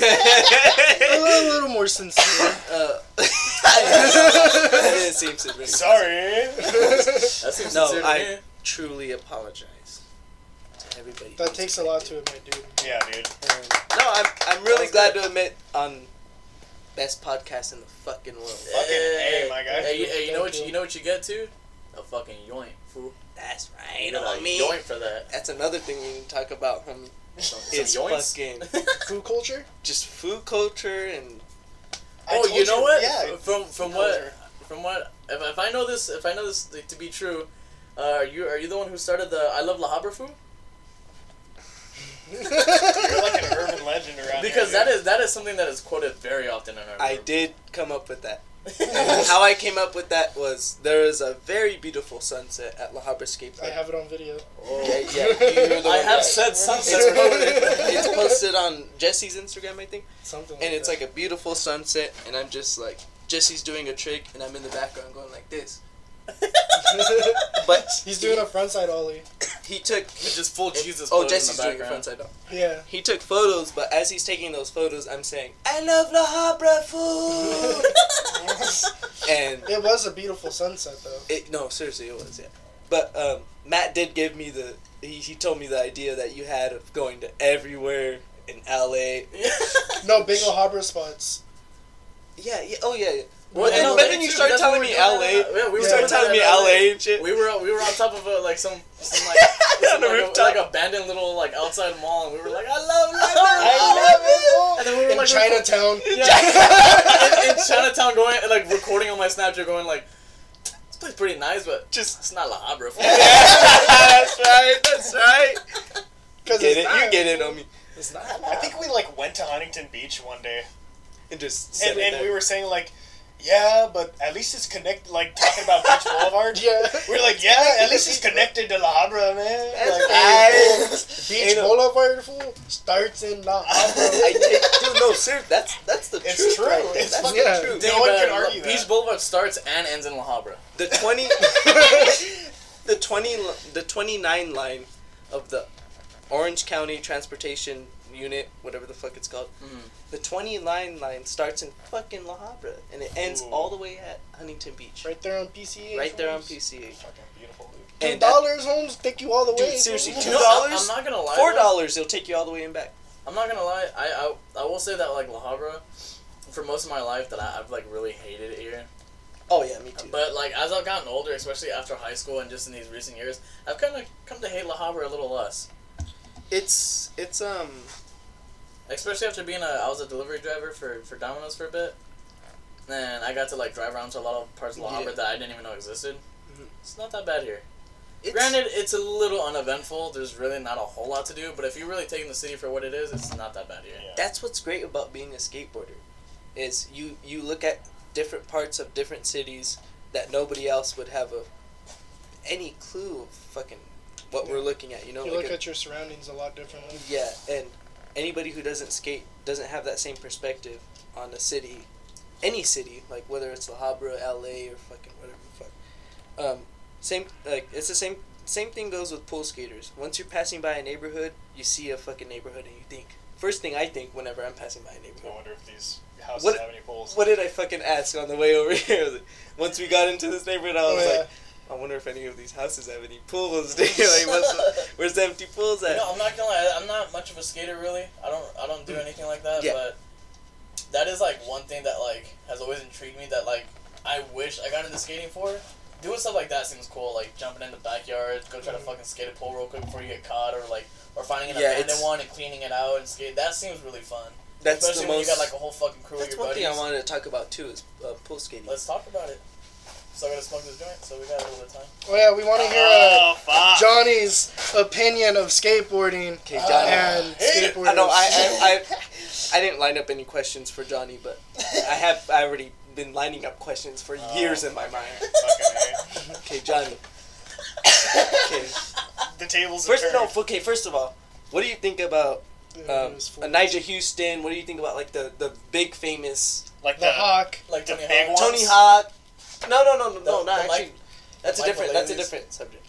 that
little, a little more sincere.
were going. uh, (laughs) I didn't seem to
(laughs)
really.
Sorry.
That seems
No,
sincere to
I-
me.
Truly apologize to everybody.
(laughs)
who
that
was
takes a lot to
affected.
admit, dude.
yeah, dude.
And- no, I'm I'm really
That was
glad
good.
to admit on best podcast in the fucking world.
Fucking A, my guy.
Hey, you- hey, you know
Thank
what you,
you.
you know what you get to? A fucking yoink, fool.
That's
You
right.
get a
on me.
yoink for
(laughs)
that.
That's another thing we need to talk about, homie.
Some, some
It's
yoinks. (laughs)
fucking
Food culture?
just food culture and
I
oh,
told
you know what?
Yeah.
From from what from what if, if I know this if I know this to be true, uh, are you are you the one who started the I love La Habra Foo?
You're like an urban legend around
Because
here,
that is that is something that is quoted very often in our. (laughs)
I
group.
did come up with that. (laughs) How I came up with that was there is a very beautiful sunset at La Habra Skate
I
Park.
have it on video.
Oh.
yeah,
(laughs)
yeah, you're the
I
one
have
that- (laughs)
said something.
It's posted, it's posted on Jesse's Instagram, I think,
Something.
and it's
that.
like a beautiful sunset, and I'm just like Jesse's doing a trick, and I'm in the background going like this. But
(laughs) he's doing a frontside ollie.
he took.
It's just full Jesus pose
Oh,
in the
Jesse's doing it
background.
front side down. (laughs)
Yeah.
He took photos, but as he's taking those photos, I'm saying, "I love La Habra food,"
(laughs)
and
It was a beautiful sunset though.
It, no, seriously, it was yeah. But um, Matt did give me the he, he told me the idea that you had of going to everywhere in LA.
(laughs)
No bingo harbor spots.
yeah, yeah, oh yeah. yeah.
Well, in
But then,
LA
but then you
too,
start
that's what
telling
we're
me
doing.
LA.
Yeah, we
you
were
start
doing that
telling me
in
LA and shit.
We were we were on top of a, like some
(laughs)
some like
On
some,
the
like, a,
rooftop. (laughs)
like a abandoned little like outside mall, and we were like, I love life.
I love it.
And then we were
In
like (laughs)
Chinatown.
(laughs)
in, in Chinatown, going and, like recording on my Snapchat, going like, this place pretty nice, but
Just
it's not La Habra.
(laughs)
fool."
that's right. That's right.
Because
Get it? You get it on me.
It's not.
I think we like went to Huntington Beach one day,
And just said
and,
it
and
there.
we were saying like, yeah, but at least it's connected. Like talking about Beach
(laughs)
Boulevard.
Yeah.
We We're like, yeah, at least it's connected to La Habra, man.
That's
Like, ah.
right.
Beach
Ain't a-
Boulevard fool starts in La Habra.
(laughs) I take, dude, no, sir, that's that's the
It's
truth.
true.
right there.
It's
that's
fucking
the
true.
truth.
Think
No one
about
can
it,
argue
Beach
that.
Boulevard starts and ends in La Habra.
The twenty, (laughs) the twenty, li- the twenty-nine line of the Orange County Transportation Unit, whatever the fuck it's called.
Mhm.
The twenty-nine line starts in fucking La Habra and it ends
Ooh.
all the way at Huntington Beach, right,
Right there on PCA.
there on
fools.
PCA.
fucking beautiful, dude.
Two
And uh, that-
dollars, Holmes, take you all the
Dude,
way. (laughs)
seriously,
fool.
two
You know, I'm-
dollars?
I'm not gonna lie.
four
though.
dollars, it'll take you all the way in back.
I'm not gonna lie. I, I I will say that like La Habra, for most of my life, that I, I've like really hated it here.
Oh yeah, me too.
But like as I've gotten older, especially after high school and just in these recent years, I've kind of come to hate La Habra a little less.
It's it's um
Especially after being a, I was a delivery driver for for Domino's for a bit, and I got to like drive around to a lot of parts of La Habra
Yeah.
that I didn't even know existed.
Mhm.
It's not that bad here.
it's,
Granted, it's a little uneventful. There's really not a whole lot to do. But if you're really taking the city for what it is, it's not that bad here.
Yeah.
that's what's great about being a skateboarder is you you look at different parts of different cities that nobody else would have a any clue of fucking what we're looking at you know
You
like
look
a-
at your surroundings a lot differently.
yeah and anybody who doesn't skate doesn't have that same perspective on a city any city like whether it's La Habra LA or fucking whatever the fuck um, same like it's the same same thing goes with pool skaters once you're passing by a neighborhood you see a fucking neighborhood and you think first thing I think whenever I'm passing by a
I
neighborhood
wonder if these houses
What-
have any pools.
What did I fucking ask on the way over (laughs) here? Once we got into this neighborhood, I was
Oh, yeah.
like, I wonder if any of these houses have any pools. (laughs) dude. like, what's, where's the empty pools
You
at?
know, I'm not gonna lie. I'm not much of a skater, really. I don't. I don't do anything like that.
Yeah.
But that is like one thing that like has always intrigued me. That like I wish I got into skating for. Doing stuff like that seems cool. Like jumping in the backyard, go try to fucking skate a pole real quick before you get caught, or like or finding an
Mm-hmm. Yeah,
abandoned
it's-
one and cleaning it out and skate. That seems really fun.
That's
Especially
the
when
most.
you got like a whole fucking crew
that's
of your
one
buddies.
thing I wanted to talk about too is uh, pool skating.
Let's talk about it. So I gotta smoke this joint. So we got a little bit of time.
Oh yeah, we want to hear uh,
Oh, fuck.
Johnny's opinion of skateboarding
Okay, Johnny.
and skateboarders.
(laughs) I know I, I I I didn't line up any questions for Johnny, but I have I already been lining up questions for
Oh.
years in my mind.
Fucking
Okay, Johnny.
(laughs)
okay.
A. The tables
First,
are
no.
turned.
Okay, first of all, what do you think about
Yeah,
um,
it was full.
Elijah Houston. What do you think about like the, the big famous
Like the,
the hawk.
Like
The
Tony
big
Hawk.
one?
Tony Hawk? No, no, no, no, no,
The-
not
the
actually.
Mike-
that's a
Michael
different. That's a
Leahy's-
different subject.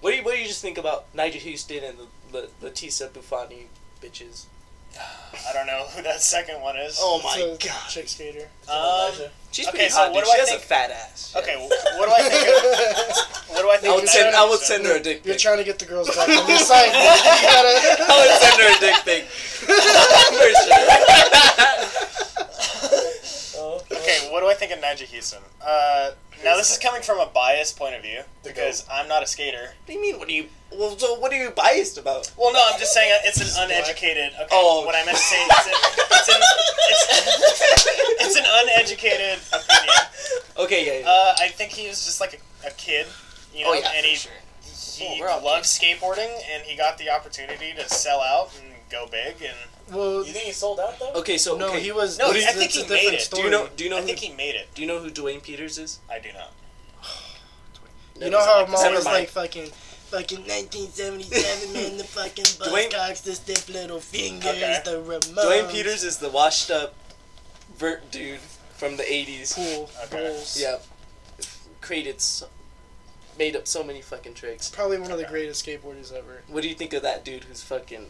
What do you What do you just think about Nigel Houston and the, the Latisa Buffani bitches?
I don't know who that second one is.
Oh
It's
my
a
god,
Chick
(laughs)
skater.
Um,
Elijah.
she's
okay,
pretty
so
hot.
what
dude.
do
She
I
has
think-
a fat ass. (laughs)
Okay, wh- what do I think?
(laughs)
Of, what do I think?
I would
of
send.
Nigel
I would
Houston?
send her a dick
You're
pic.
trying to get the girls back
(laughs)
on your side. You
I would send her a dick pic.
(laughs)
For sure.
Oh, oh.
Okay, what do I think of Nigel Houston? Uh, now this is coming from a biased point of view because I'm not a skater.
What do you mean? What do you? Well, so what are you
(laughs)
biased about?
Well, no, I'm just saying uh, it's an uneducated. Okay,
Oh.
what I meant to say is an, it's, an, it's, it's an uneducated opinion.
Okay, yeah, yeah.
Uh, I think he was just like a, a kid, you know,
oh yeah,
and
for
he
sure.
he
Oh, we're all
loved skateboarding, and he got the opportunity to sell out and go big, and
(laughs) well,
You think he sold out though?
Okay, so
no,
okay.
he was.
No,
it's,
I think
it's
he
a
made
different
it. Do you
Story.
do you know? Do you know?
I
who,
think he made it.
Do you know who Dwayne Peters is?
I do not.
You know how
Never
I'm always
mind.
like fucking, fucking 1977 man, the fucking
(laughs) Dwayne-
buzzcocks, the stiff little fingers,
Okay.
the remote.
Dwayne Peters is the washed up vert dude from the 80s.
Cool
Okay.
bulls.
Yeah. Created so, made up so many fucking tricks.
Probably one of the greatest skateboarders ever.
What do you think of that dude who's fucking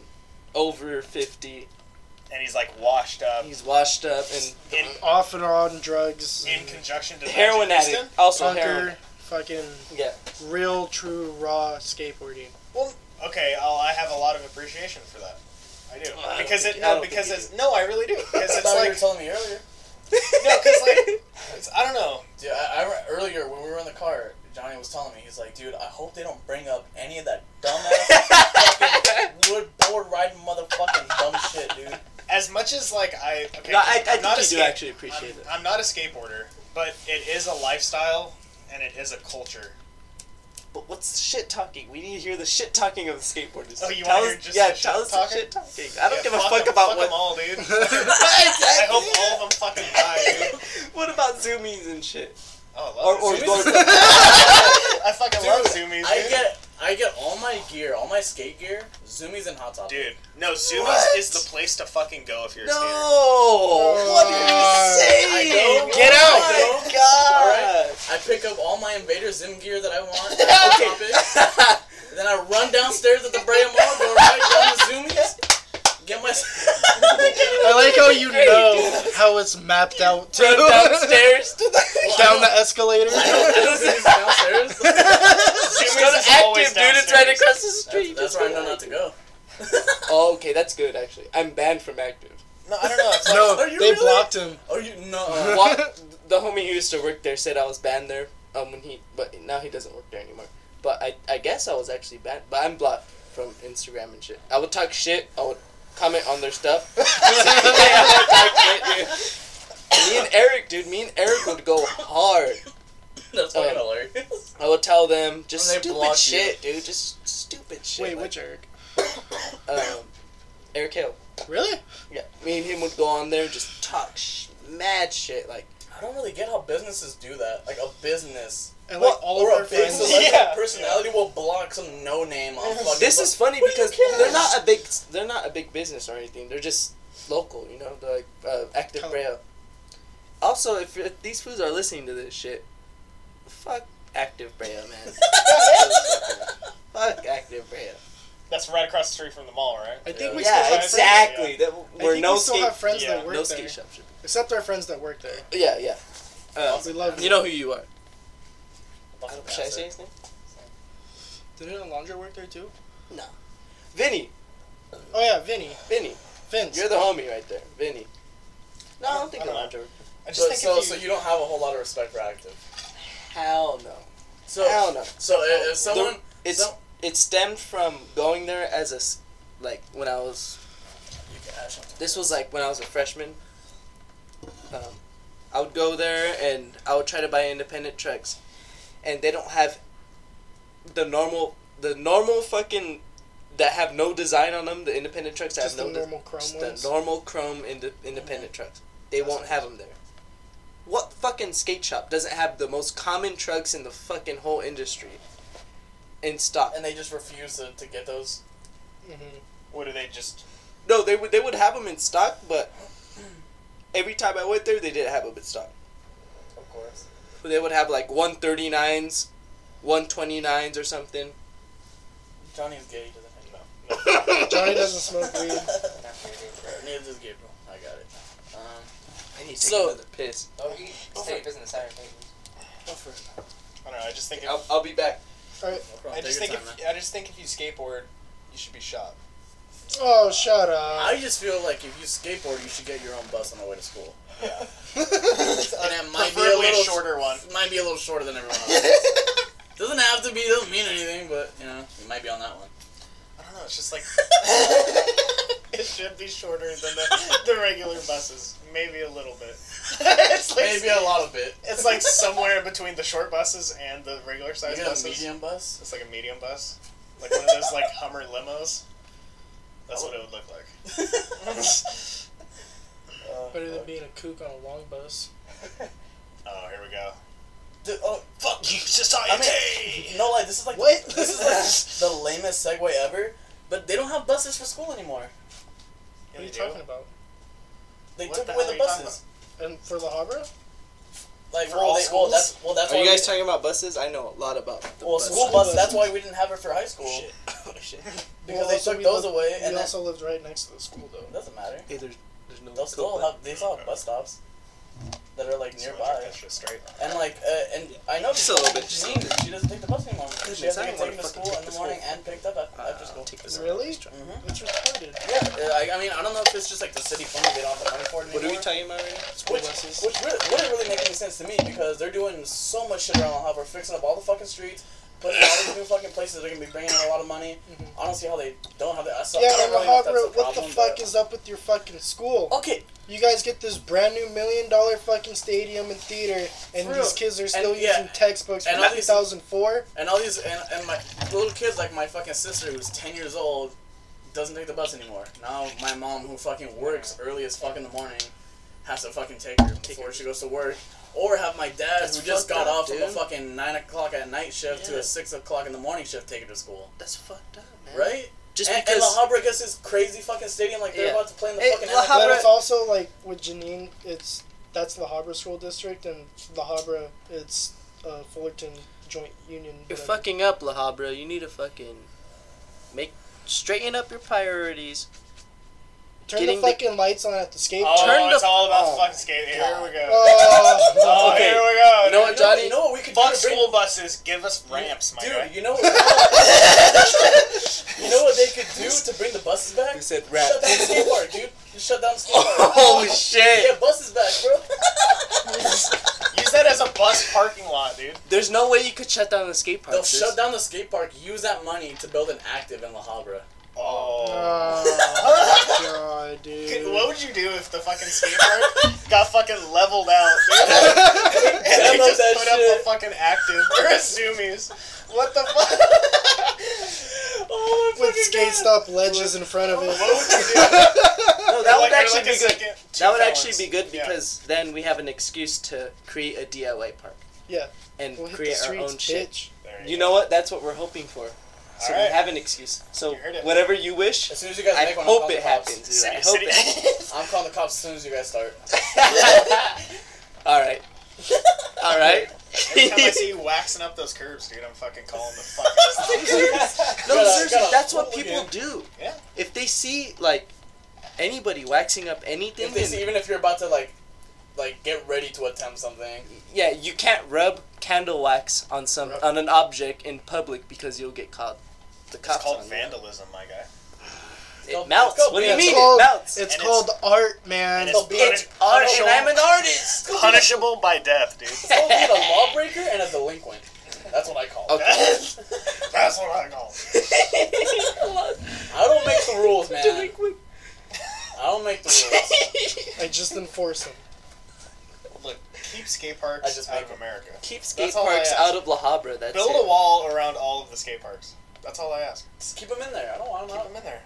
over 50?
and he's like washed up.
He's washed up and
in,
Off and on drugs.
in
and
conjunction to
heroin
Magic
addict.
Houston?
Also heroin.
Punker, fucking
Yeah.
real, true, raw skateboarding.
Well, okay, I'll, I have a lot of appreciation for that. I do
I don't
because
think-
it
I
no
don't
because
think you
it's no I really do because
That's
it's
not what you
like
were telling me earlier.
(laughs)
no because like it's, I don't know
Dude, I, I, re- earlier when we were in the car, Johnny was telling me, he's like, dude, I hope they don't bring up any of that dumbass fucking wood board riding motherfucking dumb shit,
(laughs)
dude.
as much as like I okay
(laughs) No, I, I
am not a
think you
skate-
do actually appreciate
I'm,
it.
I'm not a skateboarder, but it is a lifestyle and it is a culture.
But what's shit talking? We need to hear the shit talking of the skateboarders.
Oh, you
Tell
wanna
us-
hear just
yeah,
the shit
tell us
talking?
the shit talking. I don't
Yeah,
give a fuck,
them,
about
fuck
what.
them all,
(laughs)
dude. (laughs) I
I
hope all of them fucking die, dude.
(laughs) What about zoomies and shit?
Oh, I
Or,
love
or
Zoomies. (laughs)
(laughs) going.
I fucking
Dude,
love Zoomies, dude.
I get I get all my gear, all my skate gear, zoomies and hot top.
Dude, no, Zoomies
What?
is the place to fucking go if you're a
No!
skater.
What are you
I don't
saying?
Get know. out.
Oh my God! (laughs)
I pick up all my Invader Zim gear that I want, and I hot top it, and then I run downstairs at the Bray Mall, go right down the zoomies, get my.
I like how you
Hey,
know how it's mapped out too.
Run downstairs to the.
Well, I
(laughs)
don't-
Down the escalator.
I don't do zoomies downstairs.
Go to
Zoomies is always
active, dude. It's right
downstairs.
across the street.
That's, that's
Just
where I
go
know not to go. (laughs)
Oh, okay, that's good actually. I'm banned from active.
No, I don't know. It's like,
no,
Are you
they
really?
blocked him.
Oh, you no.
Wa- the homie who used to work there said I was banned there. Um, when he but now he doesn't work there anymore. But I I guess I was actually banned. But I'm blocked from Instagram and shit. I would talk shit. I would comment on their stuff. (laughs) I would talk shit, dude. Me and Eric, dude. Me and Eric would go hard.
(laughs) That's fucking
Oh.
Um,
hilarious.
I would tell them just
And they
stupid
block you.
shit, dude. Just stupid shit.
Wait,
like,
which Eric?
um, Eric Hill.
Really?
Yeah, me and him would go on there and just talk sh- mad shit. Like,
I don't really get how businesses do that. Like a business
And
Well,
like all
or
of our
a big (laughs)
friends.
celebrity
Yeah.
personality will block some no name
(laughs)
on fucking. (laughs)
this is funny
What do you
because
care?
they're not a big they're not a big business or anything. They're just local, you know, they're like uh, active
Tell-
braille. Also, if, if these fools are listening to this shit, fuck active braille, (laughs) man.
(laughs)
fuck active braille.
That's right across the street from the mall, right?
I think we still
yeah,
have
exactly. That
friends. I
we're
think
no
we still
skate
have friends
yeah,
that work
no
there,
skate shop. should
except our friends that work there.
be- Yeah, yeah. Uh,
We love
you know who you are.
Fucking
Should I
pass
say
it.
his name?
Didn't Alondra work there too?
Vinny.
Oh yeah, Vinny,
Vinny.
Vince.
You're the homie right there, Vinny. No, I don't think
I don't
I'll ever.
I just
So,
think
so,
if
so
you,
you don't have a whole lot of respect for active.
Hell no.
So
Hell no.
so if, if someone
It's
so,
it stemmed from going there as a s- like when I was
you can ask him.
this was like when I was a freshman. Um, I would go there and I would try to buy independent trucks, and they don't have the normal the normal fucking that have no design on them. The independent trucks that
Just
have
the
no de-
normal chrome
just
ones. Mm-hmm.
The normal chrome inde- independent trucks. They won't have them there. What fucking skate shop doesn't have the most common trucks in the fucking whole industry in stock?
And they just refuse to, to get those.
Mhm.
what do they just?
No, they would they would have them in stock, but every time I went there, they didn't have them in stock.
Of course.
But they would have like one thirty nines, one twenty nines or (laughs) something.
Johnny's gay. He doesn't hang out.
Johnny doesn't smoke weed.
(laughs)
(laughs)
Neither does Gabriel. I got it. Um.
I need to
So-
take another piss.
Oh, you
Go for
stay
it.
business hour, baby.
Go for it.
I don't know. I just think. If,
Oh,
I'll, I'll be back.
No problem.
I
Take
just
your
think
time,
if
man.
I just think if you skateboard, you should be shot.
Oh, shut up. (laughs)
uh,
I just feel like if you skateboard, you should get your own bus on the way to school. And it might be a
Preferably a
little
shorter one.
It might be a little shorter than (laughs) everyone else. doesn't have to be. Doesn't mean anything, but you know, you might be on that one.
I don't know. It's
(laughs)
just like it should be shorter than the, the regular buses. Maybe a little bit. it's like
Maybe a lot of it.
it's like somewhere in between the short buses and the regular
You
size
got a
buses.
medium bus. (laughs)
It's like a medium bus, like one of those like Hummer limos. That's what it would look like.
Better than being a kook on a long bus.
Oh, here we go.
Dude, oh fuck!
You society.
I mean, no, like this is like
What?
(laughs) this is like the lamest segue ever. But they don't have buses for school anymore.
What are you talking about?
They
What
took
the
away
hell
the
are you talking
buses.
And for La Habra?
Like,
For
well,
all
they, well,
schools?
that's well, that's
Are
why
you guys
we-
talking about buses? I know a lot about the
well,
bus.
school bus. That's why we didn't have it for high school
Shit. (laughs) Oh, shit.
because
Well,
they
also
took
we
those
lived-
away,
We
and that
also lived right next to the school, though.
doesn't matter.
Hey, there's, there's no.
They'll still have they still have bus stops that are like
Just wanna
nearby,
take that shit straight.
and like uh, and I know
Just a little bit.
Janine, that she doesn't take the bus anymore. she
Goodness,
has
I
to get
don't wanna
taken to
fucking
school
take
in the
this
morning
whole-
and picked up after,
Uh,
after school.
take this
Really?
hmm
It's retarded.
Yeah, uh, I, I mean I don't know if it's just like the city funding they don't have the money for it
What are
anymore.
we talking about right now?
School
Which,
buses.
which really, wouldn't really make any sense to me because they're doing so much shit around La Hopper, fixing up all the fucking streets, putting all these new fucking places. They're gonna be bringing in a lot of money.
Mhm.
Mm-hmm.
I don't see how they don't have that. I, so, I
Yeah,
don't
and
really know if
Hogwarts,
that's a
what the
problem,
fuck
but-
is up with your fucking school?
Okay,
You guys get this brand new million dollar fucking stadium and theater, and
For
these
real.
kids are still
And, yeah.
using textbooks from
And all these-
2004.
And all these and, and my little kids like my fucking sister who's ten years old doesn't take the bus anymore. Now my mom who fucking works early as fuck in the morning has to fucking take her before she goes to work. Or have my dad
That's
who just
fucked
got
up,
off from a
dude.
fucking nine o'clock at night shift to
Yeah.
a six o'clock in the morning shift take her to school.
That's fucked up, man.
Right?
Just
and, and La
because.
Habra gets this crazy fucking stadium like they're
Yeah.
about to play in the
Hey,
fucking
La
NFL.
Habra-
But it's also like with Janine, it's that's La Habra School District, and La Habra, it's uh, Fullerton Joint Union.
You're
whatever.
fucking up, La Habra. You need to fucking make straighten up your priorities.
Turn
getting
the
the-
fucking lights on at the skate
Oh,
park.
Turn
it's
the-
all about
oh,
fucking skating. Here we go.
Oh, (laughs)
Oh,
Okay.
here we go.
You know what,
You know,
Johnny?
you know what we could
Fuck
do to bring-
school buses. Give us ramps, my
Dude,
guy.
you know
(laughs)
what You know what they could do to bring the buses back?
You said
Shut
(laughs)
down the skate park, dude. You shut down the skate park.
oh
Yeah,
shit!
buses back, bro.
Use that as a bus parking lot, dude.
There's no way you could shut down the skate park.
They'll
sis.
shut down the skate park, use that money to build an active in La Habra.
Oh.
oh, God, dude.
Could- what would you do if the fucking skate park (laughs) got fucking leveled out, dude? (laughs) and
I
they
love
just
that
put
shit.
up a fucking active or a zoomies? What the fuck?
Oh,
With skate stop ledges in front of it.
what would you do?
(laughs) No, that would
Like, or
actually
like a
be good.
second- two
That would
felons.
actually be good
Yeah.
because then we have an excuse to create a DIY park.
Yeah.
And
We'll hit the
create our
streets,
own shit.
bitch.
There
You know what? That's what we're hoping for. So
Alright.
we have an excuse. So
You heard it.
whatever you wish,
As soon as you guys
I
make one, I'm
hope
calling the
it
cops.
happens. dude.
City-
I (laughs) hope
city-
it.
I'm calling the cops as soon as you guys start.
All right. All right.
Every time I
(laughs)
see you waxing up those curves, dude, I'm fucking calling the fucking
No,
Gotta-
seriously,
gotta
that's what
hold
people
it.
do.
Yeah.
If they see like anybody waxing up anything,
If they see,
and-
even if you're about to like, like get ready to attempt
(laughs)
something.
yeah, you can't rub candle wax on some on an object in public because you'll get caught. The
It's
cops
called
on you.
vandalism, my guy.
It melts.
Let's go,
What do
bitch.
you
It's
mean
called-
it melts?
It's
And
called art, man.
And it's,
It's
puni-
art,
punishable-
and I'm an
(laughs)
artist.
punishable by death, dude.
Don't be a lawbreaker and a delinquent. That's what I call. it.
Okay.
(laughs) That's what I call. it.
I don't make the rules, man. I don't make the rules.
(laughs)
I just enforce them.
Look, keep skate
I
parks
just
out
make
of
them.
America.
Keep skate
all I
parks
ask.
out of La Habra. That's
Build
it.
a wall around all of the skate parks. That's all I ask.
Just keep them in there. I don't want
Keep
them
them in there.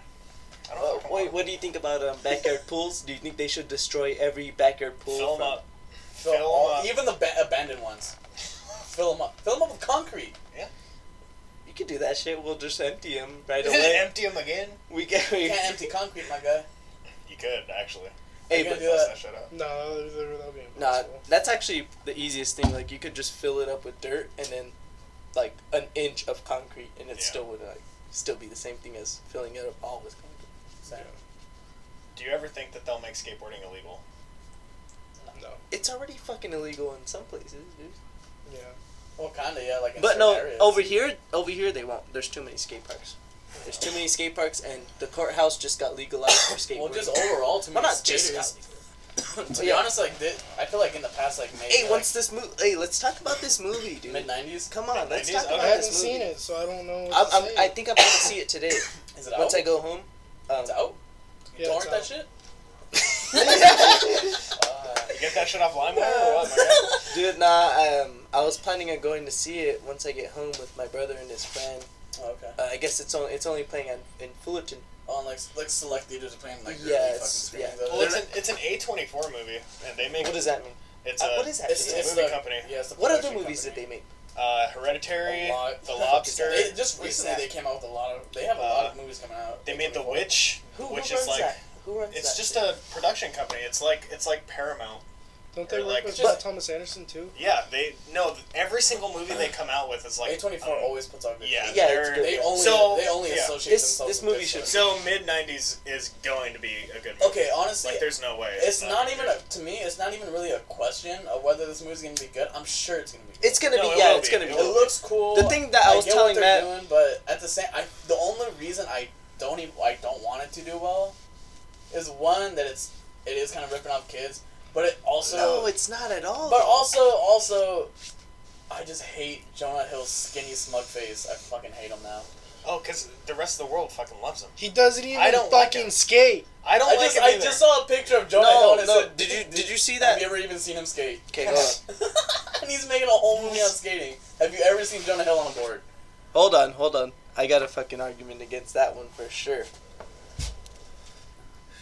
I
Uh,
don't know.
wait, what do you think about um, backyard pools? Do you think they should destroy every backyard pool?
Fill
from-
them up.
Fill
Fill 'em
all,
up.
even the ba- abandoned ones. Fill them up. Fill them up with concrete.
You can do that shit. We'll just empty them
(laughs)
right away.
Empty them again.
we get.
You can't empty concrete, my guy.
You could actually.
Hey,
You
but
gotta
Bust
do that.
that shit up.
No, that would that would be
nah,
impossible.
that's actually the easiest thing. Like you could just fill it up with dirt and then, like an inch of concrete, and it
Yeah.
still would like still be the same thing as filling it up all with concrete.
So,
Do you ever think that they'll make skateboarding illegal?
It's already fucking illegal in some places, dude.
Yeah.
well, kinda, yeah. Like, in
But
certain
no,
areas.
over here, over here they won't. There's too many skate parks. There's too many skate parks, and the courthouse just got legalized for skateboarding.
Well, just overall, to me,
Well, not just
skaters. (laughs) to be
Yeah.
honest, like, thi- I feel like in the past, like, maybe
Hey, what's this movie? Hey, let's talk about this movie, dude.
mid nineties?
Come on, let's talk
Mid-nineties?
about
I haven't
this movie.
seen it, so I don't know. What
I'm,
to
I'm,
say.
I think I'm gonna see it today.
Is it out?
Once I go home. Um,
It's out.
Yeah,
Torrent
it's
that
out.
shit.
Uh,
You get that shit off LimeWire
(laughs)
or what, my guy?
Dude, nah. Um, I was planning on going to see it once I get home with my brother and his friend.
Oh, okay.
Uh, I guess it's only it's only playing on, in Fullerton.
On like, s- like select theaters are playing like
Yeah,
really fucking
it's-
screenings.
yeah.
of it.
Well, it's an it's an A24 movie, and they make
What does that mean?
it's
Uh,
a
what is that?
It's,
shit?
it's
movie
the-
company.
Yeah, it's the
what other
production
movies did
company.
they make?
uh, Hereditary,
A lot.
(laughs)
The
What the fuck
is
Lobster.
that?
It, just
What is
recently
that?
they came out with a lot of. They have a
Uh,
lot of movies coming out.
They
like,
made The
before.
Witch,
Who,
which
who
is
runs
like
that? Who runs
it's
that
just
shit?
a production company. It's like it's like Paramount.
Don't they
Or,
work
like,
with
just-
Thomas Anderson too?
Yeah, they no. Every single movie they come out with is like uh,
A twenty four always puts out good.
Yeah,
shit.
Yeah, it's
they're-
good.
They only
So,
they only
yeah.
associate
This-
themselves.
this
with
movie should-
shit.
So mid '90s is going to be a good movie.
Okay, honestly,
like there's no way.
it's not even
good.
a, to me. It's not even really a question of whether this movie's gonna be good. I'm sure it's gonna be. good.
It's gonna
No,
be
it
yeah,
will
it's
be.
gonna be.
It
will
good.
looks cool.
The thing that I was
get
telling
what they're doing,
Matt-
but at the same, I the only reason I don't even I don't want it to do well, is one that it's it is kind of ripping off kids, but it also
No, it's not at all.
but also also, I just hate Jonah Hill's skinny smug face. I fucking hate him now.
Oh, because the rest of the world fucking loves him.
He doesn't even
I don't like
fucking
him.
skate.
I don't
I
like
just
him
I
either.
just saw a picture of Jonah Hill
no,
and it
no.
said,
Did you did you see
Have
that?
you ever even seen him skate? (laughs)
Okay, go on.
and he's making a whole movie on skating. Have you ever seen Jonah Hill on a board?
Hold on, hold on. I got a fucking argument against that one for sure.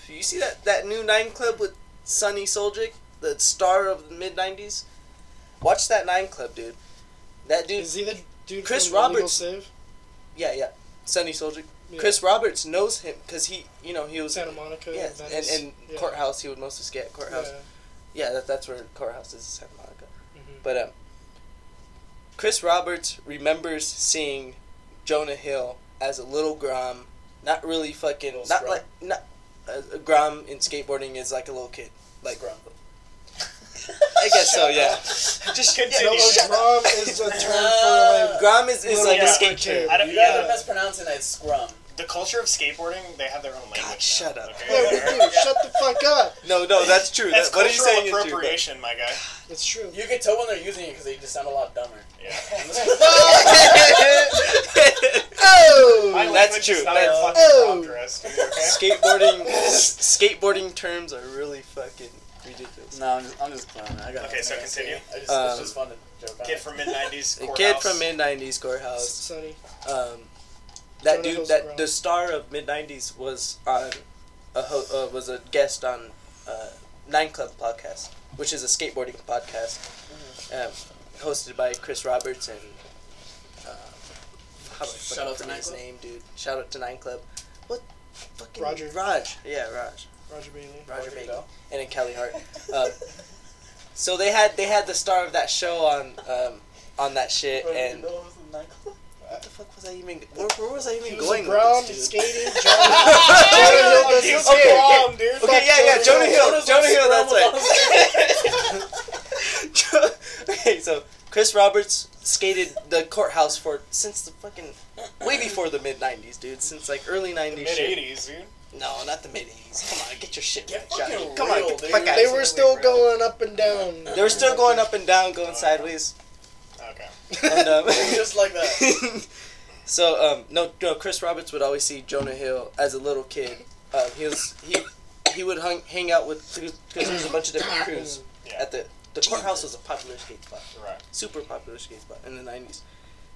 You see that that new Nine Club with Sonny Soljic, the star of the mid '90s. Watch that Nine Club, dude. That dude,
Is he the dude
Chris
from Illegal
Roberts.
Save?
yeah, yeah, Sonny Soljic.
Yeah.
Chris Roberts knows him because he, you know, he was
Santa Monica.
yeah, and,
Venice.
and
yeah.
courthouse. He would mostly skate at
Yeah. Mm-hmm.
courthouse. Yeah, that, that's where Courthouse is, Santa Monica.
Mhm.
But um, Chris Roberts remembers seeing Jonah Hill as a little Grom, not really fucking,
Little
not
scrub.
like not uh, Grom in skateboarding is like a little kid, like
Scrub.
I guess so,
(laughs)
yeah.
(laughs) just
No,
continue.
oh,
a drum is
(laughs)
a term for like
Grom is, is
Little
like a
yeah.
skate kid.
I don't,
You
yeah,
gotta mispronouncing that it's scrum.
the culture of skateboarding, they have their own language. now,
shut up.
okay?
Yeah, we do. Shut the fuck up.
No, no, that's true.
That's
That- what are you
cultural
saying? is true, but-
appropriation, (laughs) my guy.
It's true.
You can tell when they're using it because they just sound a lot dumber.
(laughs)
Yeah. My
oh, that's
language
true.
is not
That's-
your fucking
Oh.
progress, dude, okay?
(laughs) skateboarding s- skateboarding terms are really fucking ridiculous.
No, I'm just, I'm just clowning. I got
Okay, so
nothing to say.
continue.
I just,
Um,
it's just fun to joke on.
Kid from mid '90s.
A kid
Courthouse.
from mid '90s courthouse.
Sonny.
Um, that
Jonah
dude,
Hill's
that
grown.
the star of mid '90s was on a ho- uh, was a guest on uh, Nine Club podcast, which is a skateboarding podcast,
Mm-hmm.
um, hosted by Chris Roberts and. Uh, how do I
Shout
fucking
out to
forget
Nine
his
Club?
name, dude. Shout out to Nine Club. What? Fucking
Roger.
Raj. Yeah, Raj.
Roger Bailey.
Roger
Roger
Bacon,
Goodell.
and then
(laughs)
Kelly Hart. Um, so they had they had the star of that show on um, on that shit, and
(laughs)
what the fuck was I even? Where, where was I even
He was
going?
a Brown
with this, dude? (laughs)
skating. Jonah Jonah Hill doesn't
Okay,
skate.
Grom, dude.
Okay, (laughs) yeah, yeah, Jonah Hill, Jonah Hill, that's right. (laughs) Jo- okay, so Chris Roberts skated the courthouse for since the fucking way before the mid '90s, dude. Since like early '90s.
Mid
shit.
'80s, dude.
No, not the mid '80s. Come on, get your shit
Get
right, Johnny.
fucking
Come
real,
on, get the
dude.
fuck out.
They were still going up and down.
They were still going up and down, going (laughs) sideways.
Okay.
And, um,
just like that.
(laughs) so um, no, no. Chris Roberts would always see Jonah Hill as a little kid. Um, he was he he would hung, hang out with because there was a bunch of different crews
Yeah.
at the the courthouse was a popular skate spot,
Right.
super popular skate spot in the nineties.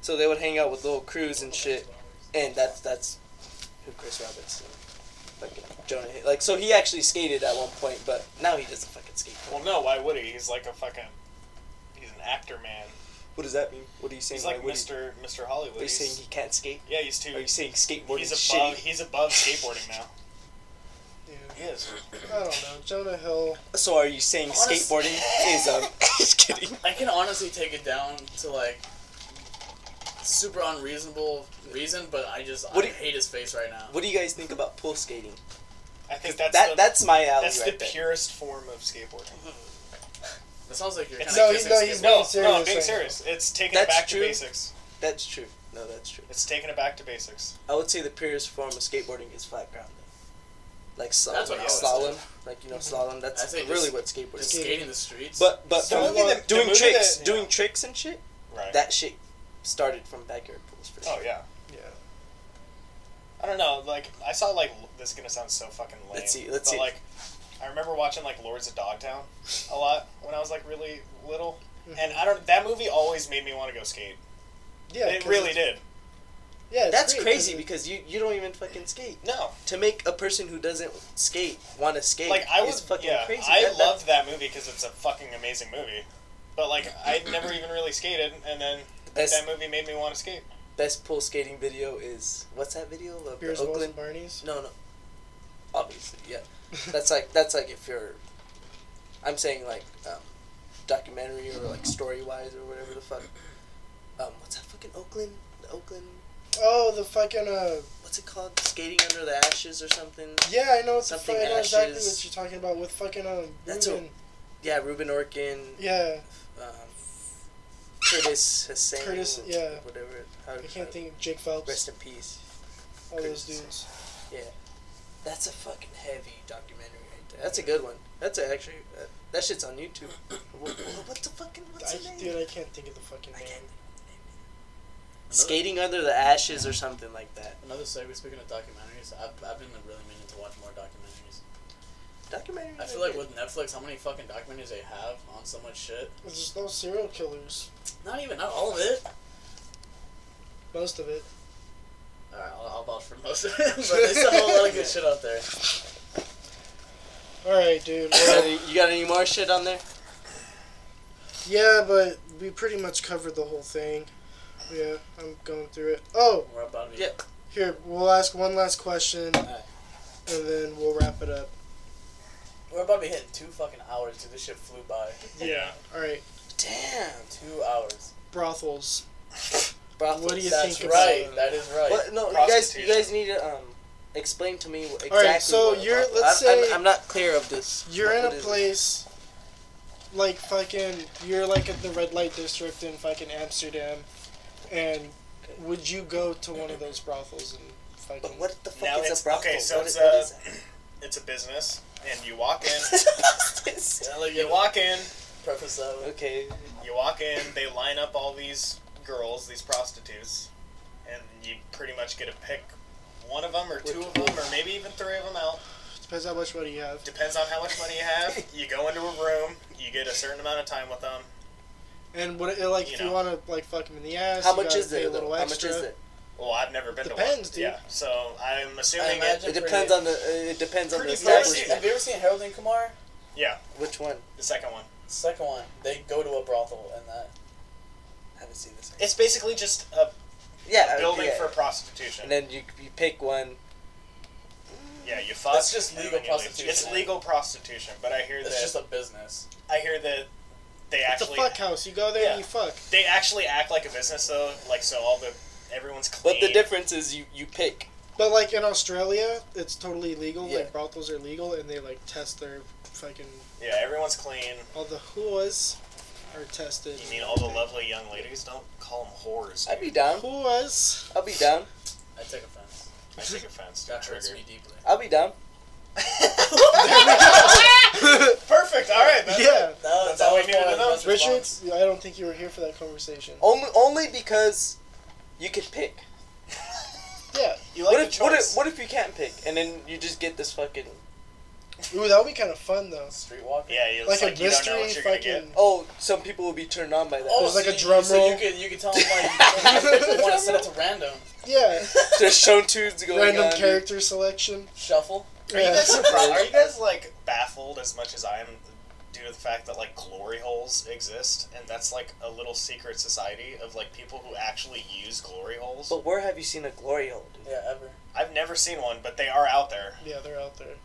So they would hang out with little crews and shit, and that's that's who Chris Roberts. is. Fucking Jonah Hill. Like, so he actually skated at one point, but now he doesn't fucking skate.
Well, no. Why would he? He's like a fucking. He's an actor, man.
What does that mean? What are you saying?
He's like
Why would he-
Mr. Mr.
Are
Hollywood.
you saying
He's,
he can't skate?
yeah, he's too.
Are you saying skateboarding
He's
is
above.
shitty?
He's above skateboarding now.
Yeah.
He is.
I don't know. Jonah Hill.
So are you saying
Honest-
skateboarding is um? just kidding.
I can honestly take it down to like super unreasonable reason, but I just
What
I
do you-
hate his face right now.
What do you guys think about pool skating?
I think
That
that's the,
that's my alley
that's
right
the
there.
purest form of skateboarding.
That sounds like you're kind
It's
of
No,
like
he's
kissing
no,
skateboarding.
he's
no,
being
no,
serious.
I'm being
right
serious. It's taking it
That's
back
true.
to basics.
That's true. No, that's true.
It's taking it back to basics.
I would say the purest form of skateboarding is flat ground. Like slalom,
That's what
like
I would
slalom, like you know slalom. That's
I'd say
really
just-
what skateboarding.
just
is.
skating the streets.
But but
The
from
movie that- the
doing
movie
tricks,
that-
doing
yeah.
tricks and shit.
Right.
That shit started from backyard pools for sure.
oh yeah.
Yeah.
I don't know. Like I saw like l- this is gonna sound so fucking lame.
Let's see, let's
but,
see.
Like I remember watching like Lords of Dogtown a lot when I was like really little,
Mm-hmm.
and I don't. That movie always made me want to go skate.
Yeah.
it
'cause
really
it's-
did.
Yeah. it's
That's
great 'cause
crazy
it-
because you, you don't even fucking skate.
No,
To make a person who doesn't skate want to skate
like I
is
was.
fucking
Yeah,
crazy.
I
That- that's-
loved that movie because it's a fucking amazing movie. But like I never even really skated, and then
Best-
that movie made me want to skate.
best pool skating video is what's that video of the
Beers, Bowls,
Oakland?
and Barney's.
No, no. Obviously, yeah. That's like that's like if you're I'm saying like um, documentary or like story wise or whatever the fuck. Um, what's that fucking Oakland? The Oakland.
(laughs) Oh, the fucking uh.
What's it called? Skating under the ashes or something.
Yeah, I know what the fu-
Something
I know exactly
ashes.
what you're talking about with fucking um.
That's a-
Reuben.
Yeah, Ruben Orkin.
Yeah,
Um, Curtis Hussain.
Curtis- yeah.
Whatever. How,
I can't think of Jake Phelps.
Rest in peace.
All those
Curtis.
dudes.
That's a fucking heavy documentary right there. That's a good one. That's a, actually uh, that shit's on YouTube.
(coughs)
What, what the fucking what's
I,
the name?
dude, I can't think of the fucking
I
name.
can't. Skating under the ashes or something like that.
Another segue. Speaking of documentaries, I've, I've been really meaning to watch more documentaries.
Documentary.
I feel like with Netflix, how many fucking documentaries they have on so much shit?
There's just no serial killers.
Not even, not all of it.
Most of it.
All right, I'll, I'll vouch for (laughs) most of it. But there's a whole lot of good shit out there.
All right, dude.
You got
Well,
any- you got any more shit on there?
yeah, but we pretty much covered the whole thing. Yeah, I'm going through it. Oh,
We're about to be.
Yeah.
here we'll ask one last question,
Alright.
and then we'll wrap it up.
We're about to be hitting two fucking hours, dude. This shit flew by.
Yeah.
All right,
Damn.
Two hours.
brothels.
Brothel.
What do you
That's
think?
right.
About,
That is right.
What, no, you guys. You
Prostitution.
guys need to um, explain to me what- exactly.
Alright, so
what a
you're-
brothel-
let's
I'm, I'm-
say-
I'm, not clear of this.
You're
What-
in a
what is it?
place, like fucking. You're like at the red light district in fucking Amsterdam, and would you go to one of those brothels and fucking?
But what the fuck
Now
is
it's-
a brothel?
okay, so
What
it's
is- what
a-
uh,
is that?
It's a business, and you walk in.
Yeah, like
You
you
walk in.
preface that with.
(laughs) okay.
You walk in. They line up all these girls, these prostitutes, and you pretty much get to pick one of them or two of them or maybe even three of them out.
Depends how much money you have.
Depends on how much money you have.
(laughs)
You go into a room. You get a certain amount of time with them.
And what it, like
You
if you
know.
want to like fuck him in the ass?
How
you
much
gotta
is
pay
it?
A little
though? How much
extra.
is it?
Well, I've never been to one.
Depends, dude.
Yeah, so I'm
I
assuming it.
imagine
It
pretty-
depends on the. uh, It depends on the
Have
Pretty
you ever
much,
seen-
establishment.
Have you ever seen Harold and Kumar?
Yeah,
Which one?
the second one.
Second one, they go to a brothel and that.
I haven't seen this.
It's basically just a
Yeah.
building
yeah.
for prostitution.
And then you, you pick one.
yeah, you fuck.
That's just
and
legal
then you leave.
prostitution.
It's legal prostitution, but I hear
It's just
that
a business.
I hear that they
It's a
actually
fuck house. You go there
Yeah.
and you fuck.
they actually act like a business though. Like so, all the everyone's clean.
But the difference is you you pick.
But like in Australia, it's totally legal.
Yeah.
Like brothels are legal, and they like test their fucking
yeah, everyone's clean.
all the whoas are tested.
You mean all the lovely young ladies? Don't call them whores.
I'd
dude.
be down. (laughs)
whoas?
I'll be down.
I take offense.
I take offense.
That
Don't
hurts
trigger.
me deeply.
I'll be down.
(laughs) Perfect. All right. That's
yeah,
it.
No,
That's Oh. all we needed to know.
Richard, I don't think you were here for that conversation.
Only only because you could pick.
Yeah.
You
What
like the
if, what if
choice.
what if you can't pick and then you just get this fucking
Ooh, that would be kind of fun though.
Streetwalker.
Yeah, you,
Like
like,
a
you don't know
mystery
what you're gonna get.
fucking.
oh some people will be turned on by that.
Oh,
There's like
so
a
you-
drum
so
roll.
you could you could tell them like you want to set it to random
Oh. Yeah.
(laughs)
(laughs)
There's shown tunes going
Random
"Oh,
on.
character selection.
shuffle.
Are you guys
Yeah.
(laughs)
surprised? Are you guys like baffled as much as I am due to the fact that like glory holes exist and that's like a little secret society of like people who actually use glory holes?
But where have you seen a glory hole? dude?
Yeah, ever.
I've never seen one, but they are out there.
Yeah, they're out there.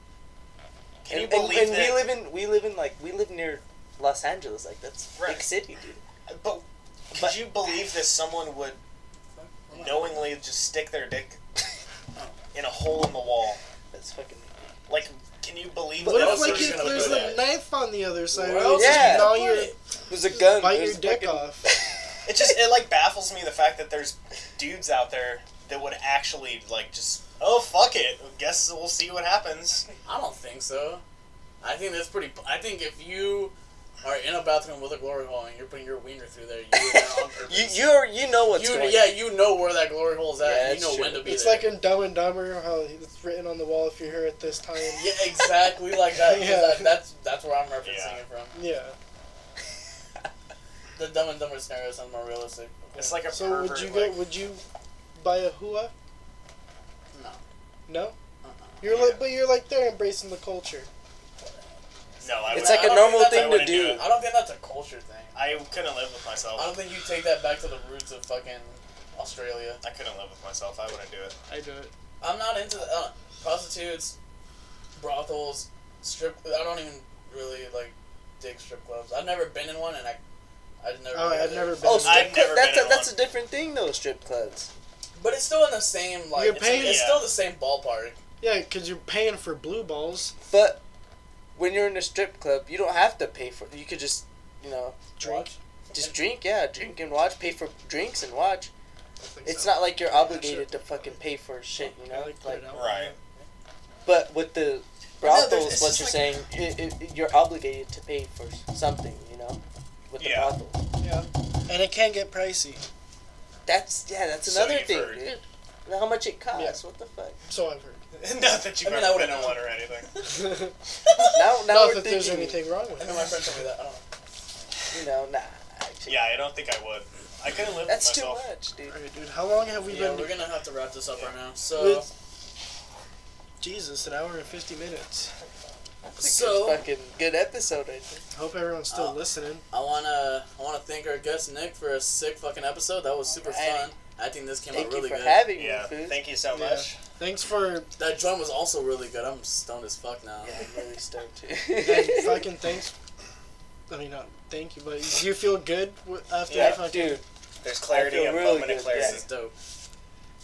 Can you
and, and-
believe
and,
that?
we live in we live in like we live near Los Angeles like that's big
Right.
city dude.
but could
but-
you believe that someone would knowingly just stick their dick in a hole in the wall?
That's fucking
Like, can you believe
What
that?
if
else are
like
you
it,
gonna
there's
put
a
it?
knife on the other side?
Where
where you
else
just
would you
gnaw
put
your,
it?
There's a gun.
bite your
there's
dick
fucking-
off.
It just it like baffles me the fact that there's dudes out there that would actually like just oh fuck it. Guess we'll see what happens.
I don't think so. I think that's pretty. I think if you are in a bathroom with a glory hole and you're putting your wiener through there, you're there (laughs) on
(laughs) You
purpose.
you're you know what's
You-
going
yeah, you know where that glory hole is at.
Yeah,
and
that's
you know
true.
when to be
It's
there.
like in Dumb and Dumber how it's written on the wall if you're here at this time.
yeah, exactly like that. 'cause
(laughs) Yeah.
that- that's that's where I'm referencing
Yeah.
it from.
Yeah.
The Dumb and Dumber scenario sounds more realistic.
It's like a
So
pervert.
would you
like,
go? Would you buy a hua?
No.
No.
Uh-uh.
You're like, but you're like they're embracing the culture.
no, I
It's
would,
like a
I don't
normal
think that's-
thing
I
to
wouldn't do
do.
it.
I don't think that's a culture thing.
I couldn't live with myself.
I
Um,
don't think you take that back to the roots of fucking Australia.
I couldn't live with myself. I wouldn't do it.
I do it.
I'm not into uh, prostitutes, brothels, strip. I don't even really like dig strip clubs. I've never been in one, and I, I've never.
Oh, I've never been.
Oh,
Oh,
I've
strip club.
never
That's
been
a,
in
that's a different thing though. Strip clubs.
But it's still in the same like.
You're
it's,
paying-
it's
Yeah.
still the same ballpark.
yeah, because you're paying for blue balls.
But when you're in a strip club, you don't have to pay for. You could just, you know,
Drink.
just drink. Yeah, drink and watch. Pay for drinks and watch. It's
So,
not like you're
Yeah,
obligated to fucking pay for shit. You
I
know,
like put
like
it out.
Right.
But with the
But no,
brothels,
there's- it's
what
just
you're
like-
saying, it, it, it- you're obligated to pay for something, you know, with the
Yeah.
brothel.
Yeah. And it can get pricey.
That's yeah, that's
So
another
you've
thing,
heard.
dude. How much it costs? What the fuck?
So I've
(laughs)
(laughs)
Not that you've
I mean, I
ever
wouldn't
been in
know.
one or anything.
heard.
(laughs)
(laughs) Now, now
Not
we're
that
thinking,
there's anything wrong with
I
it.
know my friend told me that. I don't know.
you know, nah. Actually,
Yeah, I don't think I would. I couldn't live
that's
with
too
myself.
much, dude.
Alright, dude. How long have we
Yeah,
been?
we're gonna have to wrap this up right now. So,
With- Jesus, an hour and fifty minutes.
so
Fucking good episode, right there.
Hope everyone's still
Oh.
Uh,
listening.
I wanna I wanna thank our guest Nick for a sick fucking episode. That was super
Alrighty.
fun. I think this came
Thank
out really
you for
good.
having
Yeah,
me, food.
thank you so
Yeah.
much.
Thanks for
That drum was also really good. I'm stoned as fuck now.
yeah, I'm really stoked
(laughs)
too.
and
(laughs)
fucking thanks. I mean, not thank you, but do you feel good wi- after
Yeah,
the fucking?
dude.
There's clarity,
feel
a
really
moment of
good,
clarity.
This is dope.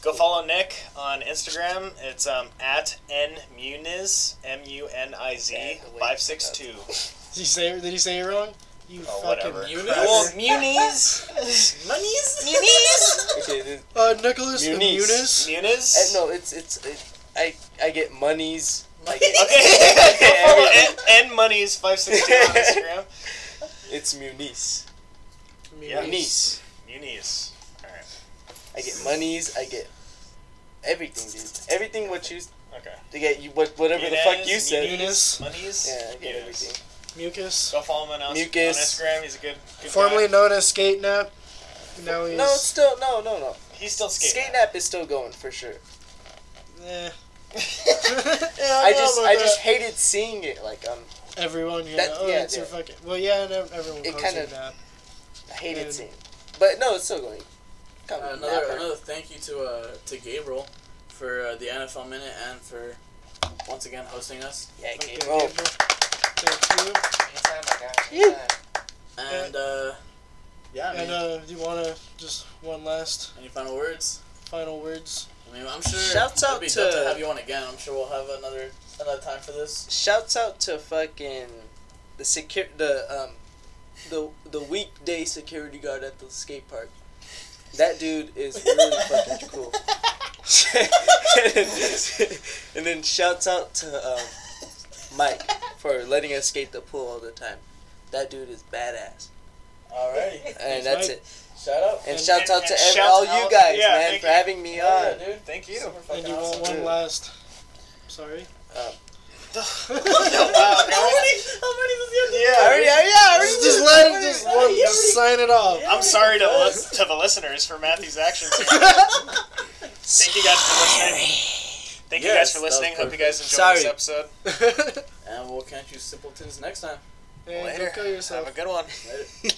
Go follow Nick on Instagram. It's um, at nmuniz, M U N I Z, 562.
Did you say? Did you say it wrong? You
Oh,
fucking.
whatever.
Muniz?
Well, Muniz.
(laughs)
Monies?
Muniz.
Okay, dude.
Uh, Nicholas
Muniz.
Muniz.
Uh,
Muniz.
no, it's it's it, I I get monies. I
Monies.
(laughs)
get, (laughs)
Okay. Go follow
Okay.
at N Monies 562 on Instagram.
it's Muniz.
Yeah.
Muniz.
Muniz. Alright.
I get monies. I get everything, dude. Everything what you
Okay.
to get you what whatever the fuck you
Muniz,
said.
Muniz.
Monies.
Yeah, I get
Muniz.
everything.
Mucus.
Go follow him on, on
Mucus.
Instagram. He's a good, good
Formerly
guy.
known as Skate Nap. Now he's.
No, it's still no, no, no.
He's still skating.
Skate Nap is still going for sure. (laughs)
eh. (laughs)
(laughs)
I just I just hated seeing it. Like um,
everyone. Yeah.
That-
oh,
yeah,
it's your
yeah.
fucking. Well, yeah, no, everyone
It
calls
kinda-
it nap.
I hated
Dude.
seeing. It. But no, it's still going. Come
Uh,
(laughs) on,
another
Napper.
another thank you to uh, to Gabriel for uh, the NFL minute and for once again hosting us.
Yeah,
Fucking
Gabriel.
Gabriel. Thank you.
Anytime,
(laughs)
my guy.
You.
anytime.
And uh, yeah, I mean,
And uh, do you wanna just one last
any final words?
final words?
I mean, I'm sure
Shouts
it'd
out
be dope
to-
to have you on again. I'm sure we'll have another another time for this.
Shouts out to fucking the secure the um the the weekday security guard at the skate park. That dude is really (laughs) fucking cool. and then shouts out to um, Mike for letting us skate the pool all the time. That dude is badass. (laughs)
Alrighty,
And
Thanks,
that's
Mike.
it.
shout out.
And,
And-
shouts out
and-
to
and
every,
shout
all you
out-
guys,
yeah,
man,
thank
for
you.
having me
Yeah,
on.
dude.
Thank you.
Super fucking
And you
awesome.
want one
Dude. (laughs)
last? Sorry. (laughs)
(laughs)
(laughs)
Wow,
How
guys.
many? How many does he have to-
All
Yeah.
right, yeah, yeah, all right.
Just, just let him just, let him just sign it off. (laughs)
I'm sorry to, lis- to the listeners for
(laughs)
Matthew's actions. here. Thank you guys for listening. Thank you
Yes,
guys for
that was
listening. Hope you guys enjoyed this
Sorry.
episode.
And we'll catch you simpletons next time.
and
Later.
go kill yourself.
Have a good one.
Later.